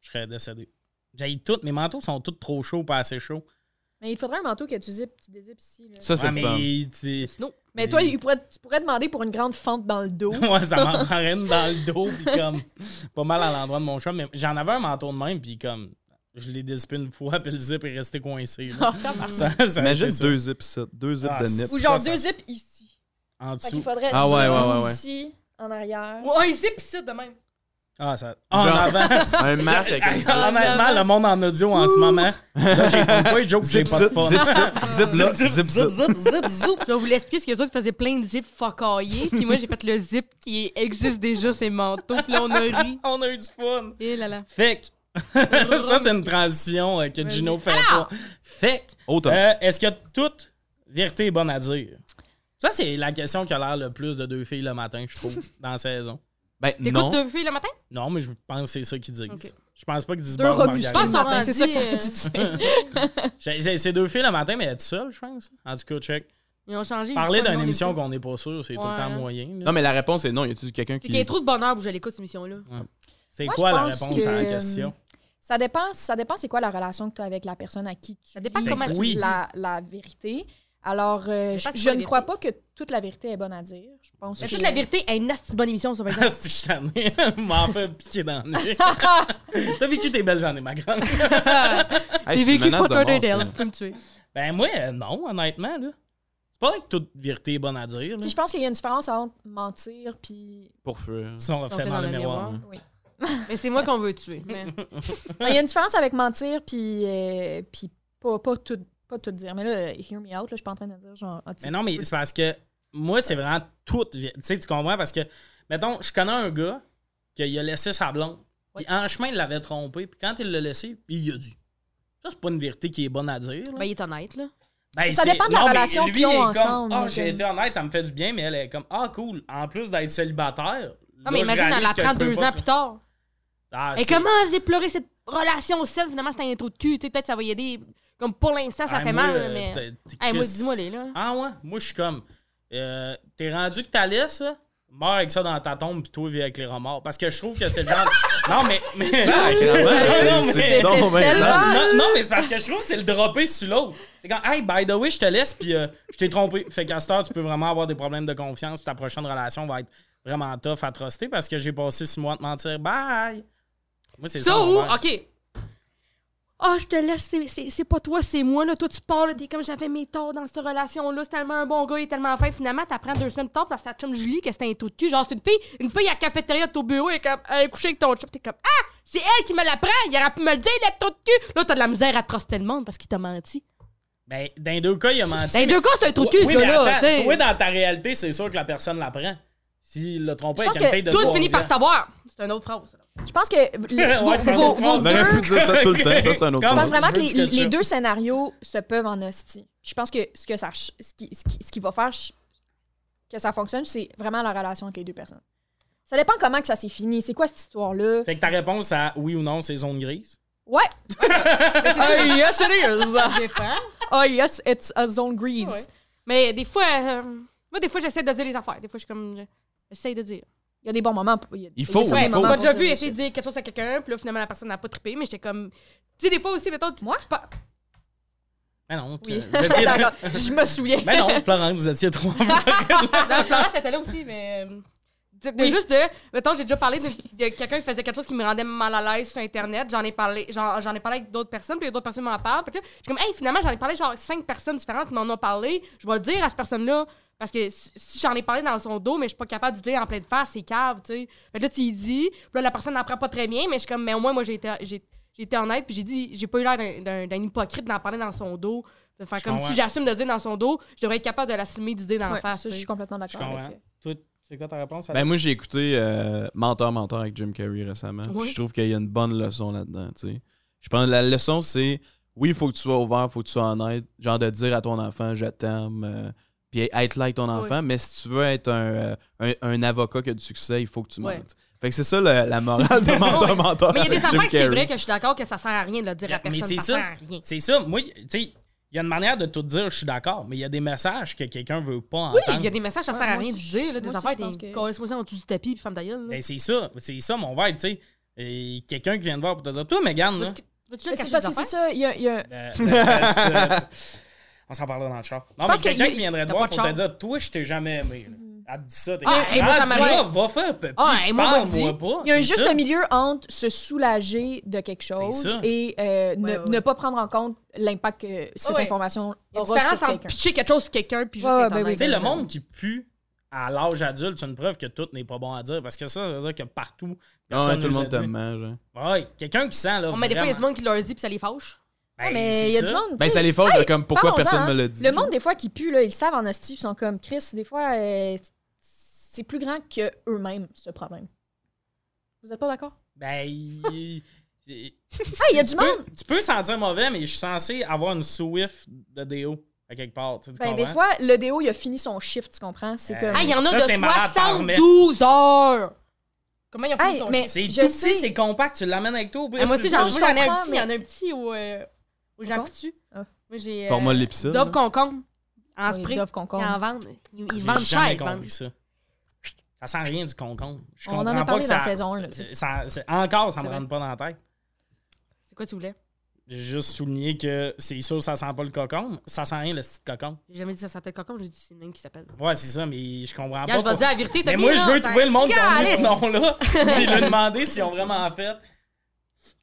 Speaker 1: je serais décédé. J'ai tout. Mes manteaux sont tous trop chauds, pas assez chauds.
Speaker 4: Mais il te faudrait un manteau que tu zippes, tu dézippes ici. là.
Speaker 3: Ça, c'est
Speaker 1: Ouais,
Speaker 3: le fun.
Speaker 1: mais tu sais,
Speaker 2: Snow.
Speaker 4: Mais toi, il pourrait- tu pourrais demander pour une grande fente dans le dos.
Speaker 1: ouais, ça m'en prend une dans le dos, puis comme pas mal à l'endroit de mon chum. Mais j'en avais un manteau de même, puis comme je l'ai dézippé une fois, puis le zip est resté coincé. là. Ça- ça a été
Speaker 3: Imagine
Speaker 1: ça.
Speaker 3: deux zips, ça. Deux zips
Speaker 1: Ah,
Speaker 3: de
Speaker 1: c'est-
Speaker 3: nip.
Speaker 4: Ah, Ou genre
Speaker 1: ça, ça-
Speaker 4: deux zips ici.
Speaker 1: en
Speaker 4: Fait qu'il
Speaker 1: dessous.
Speaker 4: faudrait
Speaker 3: Ah ouais, ouais,
Speaker 4: ça
Speaker 3: ouais, ouais.
Speaker 4: ici, en arrière.
Speaker 2: Ouais, ici pis ça de même.
Speaker 1: Ah, ça. En
Speaker 3: Genre-
Speaker 1: avant.
Speaker 3: Un masque avec un
Speaker 1: Ah, Honnêtement, le monde en audio en ce moment. Là, j'ai comme pas eu de joke, j'ai
Speaker 3: zip,
Speaker 1: pas de
Speaker 3: zip,
Speaker 1: fun.
Speaker 3: zip, zip, zip, zip, zip, zip.
Speaker 2: Je vais vous l'expliquer, parce que les autres faisaient plein de zips focaillés, puis moi j'ai fait le zip qui existe déjà, ces manteaux, puis là on a ri.
Speaker 1: On a eu du fun.
Speaker 2: Et là là.
Speaker 1: Fait que- ça, c'est une transition euh, que
Speaker 2: Vas-y.
Speaker 1: Gino fait
Speaker 2: Alors.
Speaker 1: pas. Fait que,
Speaker 3: Autant.
Speaker 1: euh, est-ce que toute vérité est bonne à dire? Ça, c'est la question qui a l'air le plus de deux filles le matin, je trouve, dans la saison.
Speaker 3: Ben non.
Speaker 2: T'écoutes deux filles le matin?
Speaker 1: Non, mais je pense que c'est ça qu'ils disent.
Speaker 2: Ok.
Speaker 1: Je pense pas qu'ils disent
Speaker 4: Deux
Speaker 1: bon,
Speaker 4: robustes
Speaker 1: Margarine.
Speaker 4: le
Speaker 2: Margarine.
Speaker 4: matin, c'est ça que
Speaker 2: Mardi,
Speaker 4: t'aurais
Speaker 2: euh,
Speaker 4: dû dire.
Speaker 1: J'ai- C'est c'est deux filles le matin, mais elle est seule, je pense. En tout cas, check.
Speaker 2: Ils ont changé.
Speaker 1: Parler
Speaker 2: une fois,
Speaker 1: d'une
Speaker 2: non,
Speaker 1: émission
Speaker 2: l'émission.
Speaker 1: qu'on n'est pas sûr, c'est tout le
Speaker 2: Ouais.
Speaker 1: temps moyen. là.
Speaker 3: Non, mais la réponse est non. Y a-tu quelqu'un
Speaker 2: C'est qu'il y a
Speaker 3: qui.
Speaker 2: trop de bonheur où je l'écoute, cette émission-là.
Speaker 1: C'est
Speaker 4: Moi,
Speaker 1: quoi
Speaker 4: je
Speaker 1: la
Speaker 4: pense
Speaker 1: réponse
Speaker 4: que,
Speaker 1: à la
Speaker 4: euh,
Speaker 1: question?
Speaker 4: Ça dépend, ça dépend c'est quoi la relation que tu as avec la personne à qui tu
Speaker 2: Ça dépend
Speaker 4: lis
Speaker 1: comment tu Oui. lis.
Speaker 4: la, la vérité. Alors, euh, je,
Speaker 2: Ça dépend c'est
Speaker 4: je
Speaker 2: quoi
Speaker 4: ne
Speaker 2: la
Speaker 4: crois pas que toute la vérité est bonne à dire. Je pense
Speaker 2: Mais
Speaker 4: que...
Speaker 2: toute la vérité est une nasty bonne émission, ça, par exemple.
Speaker 1: C'est que je t'en ai. m'en fait piquer dans le nez. T'as vécu tes belles années, ma grande.
Speaker 3: Hey, c'est une menace de
Speaker 2: Ah, Fort
Speaker 3: mort,
Speaker 2: Lauderdale,
Speaker 3: ça.
Speaker 2: tu peux me tuer.
Speaker 1: Ben, moi, euh, non, honnêtement, là. C'est pas vrai que toute vérité est bonne à dire,
Speaker 4: Tu
Speaker 1: là.
Speaker 4: sais, je pense qu'il y a une différence entre mentir puis
Speaker 3: Pour fuir.
Speaker 1: Si on refait dans le miroir.
Speaker 3: Hum.
Speaker 4: oui.
Speaker 2: Mais c'est moi qu'on veut tuer. mais-
Speaker 4: Non, Il y a une différence avec mentir puis euh, puis pas pas tout pas tout dire. Mais là, hear me out, là, je suis pas en train de dire genre ah, tu-
Speaker 1: Mais non, mais c'est parce que moi, c'est vraiment toute vie. Tu sais, tu comprends? Parce que, mettons, je connais un gars qui a laissé sa blonde. Puis en chemin, il l'avait trompé. Puis quand il l'a laissé, il a dû. Ça, c'est pas une vérité qui est bonne à dire. là.
Speaker 2: Ben, il est honnête, là.
Speaker 1: Ben,
Speaker 4: Ça
Speaker 1: c'est-
Speaker 4: dépend de la
Speaker 1: mais
Speaker 4: relation
Speaker 1: lui,
Speaker 4: qu'ils ont
Speaker 1: il est comme,
Speaker 4: ensemble,
Speaker 1: Ah,
Speaker 4: mais
Speaker 1: j'ai
Speaker 4: comme-
Speaker 1: été honnête, ça me fait du bien, mais elle est comme, ah, cool. En plus d'être célibataire.
Speaker 2: Non, mais imagine, elle apprend deux ans plus tard.
Speaker 1: tard.
Speaker 2: Et comment j'ai pleuré cette relation saine, finalement, c'était un trou de cul. Tu sais, peut-être ça va y aider. Comme pour l'instant, ça
Speaker 1: Ah,
Speaker 2: fait
Speaker 1: moi,
Speaker 2: mal,
Speaker 1: euh,
Speaker 2: mais.
Speaker 1: t'es- t'es
Speaker 2: Hey, moi,
Speaker 1: Chris.
Speaker 2: dis-moi, les, là.
Speaker 1: Ah ouais? Moi, je suis comme. euh, T'es rendu que t'as laissé, là? Meurs avec ça dans ta tombe, puis toi, vis avec les remords. Parce que je trouve que c'est le genre. non, mais. mais... Non, mais-
Speaker 3: C'est
Speaker 4: C'était
Speaker 3: donc bien
Speaker 4: tellement-
Speaker 3: drôle.
Speaker 1: Non, non, mais c'est parce que je trouve que c'est le dropper sur l'autre. C'est quand, hey, by the way, je te laisse, puis euh, je t'ai trompé. Fait qu'à cette heure, tu peux vraiment avoir des problèmes de confiance, puis ta prochaine relation va être vraiment tough à truster parce que j'ai passé six mois à te mentir. Bye! Moi, c'est ça.
Speaker 2: Ça
Speaker 1: mon
Speaker 2: ou.
Speaker 1: verre.
Speaker 2: OK. Ah, je te laisse, c'est- c'est c'est pas toi, c'est moi. Là. Toi, tu pars, là, t'es comme j'avais mes torts dans cette relation-là. C'est tellement un bon gars, il est tellement fin. Finalement, t'apprends deux semaines de temps parce que ta chum Julie, que c'était un trou de cul. Genre, c'est une fille, une fille à la cafétéria de ton bureau, elle est comme, elle est couchée avec ton chum. T'es comme, ah, c'est elle qui me l'apprend. Il aurait pu me le dire, il est trou de cul. Là, t'as de la misère à truster le monde parce qu'il t'a menti.
Speaker 1: Ben, dans les deux cas, il a menti.
Speaker 2: Dans les deux cas, c'est un trou de cul,
Speaker 1: Oui,
Speaker 2: ce
Speaker 1: mais
Speaker 2: gars-là.
Speaker 1: attends,
Speaker 2: tu sais.
Speaker 1: toi, dans ta réalité, c'est sûr que la personne l'apprend. S'il l'a trompé
Speaker 4: Je
Speaker 1: avec
Speaker 4: pense
Speaker 1: une
Speaker 4: que
Speaker 1: fille de
Speaker 2: Tout
Speaker 1: trois
Speaker 2: finit par
Speaker 1: ans.
Speaker 2: savoir. C'est une autre phrase.
Speaker 4: Je pense que les-
Speaker 1: Ouais,
Speaker 4: vos-
Speaker 1: c'est un
Speaker 4: vos-
Speaker 1: autre
Speaker 4: vos
Speaker 1: monde.
Speaker 3: On aurait pu
Speaker 4: deux-
Speaker 3: dire ça tout le temps. Ça, c'est un autre
Speaker 1: Je
Speaker 4: Je pense
Speaker 1: pense
Speaker 4: vraiment que
Speaker 1: veux
Speaker 4: les,
Speaker 1: du ketchup.
Speaker 4: les deux scénarios se peuvent en hostie. Je pense que ce que ça ch- ce qui, ce qui- ce qui va faire ch- que ça fonctionne, c'est vraiment la relation entre les deux personnes. Ça dépend comment que ça s'est fini. C'est quoi cette histoire-là?
Speaker 1: Fait que ta réponse à oui ou non, c'est zone grise.
Speaker 4: Ouais!
Speaker 2: Ah,
Speaker 4: yes, it
Speaker 2: Ça dépend.
Speaker 4: Oh yes, it's a zone grease.
Speaker 2: Ouais. Mais des fois, euh, moi, des fois, j'essaie de dire les affaires. Des fois, je suis comme. je- J'essaie de dire.
Speaker 4: Il y a des bons moments. pour- y a-
Speaker 3: Il
Speaker 4: y a
Speaker 3: faut,
Speaker 4: certains
Speaker 2: Ouais,
Speaker 3: il faut.
Speaker 2: mais on
Speaker 4: moments
Speaker 2: m'a
Speaker 4: pour
Speaker 2: déjà
Speaker 4: dire
Speaker 2: vu
Speaker 4: ça.
Speaker 2: essayer de dire quelque chose à quelqu'un, puis là, finalement, la personne n'a pas trippé, mais j'étais comme. Tu sais, des fois aussi, mettons. Moi?
Speaker 1: Ben non.
Speaker 4: Oui.
Speaker 1: vous étiez-
Speaker 4: D'accord, je me souviens.
Speaker 1: ben non, Florent, vous étiez trois fois.
Speaker 2: Non, Florence, elle était là aussi, mais. euh, De, de Juste de. Mettons, j'ai déjà parlé de, de quelqu'un qui faisait quelque chose qui me rendait mal à l'aise sur Internet. J'en ai parlé j'en j'en ai parlé avec d'autres personnes, puis d'autres personnes m'en parlent. Puis là, je suis comme, hey, finalement, j'en ai parlé genre cinq personnes différentes qui m'en ont parlé. Je vais le dire à cette personne-là. Parce que si si j'en ai parlé dans son dos, mais je suis pas capable de dire en pleine face, c'est cave, tu sais. Fait que là, tu y dis. Puis là, la personne n'apprend pas très bien, mais je suis comme, mais au moins, moi, j'ai été, j'ai j'ai été honnête, puis j'ai dit, j'ai pas eu l'air d'un- d'un d'un hypocrite d'en parler dans son dos. De faire comme
Speaker 1: comprends.
Speaker 2: si j'assume de le dire dans son dos, je devrais être capable de l'assumer du dire dans la
Speaker 4: Ouais,
Speaker 2: face.
Speaker 4: ça, je
Speaker 2: tu sais.
Speaker 4: suis complètement
Speaker 1: Je
Speaker 4: d'accord
Speaker 1: comprends.
Speaker 4: avec
Speaker 1: Toi,
Speaker 4: euh,
Speaker 1: c'est quoi ta réponse à
Speaker 3: Ben moi j'ai écouté euh, Menteur Menteur avec Jim Carrey récemment. puis
Speaker 2: Ouais.
Speaker 3: Je trouve qu'il y a une bonne leçon là-dedans. tu sais. Je pense que la leçon c'est oui, il faut que tu sois ouvert, il faut que tu sois honnête, genre de dire à ton enfant je t'aime euh, puis être like ton enfant, mais si tu veux être un, euh, un, un avocat qui a du succès, il faut que tu
Speaker 2: Ouais.
Speaker 3: mentes. Fait que c'est ça la, la morale de Menteur Menteur.
Speaker 2: Mais il y a des
Speaker 3: avec Jim
Speaker 2: affaires que c'est
Speaker 3: Carrey.
Speaker 2: vrai que je suis d'accord que ça sert à rien de le dire à
Speaker 1: Mais
Speaker 2: personne.
Speaker 1: c'est
Speaker 2: ça,
Speaker 1: ça.
Speaker 2: sert à rien.
Speaker 1: C'est ça. Moi, tu sais, il y a une manière de tout dire, je suis d'accord, mais il y a des messages que quelqu'un veut pas
Speaker 2: Oui,
Speaker 1: entendre.
Speaker 2: il y a des messages, ça
Speaker 4: Ouais,
Speaker 2: sert à
Speaker 4: moi
Speaker 2: rien de
Speaker 4: aussi,
Speaker 2: dire.
Speaker 4: moi
Speaker 2: Là, des
Speaker 4: aussi,
Speaker 2: affaires,
Speaker 4: je pense
Speaker 2: des
Speaker 4: que-
Speaker 2: correspondants en dessous du tapis, puis femme d'ailleurs.
Speaker 1: Ben, c'est ça, c'est ça mon vibe, tu sais. Et quelqu'un qui vient te voir pour te dire Toi, Mégane, là.
Speaker 2: Veux-tu
Speaker 4: Mais
Speaker 2: le
Speaker 4: c'est
Speaker 2: cacher
Speaker 4: parce
Speaker 2: des
Speaker 4: que c'est
Speaker 2: affaires?
Speaker 4: ça, il y a, il y a-
Speaker 1: euh, euh, on s'en parlera dans le chat. Non, mais
Speaker 4: pense
Speaker 1: quelqu'un
Speaker 4: que
Speaker 1: qui
Speaker 4: y-
Speaker 1: viendrait te
Speaker 2: t'as
Speaker 1: voir
Speaker 2: pas de
Speaker 1: pour te
Speaker 2: chance.
Speaker 1: dire Toi, je t'ai jamais aimé. là.
Speaker 4: Mm.
Speaker 1: Elle te dit ça, t'es
Speaker 2: Ah, hey, moi, ça
Speaker 1: Rendu
Speaker 2: m'arrive.
Speaker 1: là, va faire, puis
Speaker 2: Ah, hey, moi, on m'a
Speaker 1: parle-moi
Speaker 2: dit.
Speaker 1: pas.
Speaker 4: il y a un
Speaker 1: C'est
Speaker 4: juste
Speaker 1: ça.
Speaker 4: milieu entre se soulager de quelque chose
Speaker 1: ça.
Speaker 4: et euh, ne,
Speaker 2: ouais.
Speaker 4: ne pas prendre en compte l'impact que cette
Speaker 2: Ouais.
Speaker 4: information
Speaker 2: Il y a une
Speaker 4: aura
Speaker 2: différence
Speaker 4: sur
Speaker 2: entre
Speaker 4: quelqu'un.
Speaker 2: pitcher quelque chose sur quelqu'un puis juste
Speaker 4: Ouais,
Speaker 2: être
Speaker 4: ben oui,
Speaker 2: honnête.
Speaker 1: Tu sais, le monde qui pue à l'âge adulte, c'est une preuve que tout n'est pas bon à dire. Parce que ça, ça veut dire que partout,
Speaker 3: Ah ouais,
Speaker 1: personne
Speaker 3: tout le
Speaker 1: nous a
Speaker 3: monde te
Speaker 1: dit. Ah
Speaker 3: ment, genre.
Speaker 1: Ouais, quelqu'un qui sent,
Speaker 4: Oh,
Speaker 1: là.
Speaker 2: On met des fois, il y a du
Speaker 1: vraiment.
Speaker 2: monde qui leur dit puis ça les fâche.
Speaker 1: Ben,
Speaker 4: Ah, mais
Speaker 1: c'est
Speaker 4: il y a du
Speaker 1: ça.
Speaker 4: monde. tu
Speaker 3: Ben
Speaker 4: sais,
Speaker 3: ça les force
Speaker 4: Hey,
Speaker 3: de comme pourquoi
Speaker 4: parlons-en,
Speaker 3: personne me
Speaker 4: hein.
Speaker 3: le dit.
Speaker 4: Le monde, des fois, qui pue, là, ils savent en hostie, ils sont comme Chris. Des fois, euh, c'est plus grand que eux-mêmes, ce problème. Vous êtes pas d'accord?
Speaker 1: Ben, il
Speaker 4: Ah, il y a
Speaker 1: tu
Speaker 4: du
Speaker 1: peux-
Speaker 4: monde!
Speaker 1: Tu peux sentir mauvais, mais je suis censé avoir une Swift de déo à quelque part. Tu, tu
Speaker 4: Ben, des
Speaker 1: comprends?
Speaker 4: fois, le déo, il a fini son shift, tu comprends? C'est
Speaker 1: Euh,
Speaker 4: comme.
Speaker 2: Ah, il y en a
Speaker 1: Ça,
Speaker 2: de
Speaker 1: c'est malade, t'en remets.
Speaker 2: 72 heures! Comment ils ont
Speaker 4: Hey,
Speaker 2: fini son
Speaker 4: mais-
Speaker 2: chiffre?
Speaker 1: C'est
Speaker 4: je
Speaker 1: tout petit,
Speaker 4: sais.
Speaker 1: c'est compact, tu l'amènes avec toi. au pire,
Speaker 2: Ah, Moi
Speaker 1: c'est
Speaker 2: aussi,
Speaker 1: ça.
Speaker 2: j'en
Speaker 4: je
Speaker 2: j'en ai un
Speaker 4: comprends,
Speaker 2: petit. Il y en a
Speaker 4: mais-
Speaker 2: un petit au euh, au Jean
Speaker 4: Encore?
Speaker 2: Coutu.
Speaker 4: Ah.
Speaker 2: Moi, j'ai. euh,
Speaker 3: Format de l'épisode.
Speaker 2: Dove
Speaker 3: là.
Speaker 2: Concombre. En
Speaker 4: Oui,
Speaker 2: spray.
Speaker 4: Dove
Speaker 2: Ils
Speaker 4: Concombre.
Speaker 2: en vendent. Ils ils
Speaker 1: J'ai
Speaker 2: vendent cher.
Speaker 1: jamais
Speaker 2: ils vendent.
Speaker 1: compris ça. Ça sent rien du concombre. Je
Speaker 4: On en
Speaker 1: comprends
Speaker 4: a
Speaker 1: pas
Speaker 4: parlé
Speaker 1: que
Speaker 4: dans
Speaker 1: ça-
Speaker 4: saison un, là.
Speaker 1: c'est- ça- c'est- Encore, ça me
Speaker 4: C'est
Speaker 1: rentre pas dans la tête.
Speaker 2: C'est quoi tu voulais?
Speaker 1: J'ai juste souligné que c'est sûr ça sent pas le cocon. Ça sent rien, le petit cocon.
Speaker 2: J'ai jamais dit ça s'appelle Concombre, j'ai dit c'est le même qui s'appelle.
Speaker 1: Ouais, c'est ça, mais je comprends
Speaker 2: Regarde,
Speaker 1: pas.
Speaker 2: je vais te
Speaker 1: pourquoi-
Speaker 2: dire la vérité, t'as
Speaker 1: Mais
Speaker 2: bien
Speaker 1: moi, je veux
Speaker 2: raison,
Speaker 1: trouver le monde qui a mis
Speaker 2: Yes!
Speaker 1: ce nom-là. J'ai lui demandé s'ils ont vraiment fait.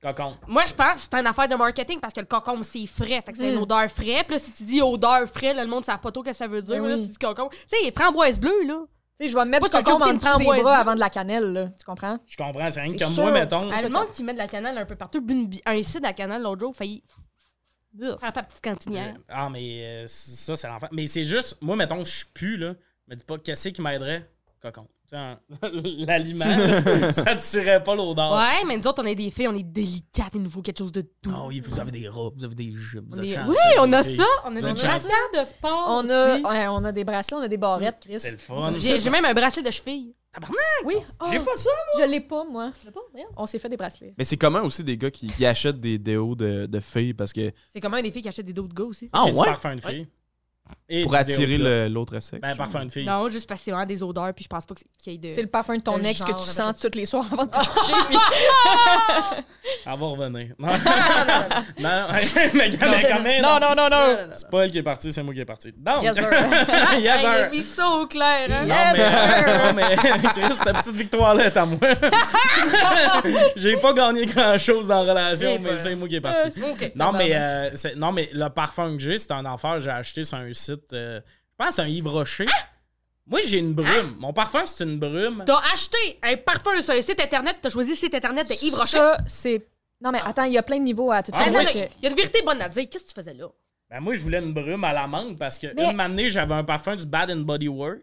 Speaker 1: Cocon.
Speaker 2: Moi, je pense que c'est une affaire de marketing parce que le concombre, c'est frais. Fait que c'est
Speaker 4: Mm.
Speaker 2: une odeur frais. Puis là, si tu dis odeur frais, là, le monde, ça n'a pas tôt que ça veut dire.
Speaker 4: Ben
Speaker 2: Là,
Speaker 4: oui.
Speaker 2: tu dis concombre. Tu sais, framboise bleue, là.
Speaker 4: Tu sais, je vais me mettre
Speaker 2: Moi,
Speaker 4: du
Speaker 2: t'as
Speaker 4: concombre en
Speaker 2: ajouté une
Speaker 4: dessous des
Speaker 2: framboise
Speaker 4: bras
Speaker 2: bleue.
Speaker 4: avant de la cannelle, là. Tu comprends?
Speaker 1: Je comprends, c'est rien que
Speaker 4: C'est
Speaker 1: comme
Speaker 4: sûr,
Speaker 1: moi, mettons.
Speaker 4: c'est
Speaker 2: Ah,
Speaker 4: pour
Speaker 2: le
Speaker 4: ça que
Speaker 2: monde qui met de la cannelle un peu partout. Une bi- Un site de la cannelle l'autre jour, failli. Faire la petite cantinière.
Speaker 1: Ah, mais euh, ça, c'est l'enfant. Mais c'est juste, moi, mettons, je suis plus, là. Me dis pas, qu'est-ce qui m'aiderait? Cocon. Tu sais, un- L'aliment, là, ça ne tuerait pas l'odeur.
Speaker 2: Ouais, mais nous autres, on est des filles, on est délicates. Il nous faut quelque chose de doux.
Speaker 1: Non, Ah oui, vous avez des rats, vous avez des jupes, vous
Speaker 2: On est-
Speaker 1: êtes chanceux,
Speaker 2: Oui, on a
Speaker 1: les filles.
Speaker 2: ça. On a
Speaker 1: Vous
Speaker 2: des
Speaker 1: êtes
Speaker 2: bracelets de sport.
Speaker 4: On a,
Speaker 2: aussi.
Speaker 4: ouais, on a des bracelets, on a des barrettes, Chris.
Speaker 1: C'est le fun.
Speaker 2: J'ai j'ai même un bracelet de cheville.
Speaker 4: Oui. Ah,
Speaker 1: J'ai pas ça.
Speaker 4: Je l'ai pas, moi. On s'est fait des bracelets.
Speaker 3: Mais c'est commun aussi des gars qui, qui achètent des déos de, de filles parce que.
Speaker 2: C'est comme un des filles qui achète des dos de gars aussi.
Speaker 3: Ah
Speaker 1: J'ai du
Speaker 3: ouais?
Speaker 1: parfum de fille. Et
Speaker 3: Pour
Speaker 1: du
Speaker 3: attirer
Speaker 1: déodorant.
Speaker 3: le- l'autre sexe.
Speaker 1: Ben, parfum de fille.
Speaker 2: Non, juste parce que c'est vraiment des odeurs, puis je pense pas que c'est- qu'il y ait de.
Speaker 4: C'est le parfum de ton
Speaker 2: Le
Speaker 4: ex que
Speaker 2: genre, Ah,
Speaker 4: tu
Speaker 2: répète
Speaker 4: sens
Speaker 2: ça.
Speaker 4: tous les soirs avant de te coucher. puis-
Speaker 1: Elle va revenir. Non, non, mais regarde, elle est quand même.
Speaker 4: Non, non, non, non.
Speaker 1: C'est pas elle qui est partie, c'est moi qui est parti. Donc,
Speaker 4: Yes, sir.
Speaker 1: Yes,
Speaker 2: Hey, il
Speaker 1: sir.
Speaker 2: a mis ça au clair, hein?
Speaker 1: Non, mais, non, mais Chris, cette petite victoire-là est à moi. J'ai pas gagné grand-chose dans la relation,
Speaker 2: Eh
Speaker 1: mais
Speaker 2: ben.
Speaker 1: c'est moi qui est parti.
Speaker 2: Ok.
Speaker 1: Non, mais, euh, c'est- non, mais le parfum que j'ai, c'est un enfer. J'ai acheté sur un site, euh, je pense, un Yves Rocher. Moi, j'ai une brume. Mon parfum, c'est une brume.
Speaker 2: T'as acheté un parfum sur un site internet, t'as choisi le site internet de Yves Rocher.
Speaker 4: Ça, c'est. Non, mais attends, il y a plein de niveaux à tout
Speaker 1: Ah,
Speaker 4: ça.
Speaker 2: Hey,
Speaker 1: moi,
Speaker 2: non, non,
Speaker 4: je-
Speaker 2: Il y a une vérité bonne à dire. Qu'est-ce que tu faisais là?
Speaker 1: Ben, moi, je voulais une brume à l'amande parce que
Speaker 4: Mais-
Speaker 1: une année, j'avais un parfum du Bad and Body Work.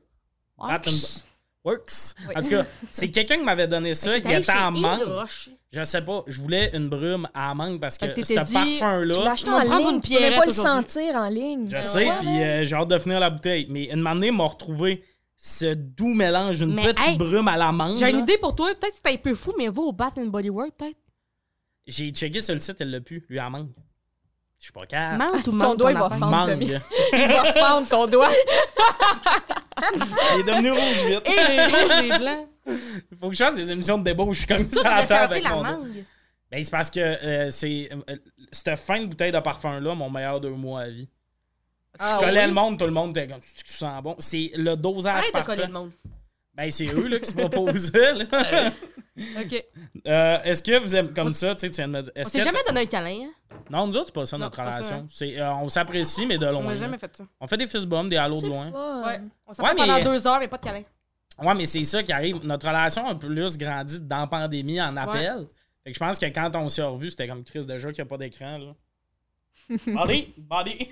Speaker 1: Bad and- Works. En tout cas, c'est quelqu'un qui m'avait donné ça. Il
Speaker 2: T'es allé
Speaker 1: était en Mmh.
Speaker 2: chez Yves
Speaker 1: manque.
Speaker 2: Rocher.
Speaker 1: Je sais pas. Je voulais une brume à amande parce que
Speaker 2: Fait que
Speaker 1: ce
Speaker 2: t'étais dit,
Speaker 4: Tu l'as
Speaker 1: parfum-là.
Speaker 4: acheté
Speaker 2: Ils vont
Speaker 4: en
Speaker 2: prendre
Speaker 4: ligne,
Speaker 2: une
Speaker 4: tu pouvais pas
Speaker 2: pierrette
Speaker 4: le
Speaker 2: aujourd'hui.
Speaker 4: sentir en ligne.
Speaker 1: Je sais,
Speaker 4: Ouais,
Speaker 1: puis euh, j'ai hâte de finir la bouteille. Mais une année, m'a retrouvé ce doux mélange, une
Speaker 2: Mais,
Speaker 1: petite
Speaker 2: hey,
Speaker 1: brume à l'amande.
Speaker 2: J'ai une
Speaker 1: là.
Speaker 2: idée pour toi. Peut-être que t'es un peu fou, mais va au Bath and Body Works, peut-être.
Speaker 1: J'ai checké sur le site, elle l'a pu, lui, à mangue. Je suis pas calme.
Speaker 2: Mange ou
Speaker 4: Ton
Speaker 2: mange
Speaker 4: doigt, il va
Speaker 2: affaire.
Speaker 4: fendre.
Speaker 1: Mangue.
Speaker 4: Tommy.
Speaker 1: Il
Speaker 4: Il va fendre ton doigt.
Speaker 1: est devenu rouge vite.
Speaker 2: Et rouge et blanc.
Speaker 1: Faut que je fasse des émissions de débauche comme
Speaker 2: Toi,
Speaker 1: ça.
Speaker 2: tu
Speaker 1: à
Speaker 2: l'as
Speaker 1: terre
Speaker 2: senti
Speaker 1: avec
Speaker 2: la
Speaker 1: mon doigt.
Speaker 2: mangue.
Speaker 1: Ben, c'est parce que euh, c'est. euh, cette fin de bouteille de parfum-là, mon meilleur deux mois à vie.
Speaker 2: Ah
Speaker 1: je collais
Speaker 2: oui?
Speaker 1: le monde, tout le monde était comme tu, tu sens bon. C'est le dosage
Speaker 2: Arrête de
Speaker 1: parfait.
Speaker 2: coller le monde.
Speaker 1: Ben, c'est eux là, qui se proposaient. là.
Speaker 2: OK.
Speaker 1: Euh, est-ce que vous aimez comme ça, tu sais, tu viens de me dire.
Speaker 2: On
Speaker 1: est-ce
Speaker 2: s'est
Speaker 1: que
Speaker 2: jamais donné un câlin, hein?
Speaker 1: Non, nous autres, c'est pas ça
Speaker 2: Non,
Speaker 1: notre
Speaker 2: c'est pas ça, hein.
Speaker 1: relation. C'est, euh, on s'apprécie, mais de loin.
Speaker 2: On
Speaker 1: là.
Speaker 2: n'a jamais fait ça.
Speaker 1: On fait des fist bumps, des halos de
Speaker 4: C'est le
Speaker 1: loin.
Speaker 4: fun.
Speaker 2: Ouais. On s'appelle
Speaker 1: Ouais,
Speaker 2: pendant
Speaker 1: mais-
Speaker 2: deux heures, mais pas de câlin.
Speaker 1: Ouais, mais c'est ça qui arrive. Notre relation a plus grandi dans la pandémie en appel. Fait que je pense que quand on s'est revus, c'était comme Chris déjà qu'il n'y a pas d'écran. là. Body, body.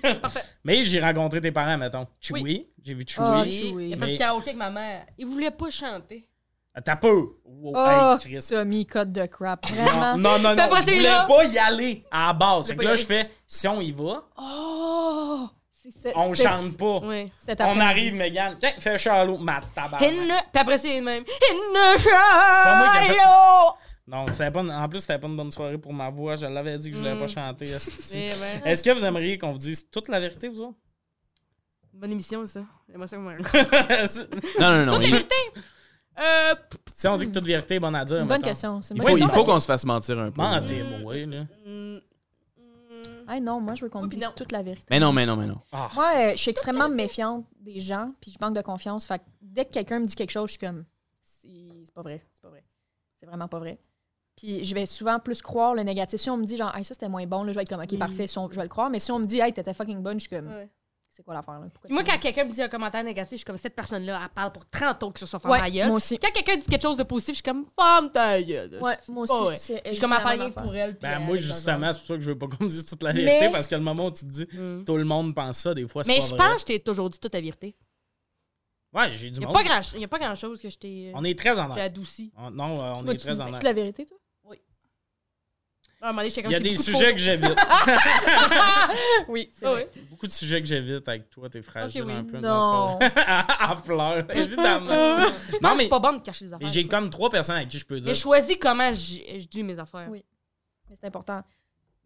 Speaker 1: mais j'ai rencontré tes parents, mettons. Chewie, j'ai vu Chewie.
Speaker 4: Ah,
Speaker 2: Oui.
Speaker 4: Chewie.
Speaker 2: Il a fait
Speaker 1: Mais-
Speaker 2: du karaoké avec ma mère. Il voulait pas chanter.
Speaker 1: Ah, T'as peur. Wow,
Speaker 4: Oh,
Speaker 1: hey, Chris.
Speaker 4: Tommy, code de crap.
Speaker 1: Non,
Speaker 4: Vraiment.
Speaker 1: non, non,
Speaker 2: T'as
Speaker 1: non,
Speaker 2: pas
Speaker 1: je
Speaker 2: été
Speaker 1: voulais
Speaker 2: là?
Speaker 1: pas y aller à la base.
Speaker 2: J'ai
Speaker 1: Fait que
Speaker 2: pas y
Speaker 1: là,
Speaker 2: aller.
Speaker 1: je fais, si on y va,
Speaker 4: Oh! C'est- c'est-
Speaker 1: on
Speaker 4: c'est-
Speaker 1: chante pas.
Speaker 2: Oui.
Speaker 4: cet
Speaker 1: On
Speaker 4: après-midi.
Speaker 1: arrive, Megan. Tiens, fais Charlot, ma tabarnak.
Speaker 2: Puis après, c'est une même.
Speaker 1: pas moi qui ai fait-
Speaker 2: Hello!
Speaker 1: Non, c'était pas une- en plus, c'était pas une bonne soirée pour ma voix. Je l'avais dit que je voulais pas chanter. esti.
Speaker 2: Eh ben,
Speaker 1: Est-ce que vous aimeriez qu'on vous dise toute la vérité, vous autres?
Speaker 2: Bonne émission, ça. J'aimerais ça qu'on me raconte.
Speaker 3: Non, non, non.
Speaker 2: Toute la
Speaker 3: Il,
Speaker 2: vérité! Euh, p-
Speaker 1: si on dit que toute vérité est bonne à dire,
Speaker 4: C'est une bonne
Speaker 1: mettons.
Speaker 4: question. C'est une
Speaker 1: Il
Speaker 3: faut,
Speaker 4: bonne
Speaker 3: il
Speaker 4: question
Speaker 3: faut
Speaker 4: parce
Speaker 3: qu'on se fasse mentir un peu.
Speaker 2: Hmm.
Speaker 1: Mentez-moi, là.
Speaker 2: mm, mm,
Speaker 4: que- Ah non, moi, je veux qu'on me
Speaker 2: Oui, puis
Speaker 4: dise
Speaker 2: non.
Speaker 4: toute la vérité.
Speaker 3: Mais non, mais non, mais non.
Speaker 1: Ah,
Speaker 4: Moi, euh, je suis extrêmement méfiante des gens, puis je manque de confiance. Fait que dès que quelqu'un me dit quelque chose, je suis comme, c'est c'est pas vrai, c'est pas vrai. C'est vraiment pas vrai. Puis je vais souvent plus croire le négatif. Si on me dit, genre, hey, ça c'était moins bon, là, je vais être comme, ok,
Speaker 2: Oui.
Speaker 4: parfait, si on- je vais le croire. Mais si on me dit, hey, t'étais fucking bonne, je suis comme,
Speaker 2: ouais.
Speaker 4: c'est quoi l'affaire, là? Pourquoi
Speaker 2: Puis Moi,
Speaker 4: tu-
Speaker 2: quand quelqu'un me dit un commentaire négatif, je suis comme cette personne-là, elle parle pour 30 ans que ce soit faire
Speaker 4: Ouais,
Speaker 2: ma gueule.
Speaker 4: moi aussi.
Speaker 2: Quand quelqu'un dit quelque chose de positif, je suis comme ferme ta gueule.
Speaker 4: Ouais, moi
Speaker 2: pas
Speaker 4: aussi.
Speaker 2: vrai.
Speaker 4: c'est
Speaker 2: Je suis comme
Speaker 4: exactement
Speaker 2: à parler
Speaker 4: l'affaire.
Speaker 2: pour elle. puis
Speaker 1: ben,
Speaker 2: elle
Speaker 1: moi,
Speaker 2: est
Speaker 1: justement, c'est pour ça que je veux pas qu'on me dise toute la vérité,
Speaker 4: Mais-
Speaker 1: parce que le moment où tu te dis,
Speaker 2: dans le genre. Mm.
Speaker 1: tout le monde pense ça, des fois, c'est
Speaker 2: Mais
Speaker 1: pas
Speaker 2: je
Speaker 1: vrai.
Speaker 2: pense que je t'ai toujours dit toute la vérité.
Speaker 1: Ouais, j'ai du
Speaker 2: Il n'y a,
Speaker 1: monde.
Speaker 2: pas grand- y a pas grand-chose que je t'ai euh,
Speaker 1: On est très en
Speaker 2: j'ai
Speaker 1: l'air.
Speaker 2: adouci.
Speaker 1: On- Non, euh,
Speaker 4: Tu
Speaker 1: on
Speaker 4: m'as-tu
Speaker 1: est très
Speaker 4: dit
Speaker 1: en
Speaker 4: toute
Speaker 1: l'air.
Speaker 4: la vérité, toi?
Speaker 2: Ah, À un moment donné, j'étais
Speaker 1: Il
Speaker 2: comme,
Speaker 1: y a
Speaker 2: c'est
Speaker 1: des
Speaker 2: beaucoup de
Speaker 1: sujets
Speaker 2: photos.
Speaker 1: que j'évite.
Speaker 4: Oui, c'est
Speaker 2: Ah ouais.
Speaker 1: Beaucoup de sujets que j'évite avec toi, t'es fragile
Speaker 2: oui.
Speaker 1: un peu.
Speaker 4: Non.
Speaker 1: c'est pas vrai. à fleurs, évidemment.
Speaker 2: Non,
Speaker 1: non,
Speaker 2: mais... Je suis
Speaker 1: mais
Speaker 2: pas bonne de cacher des affaires.
Speaker 1: j'ai comme trois personnes avec qui je peux dire.
Speaker 2: J'ai choisi comment j- je dis mes affaires.
Speaker 4: Oui. Mais c'est important.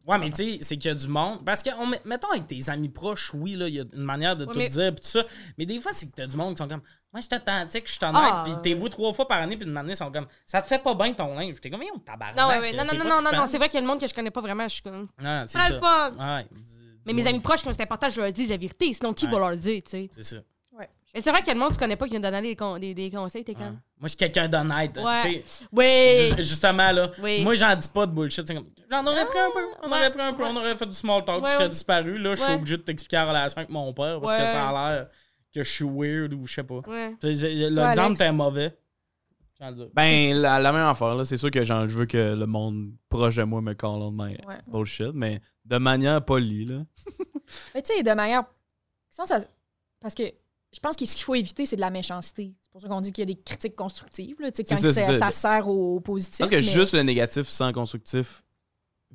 Speaker 1: Ouais, mais tu sais, c'est qu'il y a du monde. Parce que, on met- mettons, avec tes amis proches, oui, là, il y a une manière de
Speaker 2: Ouais,
Speaker 1: tout
Speaker 2: mais-
Speaker 1: dire, puis tout ça. Mais des fois, c'est que t'as du monde qui sont comme, moi, je t'authentique, je suis honnête,
Speaker 2: Ah,
Speaker 1: puis
Speaker 2: ouais.
Speaker 1: t'es vu trois fois par année, puis une année, ils sont comme, ça te fait pas bien ton linge. T'es comme, on tabarnak.
Speaker 2: Non, ouais, ouais. non,
Speaker 1: Ah, t'es pas
Speaker 2: non, non, non, non,
Speaker 1: coupable.
Speaker 2: non, c'est vrai qu'il y a le monde que je connais pas vraiment. Je suis comme.
Speaker 1: Ah,
Speaker 2: C'est
Speaker 1: c'est
Speaker 2: pas
Speaker 1: ça.
Speaker 2: le fun!
Speaker 1: Ouais, dis- dis-moi.
Speaker 2: Mais mes amis proches, comme c'est important, je leur dis la vérité. Sinon, qui va
Speaker 1: Ouais.
Speaker 2: leur le dire, tu sais?
Speaker 1: C'est ça.
Speaker 4: Ouais.
Speaker 2: Mais c'est vrai qu'il y a le monde que tu connais pas qui vient donner des, con- des, des conseils, t'es
Speaker 1: Ouais.
Speaker 2: comme.
Speaker 1: Moi, je suis quelqu'un d'honnête.
Speaker 2: Ouais.
Speaker 1: tu sais.
Speaker 2: Oui!
Speaker 1: Ju- Justement, là,
Speaker 2: Oui. Ah,
Speaker 1: moi, j'en dis pas de bullshit. c'est comme, J'en aurais pris un peu, on
Speaker 2: ouais,
Speaker 1: aurait pris un peu, on aurait fait du small talk,
Speaker 2: Ouais,
Speaker 1: tu serais
Speaker 2: ouais.
Speaker 1: disparu. Là, je suis
Speaker 2: Ouais.
Speaker 1: obligé de t'expliquer la relation avec mon père parce
Speaker 2: Ouais.
Speaker 1: que ça a l'air que je suis weird ou je sais pas.
Speaker 2: Ouais.
Speaker 1: Tu sais, j'ai- L'exemple
Speaker 4: Alex?
Speaker 1: était mauvais. J'en dis.
Speaker 3: Ben, la, la même affaire, là. C'est sûr que genre, je veux que le monde proche de moi me call on my
Speaker 4: Ouais.
Speaker 3: bullshit, mais de manière polie, là.
Speaker 4: Mais tu sais, de manière. Sans ça... Parce que je pense que ce qu'il faut éviter, c'est de la méchanceté. C'est pour ça qu'on dit qu'il y a des critiques constructives, là, tu sais, quand
Speaker 3: C'est ça,
Speaker 4: ça,
Speaker 3: c'est ça.
Speaker 4: ça sert au, au positif.
Speaker 3: Je pense que
Speaker 4: mais-
Speaker 3: juste le négatif sans constructif,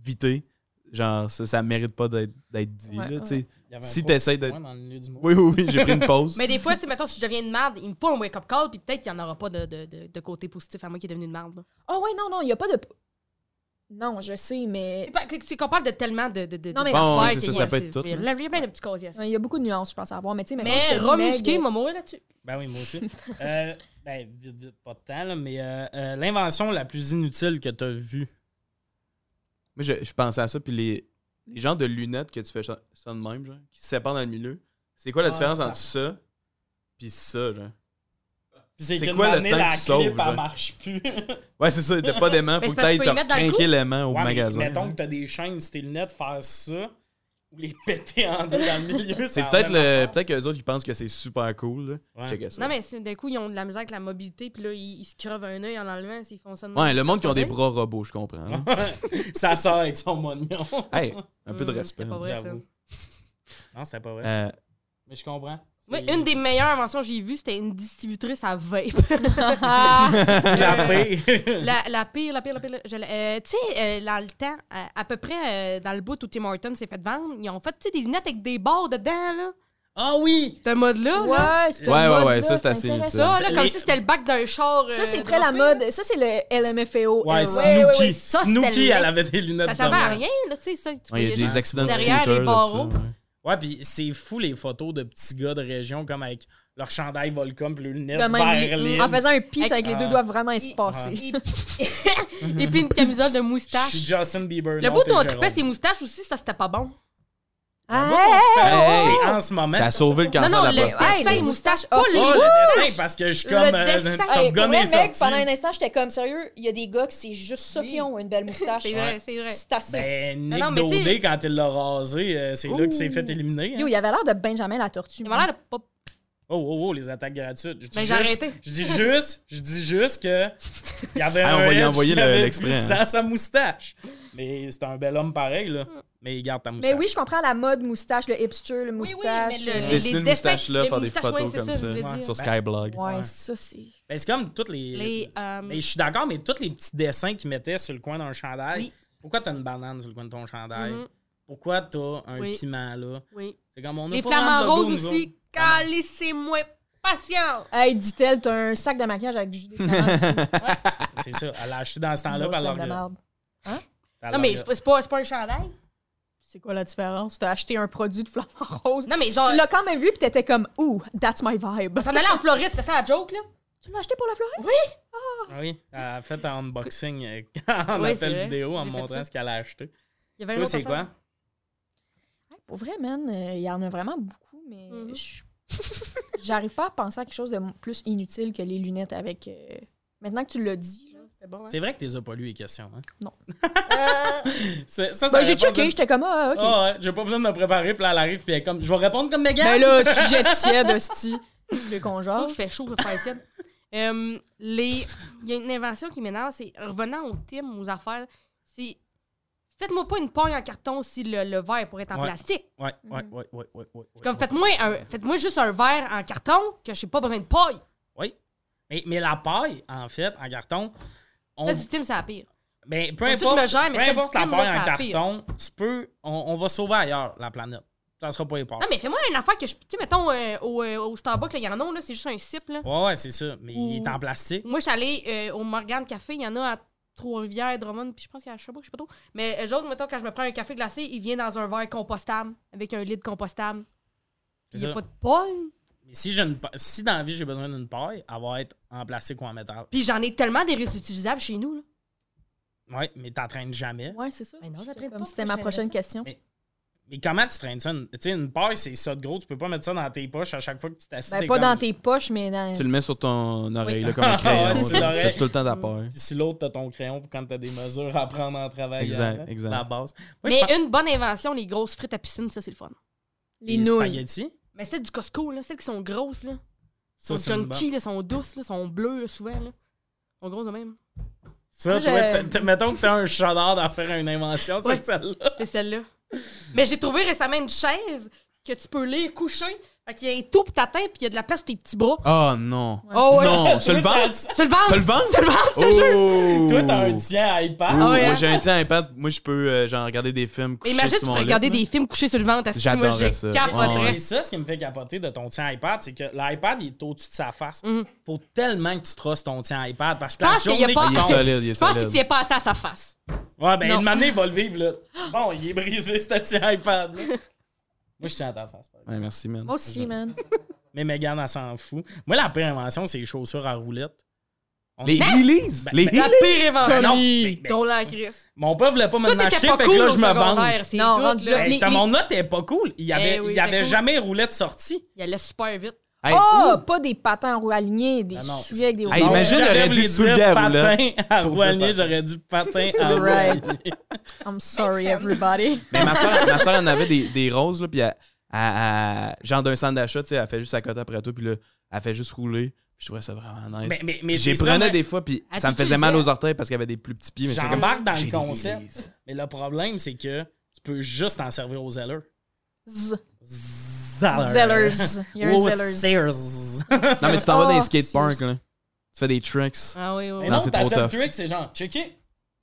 Speaker 3: vité, genre, ça, ça mérite pas d'être d'être dit,
Speaker 4: Ouais,
Speaker 3: là,
Speaker 4: ouais.
Speaker 3: tu sais.
Speaker 1: Il y avait un
Speaker 3: Si
Speaker 1: gros
Speaker 3: t'essayes
Speaker 1: petit
Speaker 3: de-
Speaker 1: point dans le milieu du mot.
Speaker 3: Oui, oui, oui, j'ai pris une pause.
Speaker 2: Mais des fois, tu sais, mettons, si je deviens une merde, il me faut un wake-up call, puis peut-être qu'il n'y en aura pas de, de, de, de côté positif à moi qui est devenu une merde. là.
Speaker 4: Ah ouais, non, non, il n'y a pas de. Non, je sais, mais.
Speaker 2: C'est pas- C'est qu'on parle de tellement de. de, de
Speaker 4: Non, mais-
Speaker 3: Bon,
Speaker 2: d'affaires
Speaker 3: ouais, c'est
Speaker 2: qu'il
Speaker 3: ça,
Speaker 2: y a-
Speaker 3: ça peut être tout,
Speaker 2: Il y a ben, plein de petits causes. à ça.
Speaker 4: Il y a beaucoup de nuances, je pense, à avoir. Mais tu sais, mettons, je te
Speaker 2: Mais
Speaker 4: dis,
Speaker 2: remusquer,
Speaker 4: Meg,
Speaker 2: m'a mourir là-dessus.
Speaker 1: Ben oui, moi aussi. Euh, ben, vite, vite, pas de temps, là, mais euh, euh, l'invention la plus inutile que t'as vue.
Speaker 3: Moi, je, je pensais à ça, puis les, les gens de lunettes que tu fais ça, ça de même, genre, qui se séparent dans le milieu, c'est quoi la
Speaker 1: Ah,
Speaker 3: différence
Speaker 1: ça.
Speaker 3: entre ça puis ça, genre?
Speaker 1: Puis C'est
Speaker 3: C'est
Speaker 1: qu'une
Speaker 3: quoi le
Speaker 1: année,
Speaker 3: temps
Speaker 1: la
Speaker 3: qui
Speaker 1: clip,
Speaker 3: sauve,
Speaker 1: elle
Speaker 3: genre?
Speaker 1: marche plus.
Speaker 3: Ouais, c'est ça, t'as pas d'aimant,
Speaker 2: Mais
Speaker 3: faut
Speaker 2: c'est
Speaker 3: que
Speaker 2: parce que tu peux les
Speaker 3: t'ailles te
Speaker 2: mettre dans le
Speaker 3: crinquer l'aimant au
Speaker 1: Ouais, mais
Speaker 3: magasin.
Speaker 1: mettons
Speaker 3: hein.
Speaker 1: que t'as des chaînes sur tes lunettes, faire ça ou les péter en deux dans le milieu.
Speaker 3: C'est peut-être le peut-être que les autres ils pensent que c'est super cool. Là.
Speaker 1: Ouais.
Speaker 3: Check ça.
Speaker 2: Non, mais c'est- d'un coup, ils ont de la misère avec la mobilité, puis là, ils, ils se crevent un œil en l'enlevant s'ils font ça. de
Speaker 3: Ouais,
Speaker 2: même.
Speaker 3: le monde qui ont des
Speaker 2: Ouais.
Speaker 3: bras robots, je comprends. là.
Speaker 1: Ça sort avec son moignon.
Speaker 3: hey, un peu de
Speaker 2: Hum,
Speaker 3: respect.
Speaker 2: C'est pas vrai, ça.
Speaker 1: J'avoue. Non, c'était pas vrai.
Speaker 3: Euh,
Speaker 1: Mais je comprends.
Speaker 2: Oui,
Speaker 1: C'est-
Speaker 2: une des meilleures inventions que j'ai vues, c'était une distributrice à vape.
Speaker 1: La
Speaker 2: Euh,
Speaker 1: paix.
Speaker 2: La, la pire, la pire, la pire. je l'ai- euh, tu sais, euh, dans le temps, euh, à peu près euh, dans le bout où Tim Hortons s'est fait vendre, ils ont fait tu sais, des lunettes avec des bords dedans, là.
Speaker 1: Ah oui!
Speaker 2: C'est un mode-là. là.
Speaker 4: Ouais, c'est
Speaker 3: Ouais, ouais,
Speaker 4: mode,
Speaker 3: ouais,
Speaker 4: là,
Speaker 3: ça, c'est assez
Speaker 4: intéressant.
Speaker 2: Ça,
Speaker 3: inutile.
Speaker 2: là,
Speaker 1: C'est-
Speaker 2: comme
Speaker 1: les-
Speaker 2: si c'était le bac d'un char.
Speaker 4: Ça,
Speaker 2: euh,
Speaker 4: c'est très la
Speaker 2: droppé.
Speaker 4: mode. Ça, c'est le LMFAO.
Speaker 1: Ouais,
Speaker 4: ouais,
Speaker 1: Snooki.
Speaker 4: ouais, ouais.
Speaker 2: Ça, c'était
Speaker 1: Snooki,
Speaker 2: laid.
Speaker 1: elle avait des lunettes
Speaker 2: Ça servait à
Speaker 1: de mer.
Speaker 2: rien, là, tu sais. ça, tu
Speaker 3: ouais, Il y
Speaker 2: voyais
Speaker 3: a des
Speaker 2: juste
Speaker 3: accidents de
Speaker 2: derrière
Speaker 3: scooter.
Speaker 2: les
Speaker 3: là,
Speaker 2: barreaux.
Speaker 3: ça, ouais.
Speaker 1: Ouais, puis c'est fou les photos de petits gars de région comme avec leur chandail Volcom puis leurs lunettes
Speaker 4: De même,
Speaker 1: vers
Speaker 4: les-
Speaker 1: l'île.
Speaker 4: en faisant un pisse avec les deux
Speaker 1: Ah.
Speaker 4: doigts, vraiment, il se
Speaker 2: Il-
Speaker 4: passait.
Speaker 2: Et et puis une camisole de
Speaker 1: Je
Speaker 2: moustache.
Speaker 1: suis Justin Bieber.
Speaker 2: Le
Speaker 1: non,
Speaker 2: bout
Speaker 1: t'es
Speaker 2: où on
Speaker 1: Jérôme.
Speaker 2: trippait ses moustaches aussi, ça, c'était pas bon.
Speaker 4: Hein?
Speaker 1: Hey, c'est en ce moment.
Speaker 3: Ça a sauvé le
Speaker 2: Non,
Speaker 3: cancer
Speaker 2: non,
Speaker 3: de la
Speaker 2: le
Speaker 3: prostate.
Speaker 2: dessin
Speaker 3: ça.
Speaker 2: moustache, pas les
Speaker 1: Oh, le dessin, parce que je suis
Speaker 2: Le
Speaker 1: comme. euh,
Speaker 2: dessin.
Speaker 1: Top
Speaker 5: Hey,
Speaker 1: Gun
Speaker 5: pour vrai,
Speaker 1: est
Speaker 5: mec,
Speaker 1: sorti.
Speaker 5: pendant un instant, j'étais comme sérieux, il y a des gars que c'est juste ça qui ont une belle moustache.
Speaker 2: C'est vrai, c'est vrai.
Speaker 5: C'est assez.
Speaker 1: Ben, Nick
Speaker 2: non, mais
Speaker 1: Daudé,
Speaker 2: t'sais-
Speaker 1: quand il l'a rasé, euh, c'est là qu'il s'est fait éliminer. hein.
Speaker 4: Yo, il avait l'air de Benjamin la tortue.
Speaker 2: Il m'a l'air de pas.
Speaker 1: Oh, oh, oh, les attaques gratuites. Je dis
Speaker 2: Ben, j'ai
Speaker 1: juste,
Speaker 2: arrêté.
Speaker 1: Je dis juste, je dis juste que. Il y avait
Speaker 3: Ah,
Speaker 1: un
Speaker 3: on va y
Speaker 1: Edge
Speaker 3: envoyer
Speaker 1: qui
Speaker 3: le-
Speaker 1: avait
Speaker 3: l'extrait,
Speaker 1: du
Speaker 3: hein.
Speaker 1: sang à sa moustache. Mais c'est un bel homme pareil, là. Mais il garde ta
Speaker 2: Ben
Speaker 1: moustache.
Speaker 4: Mais oui, je comprends la mode moustache, le hipster, le moustache.
Speaker 2: mais le-
Speaker 3: Se
Speaker 2: les-
Speaker 3: dessiner
Speaker 2: les
Speaker 3: une
Speaker 2: dessins-
Speaker 3: moustache là,
Speaker 2: les
Speaker 3: faire des
Speaker 2: moustaches,
Speaker 3: photos
Speaker 2: ouais, c'est
Speaker 3: comme
Speaker 2: ça, je
Speaker 3: ça,
Speaker 2: voulais dire.
Speaker 3: sur
Speaker 1: ben,
Speaker 3: Skyblog.
Speaker 4: Ouais,
Speaker 1: Ouais.
Speaker 4: ça, c'est.
Speaker 1: Ben, c'est comme toutes les.
Speaker 2: Les. euh,
Speaker 1: Mais je suis d'accord, mais tous les petits dessins qu'ils mettaient sur le coin d'un chandail.
Speaker 2: Oui.
Speaker 1: Pourquoi t'as une banane sur le coin de ton chandail?
Speaker 2: Mhm.
Speaker 1: Pourquoi t'as un
Speaker 2: Oui.
Speaker 1: piment, là?
Speaker 2: Oui.
Speaker 1: C'est comme on a
Speaker 2: Les
Speaker 1: pas mal de
Speaker 2: flamants roses
Speaker 1: goût, nous autres.
Speaker 2: aussi. Calissez-moi. Patience.
Speaker 4: Hey, dit-elle, t'as un sac de maquillage avec juste des
Speaker 1: C'est ça. Elle l'a acheté dans ce temps-là, puis elle l'a regardé. Elle
Speaker 2: Non,
Speaker 1: l'a
Speaker 2: mais
Speaker 1: regardé.
Speaker 2: c'est c'est pas, c'est pas un chandail.
Speaker 4: C'est quoi la différence? T'as acheté un produit de flamant rose.
Speaker 2: Non, mais genre.
Speaker 4: Tu l'as quand même vu, puis t'étais comme, ouh, that's my vibe.
Speaker 2: S'en allait en floriste, c'était ça la joke, là?
Speaker 4: Tu l'as acheté pour la fleur?
Speaker 1: Ah Oui, elle a fait un unboxing euh, en
Speaker 2: Oui, c'est
Speaker 1: appel
Speaker 2: vrai.
Speaker 1: vidéo en
Speaker 2: J'ai
Speaker 1: me
Speaker 2: fait
Speaker 1: montrant
Speaker 2: ça.
Speaker 1: ce qu'elle a acheté.
Speaker 2: Il y avait un
Speaker 1: Toi,
Speaker 2: autre
Speaker 1: c'est
Speaker 2: affaire.
Speaker 1: quoi?
Speaker 4: Pour vrai, man, euh, il y en a vraiment beaucoup, mais
Speaker 2: Mhm.
Speaker 4: je- j'arrive pas à penser à quelque chose de m- plus inutile que les lunettes avec. euh, Maintenant que tu l'as dit, là, c'est bon. hein?
Speaker 1: C'est vrai que t'es as pas lu les questions. Hein?
Speaker 4: Non.
Speaker 2: Euh,
Speaker 1: C'est- ça, ça
Speaker 4: Ben, j'ai
Speaker 1: répond-
Speaker 4: checké, j'étais comme, ah, ok.
Speaker 1: Ah ouais, j'ai pas besoin de me préparer, puis là, elle arrive, puis elle est comme, je vais répondre comme Megan.
Speaker 4: Ben là, sujet tiède, hostie. Le conjoint.
Speaker 1: Ah.
Speaker 2: Oh, il fait chaud, je vais faire tiède. Euh, les... Il y a une invention qui m'énerve, c'est revenant aux thèmes, aux affaires, c'est faites-moi pas une paille en carton si le, le verre pourrait être en
Speaker 1: Ouais.
Speaker 2: plastique.
Speaker 1: Ouais, ouais, ouais, ouais, ouais, ouais.
Speaker 2: C'est Comme faites-moi un- faites-moi juste un verre en carton que j'ai pas besoin de paille.
Speaker 1: Oui. Mais, mais la paille, en fait, en carton, on,
Speaker 2: Celle du Tim, c'est la pire.
Speaker 1: mais peu
Speaker 2: Faut que tu
Speaker 1: importe,
Speaker 2: me gères, mais
Speaker 1: peu
Speaker 2: celle du
Speaker 1: importe la
Speaker 2: team,
Speaker 1: paille en
Speaker 2: moi, c'est la pire.
Speaker 1: carton, tu peux, on, on va sauver ailleurs la planète. Ça sera pas les pailles.
Speaker 2: Non, mais fais-moi une affaire que je. Tu sais, mettons, euh, au, euh, au Starbucks, là, il y en a, là, c'est juste un sip. Là.
Speaker 1: Ouais, ouais, c'est ça. Mais il est
Speaker 4: Mm.
Speaker 1: en plastique.
Speaker 2: Moi, je suis allée euh, au Morgan Café, il y en a à Trois-Rivières, Drummond, puis je pense qu'il y a à Sherbrooke, je sais pas trop. Mais euh, genre, mettons, quand je me prends un café glacé, il vient dans un verre compostable, avec un lid compostable.
Speaker 1: C'est
Speaker 2: Il n'y a
Speaker 1: ça.
Speaker 2: pas de paille.
Speaker 1: Mais si, j'ai une pa- si dans la vie j'ai besoin d'une paille, elle va être en plastique ou en métal.
Speaker 2: Puis j'en ai tellement des réutilisables chez nous. Là.
Speaker 1: Ouais, mais t'entraînes jamais.
Speaker 4: Ouais, c'est ça.
Speaker 2: Mais non,
Speaker 4: J'étais
Speaker 2: j'apprends
Speaker 4: comme
Speaker 2: pas,
Speaker 4: c'était
Speaker 2: moi,
Speaker 4: ma
Speaker 2: j'étais
Speaker 4: prochaine
Speaker 2: innocente.
Speaker 4: question.
Speaker 1: Mais- Mais comment tu traînes ça? Une- Tu sais, une paille, c'est ça de gros. Tu peux pas mettre ça dans tes poches à chaque fois que tu t'assises.
Speaker 4: Ben,
Speaker 1: t'es
Speaker 4: pas
Speaker 1: comme-
Speaker 4: dans tes poches, mais dans.
Speaker 3: Tu le mets sur ton
Speaker 2: Oui.
Speaker 3: oreille, là, comme un crayon.
Speaker 1: Ah, Ouais, sur
Speaker 3: là.
Speaker 1: l'oreille. Mm.
Speaker 3: T'as tout le temps ta peur.
Speaker 1: Puis si l'autre, t'as ton crayon pour quand t'as des mesures à prendre en travaillant.
Speaker 3: Exact,
Speaker 1: là,
Speaker 3: exact.
Speaker 1: La base. Moi, je
Speaker 2: Mais
Speaker 1: pense-
Speaker 2: une bonne invention, les grosses frites à piscine, ça, c'est le fun.
Speaker 4: Les nouilles.
Speaker 1: spaghettis.
Speaker 2: Mais celles du Costco, là, celles qui sont grosses, là.
Speaker 1: Ça,
Speaker 2: Sont
Speaker 1: c'est une
Speaker 2: junkies, là, sont douces, là, sont bleues, là, souvent, là. Sont grosses de même.
Speaker 1: Ça,
Speaker 4: Moi,
Speaker 1: toi,
Speaker 4: je-
Speaker 1: t'as- t'as- mettons que t'as un chandard d'en faire une invention, c'est
Speaker 2: Ouais.
Speaker 1: celle-là.
Speaker 2: C'est celle-là. Mais j'ai trouvé récemment une chaise que tu peux lire coucher. Fait qu'il y a un tout pour ta tête, puis il y a de la place pour tes petits bras.
Speaker 3: Oh non!
Speaker 2: Oh ouais.
Speaker 3: Non! Se le
Speaker 1: Toi,
Speaker 3: vendre!
Speaker 1: t'as-
Speaker 2: Tu le vends?
Speaker 3: Se le vendre! Se le vendre, je
Speaker 1: Toi, t'as un Ah, tien à iPad.
Speaker 3: Oh! Ouh,
Speaker 2: ouais,
Speaker 3: Moi,
Speaker 2: hein?
Speaker 3: j'ai un petit iPad. Moi, je peux euh, genre regarder des films. coucher
Speaker 2: Imagine,
Speaker 3: sur
Speaker 2: tu peux
Speaker 3: mon lit,
Speaker 2: regarder
Speaker 3: là.
Speaker 2: des films couchés sur le ventre. assis, moi,
Speaker 3: J'adorerais
Speaker 2: j'ai
Speaker 3: ça.
Speaker 2: capoterais.
Speaker 3: Ouais,
Speaker 1: Et ça, ce qui me fait capoter de ton tien iPad, c'est que l'iPad, il est au-dessus de sa face.
Speaker 2: Mhm.
Speaker 1: Faut tellement que tu trosses ton tien iPad parce que
Speaker 2: Je
Speaker 1: la
Speaker 2: pense qu'il y a
Speaker 1: journée
Speaker 2: pas-
Speaker 1: qui
Speaker 3: Il est
Speaker 1: tombe-
Speaker 3: solide, il est
Speaker 2: Je pense que
Speaker 3: solide.
Speaker 2: tu y es passé à sa face.
Speaker 1: Ouais, ben,
Speaker 2: Non.
Speaker 1: une année, il va le vivre, là. Bon, il est brisé, ce tien iPad, là. Moi, je tiens à ta face. par exemple.
Speaker 3: Ouais, merci, man.
Speaker 1: Oh,
Speaker 4: Moi aussi, man.
Speaker 1: Mais Megan, elle s'en fout. Moi, la pire invention, c'est les chaussures à roulettes. On-
Speaker 3: Les Heelys!
Speaker 1: Ben,
Speaker 3: Les
Speaker 1: ben,
Speaker 2: La
Speaker 3: Heelys!
Speaker 2: pire invention.
Speaker 1: Ben non, mais- mais-
Speaker 2: Ton la crise.
Speaker 1: Mon père voulait pas
Speaker 2: Toi,
Speaker 1: m'en
Speaker 2: t'étais
Speaker 1: acheter,
Speaker 2: pas
Speaker 1: fait
Speaker 2: cool
Speaker 1: que là,
Speaker 2: au
Speaker 1: je me
Speaker 2: secondaire.
Speaker 1: venge.
Speaker 2: C'est
Speaker 4: Non,
Speaker 2: tout,
Speaker 4: rendu
Speaker 2: là.
Speaker 4: là.
Speaker 1: Ben,
Speaker 4: Les-
Speaker 1: c'était
Speaker 4: les-
Speaker 1: mon note, elle est pas cool. Il y avait,
Speaker 2: Eh oui,
Speaker 1: il y avait
Speaker 2: t'es cool.
Speaker 1: jamais roulette sortie.
Speaker 2: Il allait super vite.
Speaker 3: Hey,
Speaker 4: Oh, pas des patins en roue alignée, des
Speaker 1: Ah non.
Speaker 4: souliers avec des
Speaker 3: Ben Hey,
Speaker 4: hauteurs.
Speaker 3: imagine,
Speaker 1: J'aurais
Speaker 3: j'aurais
Speaker 1: voulu
Speaker 3: dit
Speaker 1: dire
Speaker 3: soulier à
Speaker 1: Patin
Speaker 3: roulette.
Speaker 1: à
Speaker 3: Pour dire
Speaker 1: Rouanier,
Speaker 3: patin.
Speaker 1: j'aurais dit patin à
Speaker 4: Right.
Speaker 1: Rouanier.
Speaker 4: I'm sorry, everybody.
Speaker 3: Mais ma soeur, ma soeur en avait des, des roses, là, puis elle, elle- elle- genre d'un centre d'achat, tu sais, elle fait juste à côté après toi, puis là, elle fait juste rouler. Je trouvais ça vraiment nice.
Speaker 1: Mais, mais, mais
Speaker 3: J'y
Speaker 1: c'est ça,
Speaker 3: prenais
Speaker 1: mais-
Speaker 3: des fois, puis
Speaker 2: Ah,
Speaker 3: ça me
Speaker 2: tu
Speaker 3: faisait mal
Speaker 2: faisais?
Speaker 3: aux orteils parce qu'elle avait des plus petits pieds. Mais j'étais comme,
Speaker 1: J'embarque dans
Speaker 3: j'ai
Speaker 1: le
Speaker 3: des
Speaker 1: concept.
Speaker 3: Heelys.
Speaker 1: Mais le problème, c'est que tu peux juste en servir aux zellers.
Speaker 4: Z-
Speaker 3: Ah,
Speaker 1: Zellers.
Speaker 4: Zellers. Il y a un
Speaker 1: Aux
Speaker 4: Zellers.
Speaker 1: Sears.
Speaker 3: Oh, Non, mais tu t'en vas dans
Speaker 4: Oh,
Speaker 3: les skateparks,
Speaker 4: c'est-
Speaker 3: là. Tu fais des tricks.
Speaker 2: Ah oui, oui.
Speaker 1: Mais
Speaker 3: Non,
Speaker 1: non,
Speaker 3: c'est
Speaker 1: ta
Speaker 3: trop
Speaker 1: seule
Speaker 3: tough.
Speaker 1: trick, c'est genre, check it.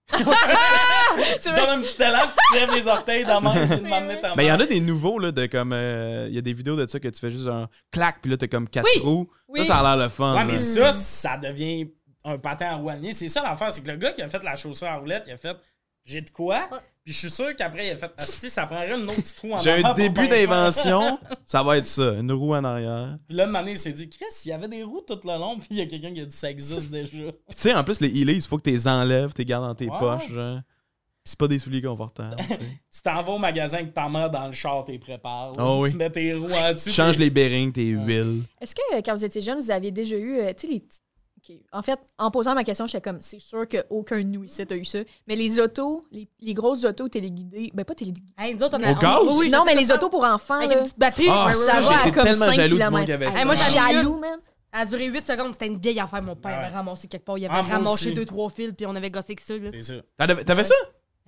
Speaker 1: tu donnes un petit élan, tu te lèves les orteils dans la main, tu demandes ta
Speaker 3: Mais il Ben, y en
Speaker 1: main.
Speaker 3: a des nouveaux, là, de comme. euh, Il y a des vidéos de ça que tu fais juste un clac, puis là, t'as comme quatre
Speaker 2: Oui.
Speaker 3: roues.
Speaker 4: Oui.
Speaker 3: Ça, ça a l'air le fun.
Speaker 1: Ouais,
Speaker 3: là.
Speaker 1: mais
Speaker 4: Hmm.
Speaker 1: ça, ça devient un patin à rouanier. C'est ça l'affaire, c'est que le gars qui a fait la chaussure à roulette, il a fait j'ai de quoi, puis je suis sûr qu'après, il a fait Asti, ça prendrait une autre petite roue en
Speaker 3: J'ai
Speaker 1: avant
Speaker 3: un
Speaker 1: pour
Speaker 3: début
Speaker 1: bien faire.
Speaker 3: d'invention, ça va être ça, une roue en arrière.
Speaker 1: Puis là, une année, il s'est dit Chris, il y avait des roues tout le long, puis il y a quelqu'un qui a dit ça existe déjà.
Speaker 3: Puis tu sais, en plus, les heelys, il faut que tu les enlèves, tu les gardes dans tes
Speaker 1: Ouais.
Speaker 3: poches. genre. Puis c'est pas des souliers confortables. tu sais.
Speaker 1: Tu t'en vas au magasin que ta mère dans le char, t'es préparé.
Speaker 3: Ah oui.
Speaker 1: Tu mets tes roues en dessus.
Speaker 3: Tu changes les bearings, tes huiles.
Speaker 4: Est-ce que euh, quand vous étiez jeune, vous aviez déjà eu, euh, tu sais, les petites- OK. En fait, en posant ma question, j'étais comme, c'est sûr qu'aucun de nous ici a eu ça. Mais les autos, les, les grosses autos téléguidées, ben pas téléguidées.
Speaker 2: Hey, nous autres, on
Speaker 3: Au
Speaker 2: a.
Speaker 3: gaz?
Speaker 2: Oui, oui, je
Speaker 4: non,
Speaker 2: sais
Speaker 4: mais
Speaker 2: que
Speaker 4: les
Speaker 2: ça-
Speaker 4: autos pour enfants,
Speaker 2: Avec
Speaker 4: là,
Speaker 2: une petite batterie.
Speaker 3: Ah,
Speaker 2: Ouais, ouais,
Speaker 3: ça,
Speaker 2: ouais.
Speaker 4: va à
Speaker 3: j'étais
Speaker 4: comme
Speaker 3: tellement
Speaker 4: 5
Speaker 3: jaloux du monde
Speaker 4: kilomètres.
Speaker 3: qui avait
Speaker 4: Hey,
Speaker 3: ça.
Speaker 4: moi,
Speaker 2: Ouais.
Speaker 4: j'étais jaloux, man.
Speaker 2: Elle a duré 8 secondes. C'était une vieille affaire. Mon père
Speaker 1: Ouais.
Speaker 2: avait ramassé quelque part. Il
Speaker 1: Ah,
Speaker 2: avait
Speaker 1: moi aussi.
Speaker 2: ramassé deux, trois fils, puis on avait gossé que ça. Là.
Speaker 1: C'est sûr.
Speaker 3: T'en avais- T'avais ça?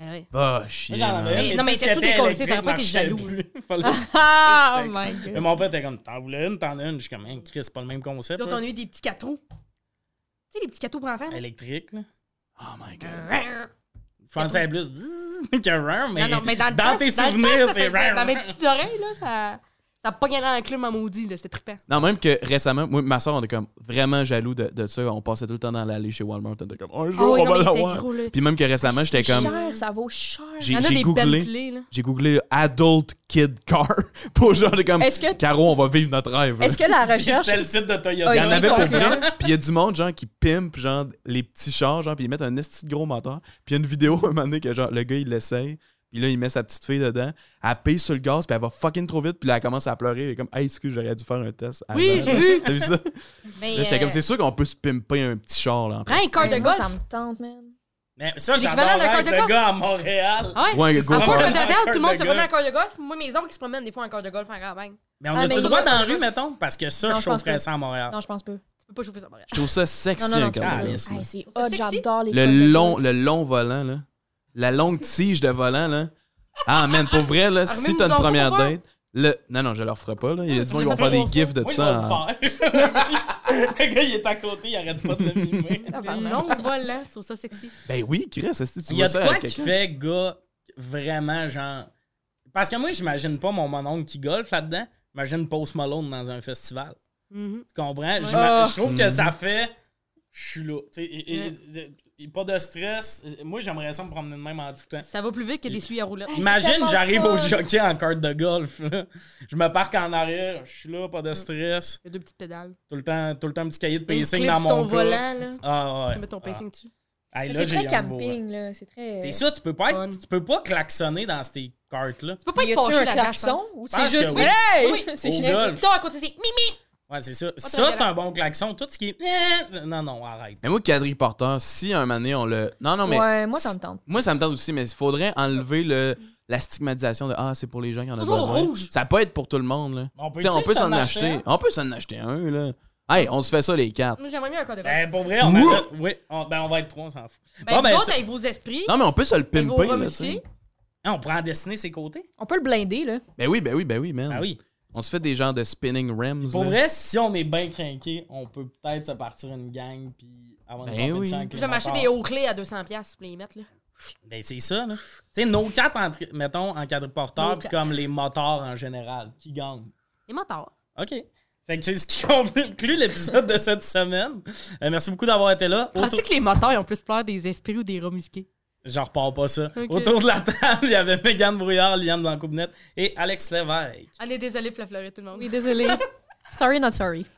Speaker 2: Ah ouais.
Speaker 3: Ah, chier.
Speaker 1: Moi, j'en
Speaker 3: man.
Speaker 1: avais une,
Speaker 2: Mais non, mais
Speaker 1: tout ce
Speaker 2: t'as
Speaker 1: qui
Speaker 2: tout
Speaker 1: était
Speaker 2: décollé,
Speaker 1: électrique
Speaker 2: t'aurais pas été
Speaker 1: marchait
Speaker 2: jaloux.
Speaker 1: plus. Fallait que je
Speaker 4: Ah,
Speaker 1: pousse,
Speaker 4: oh
Speaker 1: j'étais
Speaker 4: my
Speaker 1: Mais
Speaker 4: God.
Speaker 1: mon père était comme, t'en voulais une, t'en as une. Je suis comme, Hein, Chris, c'est pas le même concept.
Speaker 2: Puis on
Speaker 1: là.
Speaker 2: a eu des petits cadeaux. Tu sais, les petits cadeaux pour enfants. là.
Speaker 1: Électrique, là.
Speaker 3: Oh my god.
Speaker 1: Je pensais plus bzzz que rare, mais,
Speaker 2: Non, non, mais dans le
Speaker 1: dans
Speaker 2: temps,
Speaker 1: tes
Speaker 2: le temps,
Speaker 1: souvenirs,
Speaker 2: ça
Speaker 1: c'est
Speaker 2: faisait-
Speaker 1: rare.
Speaker 2: Dans mes petites oreilles, là, ça. Ça pognait dans la clé, m'a maudit, là. C'était trippant.
Speaker 3: Non, même que récemment, moi, ma soeur, on est comme vraiment jaloux de, de ça. On passait tout le temps dans l'allée chez Walmart. On était comme, un jour,
Speaker 2: Ah oui, non,
Speaker 3: on
Speaker 2: mais
Speaker 3: va
Speaker 2: il était
Speaker 3: l'avoir.
Speaker 2: gros, là. Ah,
Speaker 3: Puis même que récemment, j'étais
Speaker 4: C'est
Speaker 3: comme,
Speaker 4: cher, ça vaut cher.
Speaker 3: j'ai
Speaker 2: Il y en a
Speaker 3: j'ai
Speaker 2: des
Speaker 3: googlé,
Speaker 2: Bentley, là.
Speaker 3: j'ai googlé adult kid car pour genre, j'étais comme,
Speaker 4: Est-ce que-
Speaker 3: Caro, on va vivre notre rêve. là.
Speaker 4: Est-ce que la recherche...
Speaker 1: C'était le site de Toyota.
Speaker 4: Ah,
Speaker 3: Il y en
Speaker 4: Oui,
Speaker 3: avait pour
Speaker 4: conclu.
Speaker 3: vrai. Puis il y a du monde, genre, qui pimpe, genre, les petits chars, genre, puis ils mettent un esti de gros moteur. Puis il y a une vidéo, un moment donné, que, genre, le gars, il l'essaye. Puis là, il met sa petite fille dedans. Elle pisse sur le gaz, puis elle va fucking trop vite. Puis là, elle commence à pleurer. Elle est comme, hey, excuse, j'aurais dû faire un test. avant.
Speaker 2: Oui, j'ai vu.
Speaker 3: T'as vu ça?
Speaker 2: Mais,
Speaker 3: Là, j'étais
Speaker 2: euh,
Speaker 3: comme, c'est sûr qu'on peut se pimper un petit char, là. en
Speaker 2: Prends un
Speaker 3: plastique.
Speaker 2: corps de
Speaker 4: Moi,
Speaker 2: golf.
Speaker 4: ça me tente, man.
Speaker 1: Mais ça,
Speaker 2: L'équivalent
Speaker 1: j'adorais
Speaker 2: d'un corps
Speaker 1: avec
Speaker 2: de
Speaker 1: le
Speaker 2: golf.
Speaker 1: gars à Montréal.
Speaker 2: Ah
Speaker 3: Ouais,
Speaker 2: ouais?
Speaker 3: le
Speaker 2: À
Speaker 3: gros
Speaker 2: Fort
Speaker 3: corps.
Speaker 2: Lauderdale, tout le monde se
Speaker 1: Corps de
Speaker 2: promenait en
Speaker 1: golf.
Speaker 2: corps de golf. Moi, mes oncles qui se promènent des fois en corps de golf en campagne.
Speaker 1: Mais on
Speaker 4: Ah,
Speaker 1: a-tu
Speaker 4: mais-
Speaker 1: le droit dans la rue, mettons? Parce que ça,
Speaker 4: Non,
Speaker 1: je
Speaker 4: je pense
Speaker 1: chaufferais
Speaker 4: pas.
Speaker 1: ça à Montréal.
Speaker 4: Non, je pense pas.
Speaker 2: Tu peux pas chauffer ça, par exemple.
Speaker 3: Je trouve ça sexy,
Speaker 4: Non, non,
Speaker 3: un
Speaker 4: non,
Speaker 3: corps
Speaker 1: tu peux
Speaker 3: de
Speaker 1: pas.
Speaker 3: golf, là.
Speaker 4: Hey, c'est
Speaker 2: Ça,
Speaker 4: hot,
Speaker 2: sexy.
Speaker 4: j'adore les
Speaker 3: Le
Speaker 4: cordes de
Speaker 3: long,
Speaker 4: golf.
Speaker 3: le long volant, là. La longue tige de volant, là. Ah, man, pour vrai, là, si
Speaker 2: Remets-nous
Speaker 3: t'as une
Speaker 2: dans ça
Speaker 3: première
Speaker 2: pour voir.
Speaker 3: date. Le... Non, non, je leur ferai pas, là. Il y a du
Speaker 2: je
Speaker 3: monde
Speaker 2: l'ai
Speaker 3: qui vont
Speaker 2: fait
Speaker 3: faire des
Speaker 2: pour
Speaker 3: gifs de
Speaker 1: Moi, il
Speaker 3: ça. hein.
Speaker 1: va
Speaker 3: en-
Speaker 1: le faire. le gars, il est à côté, il arrête pas de le mimer.
Speaker 2: Ah,
Speaker 4: Tabarnak.
Speaker 2: Long vol, hein? C'est ça sexy.
Speaker 3: Ben oui, Chris, si tu
Speaker 1: Il y a
Speaker 3: vois
Speaker 1: de
Speaker 3: ça
Speaker 1: quoi
Speaker 3: avec
Speaker 1: qui
Speaker 3: quelqu'un.
Speaker 1: fait gars vraiment genre. Parce que moi, j'imagine pas mon mononcle qui golfe là-dedans. J'imagine Post Malone dans un festival.
Speaker 2: Mhm.
Speaker 1: Tu comprends? J'ima-
Speaker 4: Ah.
Speaker 1: Je trouve que
Speaker 3: Mhm.
Speaker 1: ça fait. Je suis là. Tu sais, et- et-
Speaker 2: Mm.
Speaker 1: et- et pas de stress. Moi, j'aimerais ça me promener de même en tout temps.
Speaker 2: Ça va plus vite que des suies à roulettes.
Speaker 1: Imagine,
Speaker 4: tellement
Speaker 1: j'arrive
Speaker 4: fun.
Speaker 1: au jockey en carte de golf. là. Je me parque en arrière. Je suis là, pas de stress.
Speaker 2: Il y a deux petites pédales.
Speaker 1: Tout le temps, tout le temps un petit cahier de
Speaker 2: Une
Speaker 1: pacing
Speaker 2: clip
Speaker 1: dans
Speaker 2: sur ton
Speaker 1: mon coffre.
Speaker 2: volant, là.
Speaker 1: Ah ouais.
Speaker 2: Tu mets ton pacing dessus.
Speaker 1: Ah. Hey,
Speaker 4: Mais
Speaker 1: là,
Speaker 4: C'est
Speaker 1: j'ai
Speaker 4: très
Speaker 1: un nouveau, ouais.
Speaker 4: camping, là. C'est très... euh,
Speaker 1: C'est ça, tu peux pas, être-
Speaker 2: Fun.
Speaker 1: tu peux pas klaxonner dans ces cartes-là.
Speaker 2: Tu peux pas
Speaker 4: Y
Speaker 2: être
Speaker 4: a-tu
Speaker 2: fâché
Speaker 4: un
Speaker 2: là-dedans, je
Speaker 4: klaxon?
Speaker 2: pense.
Speaker 4: Ou
Speaker 1: Pense
Speaker 4: c'est juste...
Speaker 1: que oui.
Speaker 4: Hey! C'est
Speaker 1: Au
Speaker 4: juste-
Speaker 1: golf.
Speaker 2: Le petit ton à côté, c'est mimi.
Speaker 1: Ouais, c'est ça.
Speaker 2: très
Speaker 1: Ça, c'est
Speaker 2: violent.
Speaker 1: un bon klaxon. Tout ce qui est. euh, Non, non, arrête.
Speaker 3: Mais moi, quadri porteur, si un mané on le. Non, non, mais.
Speaker 4: Ouais, moi, ça me tente.
Speaker 3: Moi, ça me tente aussi, mais il faudrait enlever le, la stigmatisation de Ah, c'est pour les gens qui en ont
Speaker 2: Toujours
Speaker 3: besoin.
Speaker 2: rouge.
Speaker 3: Ça peut être pour tout le monde, là.
Speaker 1: On peut
Speaker 3: T'sais, on peut s'en acheter.
Speaker 1: un?
Speaker 3: On peut s'en acheter un, là. Hey, on se fait ça, les quatre.
Speaker 2: Moi, J'aimerais mieux un corps de golf.
Speaker 1: Ben, pour vrai, on va.
Speaker 3: Ouh!
Speaker 1: Oui, on, ben, on va être trois, on s'en fout.
Speaker 2: Ben,
Speaker 1: Bon,
Speaker 2: vous
Speaker 1: ben,
Speaker 2: autres,
Speaker 1: ça-
Speaker 2: avec vos esprits,
Speaker 3: Non, mais on peut se le
Speaker 2: et vos
Speaker 3: pimper, là,
Speaker 2: remusclés,
Speaker 3: t'sais.
Speaker 1: Hein, on prend dessiner ses côtés.
Speaker 4: On peut le blinder, là.
Speaker 3: Ben oui, ben oui, ben oui, man.
Speaker 1: Ah oui.
Speaker 3: On se fait des genres de spinning rims.
Speaker 1: Pour
Speaker 3: là.
Speaker 1: vrai, si on est bien craqué, on peut peut-être se partir une gang puis avoir une
Speaker 3: Ben
Speaker 1: compétition
Speaker 3: oui.
Speaker 1: avec
Speaker 2: je
Speaker 1: les
Speaker 2: vais m'acheter
Speaker 1: mentors.
Speaker 2: des hauts clés à 200$ piastres pour les mettre, là.
Speaker 1: Ben, c'est ça, là. Tu sais, nos quatre, entre, mettons, en
Speaker 2: Nos
Speaker 1: quadriporteur, puis
Speaker 2: quatre.
Speaker 1: comme les moteurs en général, qui gagnent.
Speaker 2: Les mentors.
Speaker 1: OK. Fait que c'est ce qui conclut l'épisode de cette semaine. Euh, merci beaucoup d'avoir été là. Autour-
Speaker 2: Penses-tu que les mentors, ils ont plus peur des esprits ou des remusqués?
Speaker 1: J'en repars pas ça.
Speaker 2: Ok.
Speaker 1: Autour de la table, il y avait Mégane Brouillard, Liane blanco et Alex Lévesque.
Speaker 2: On est désolé pour la fleurette, tout le monde.
Speaker 4: Oui, désolé. sorry, not sorry.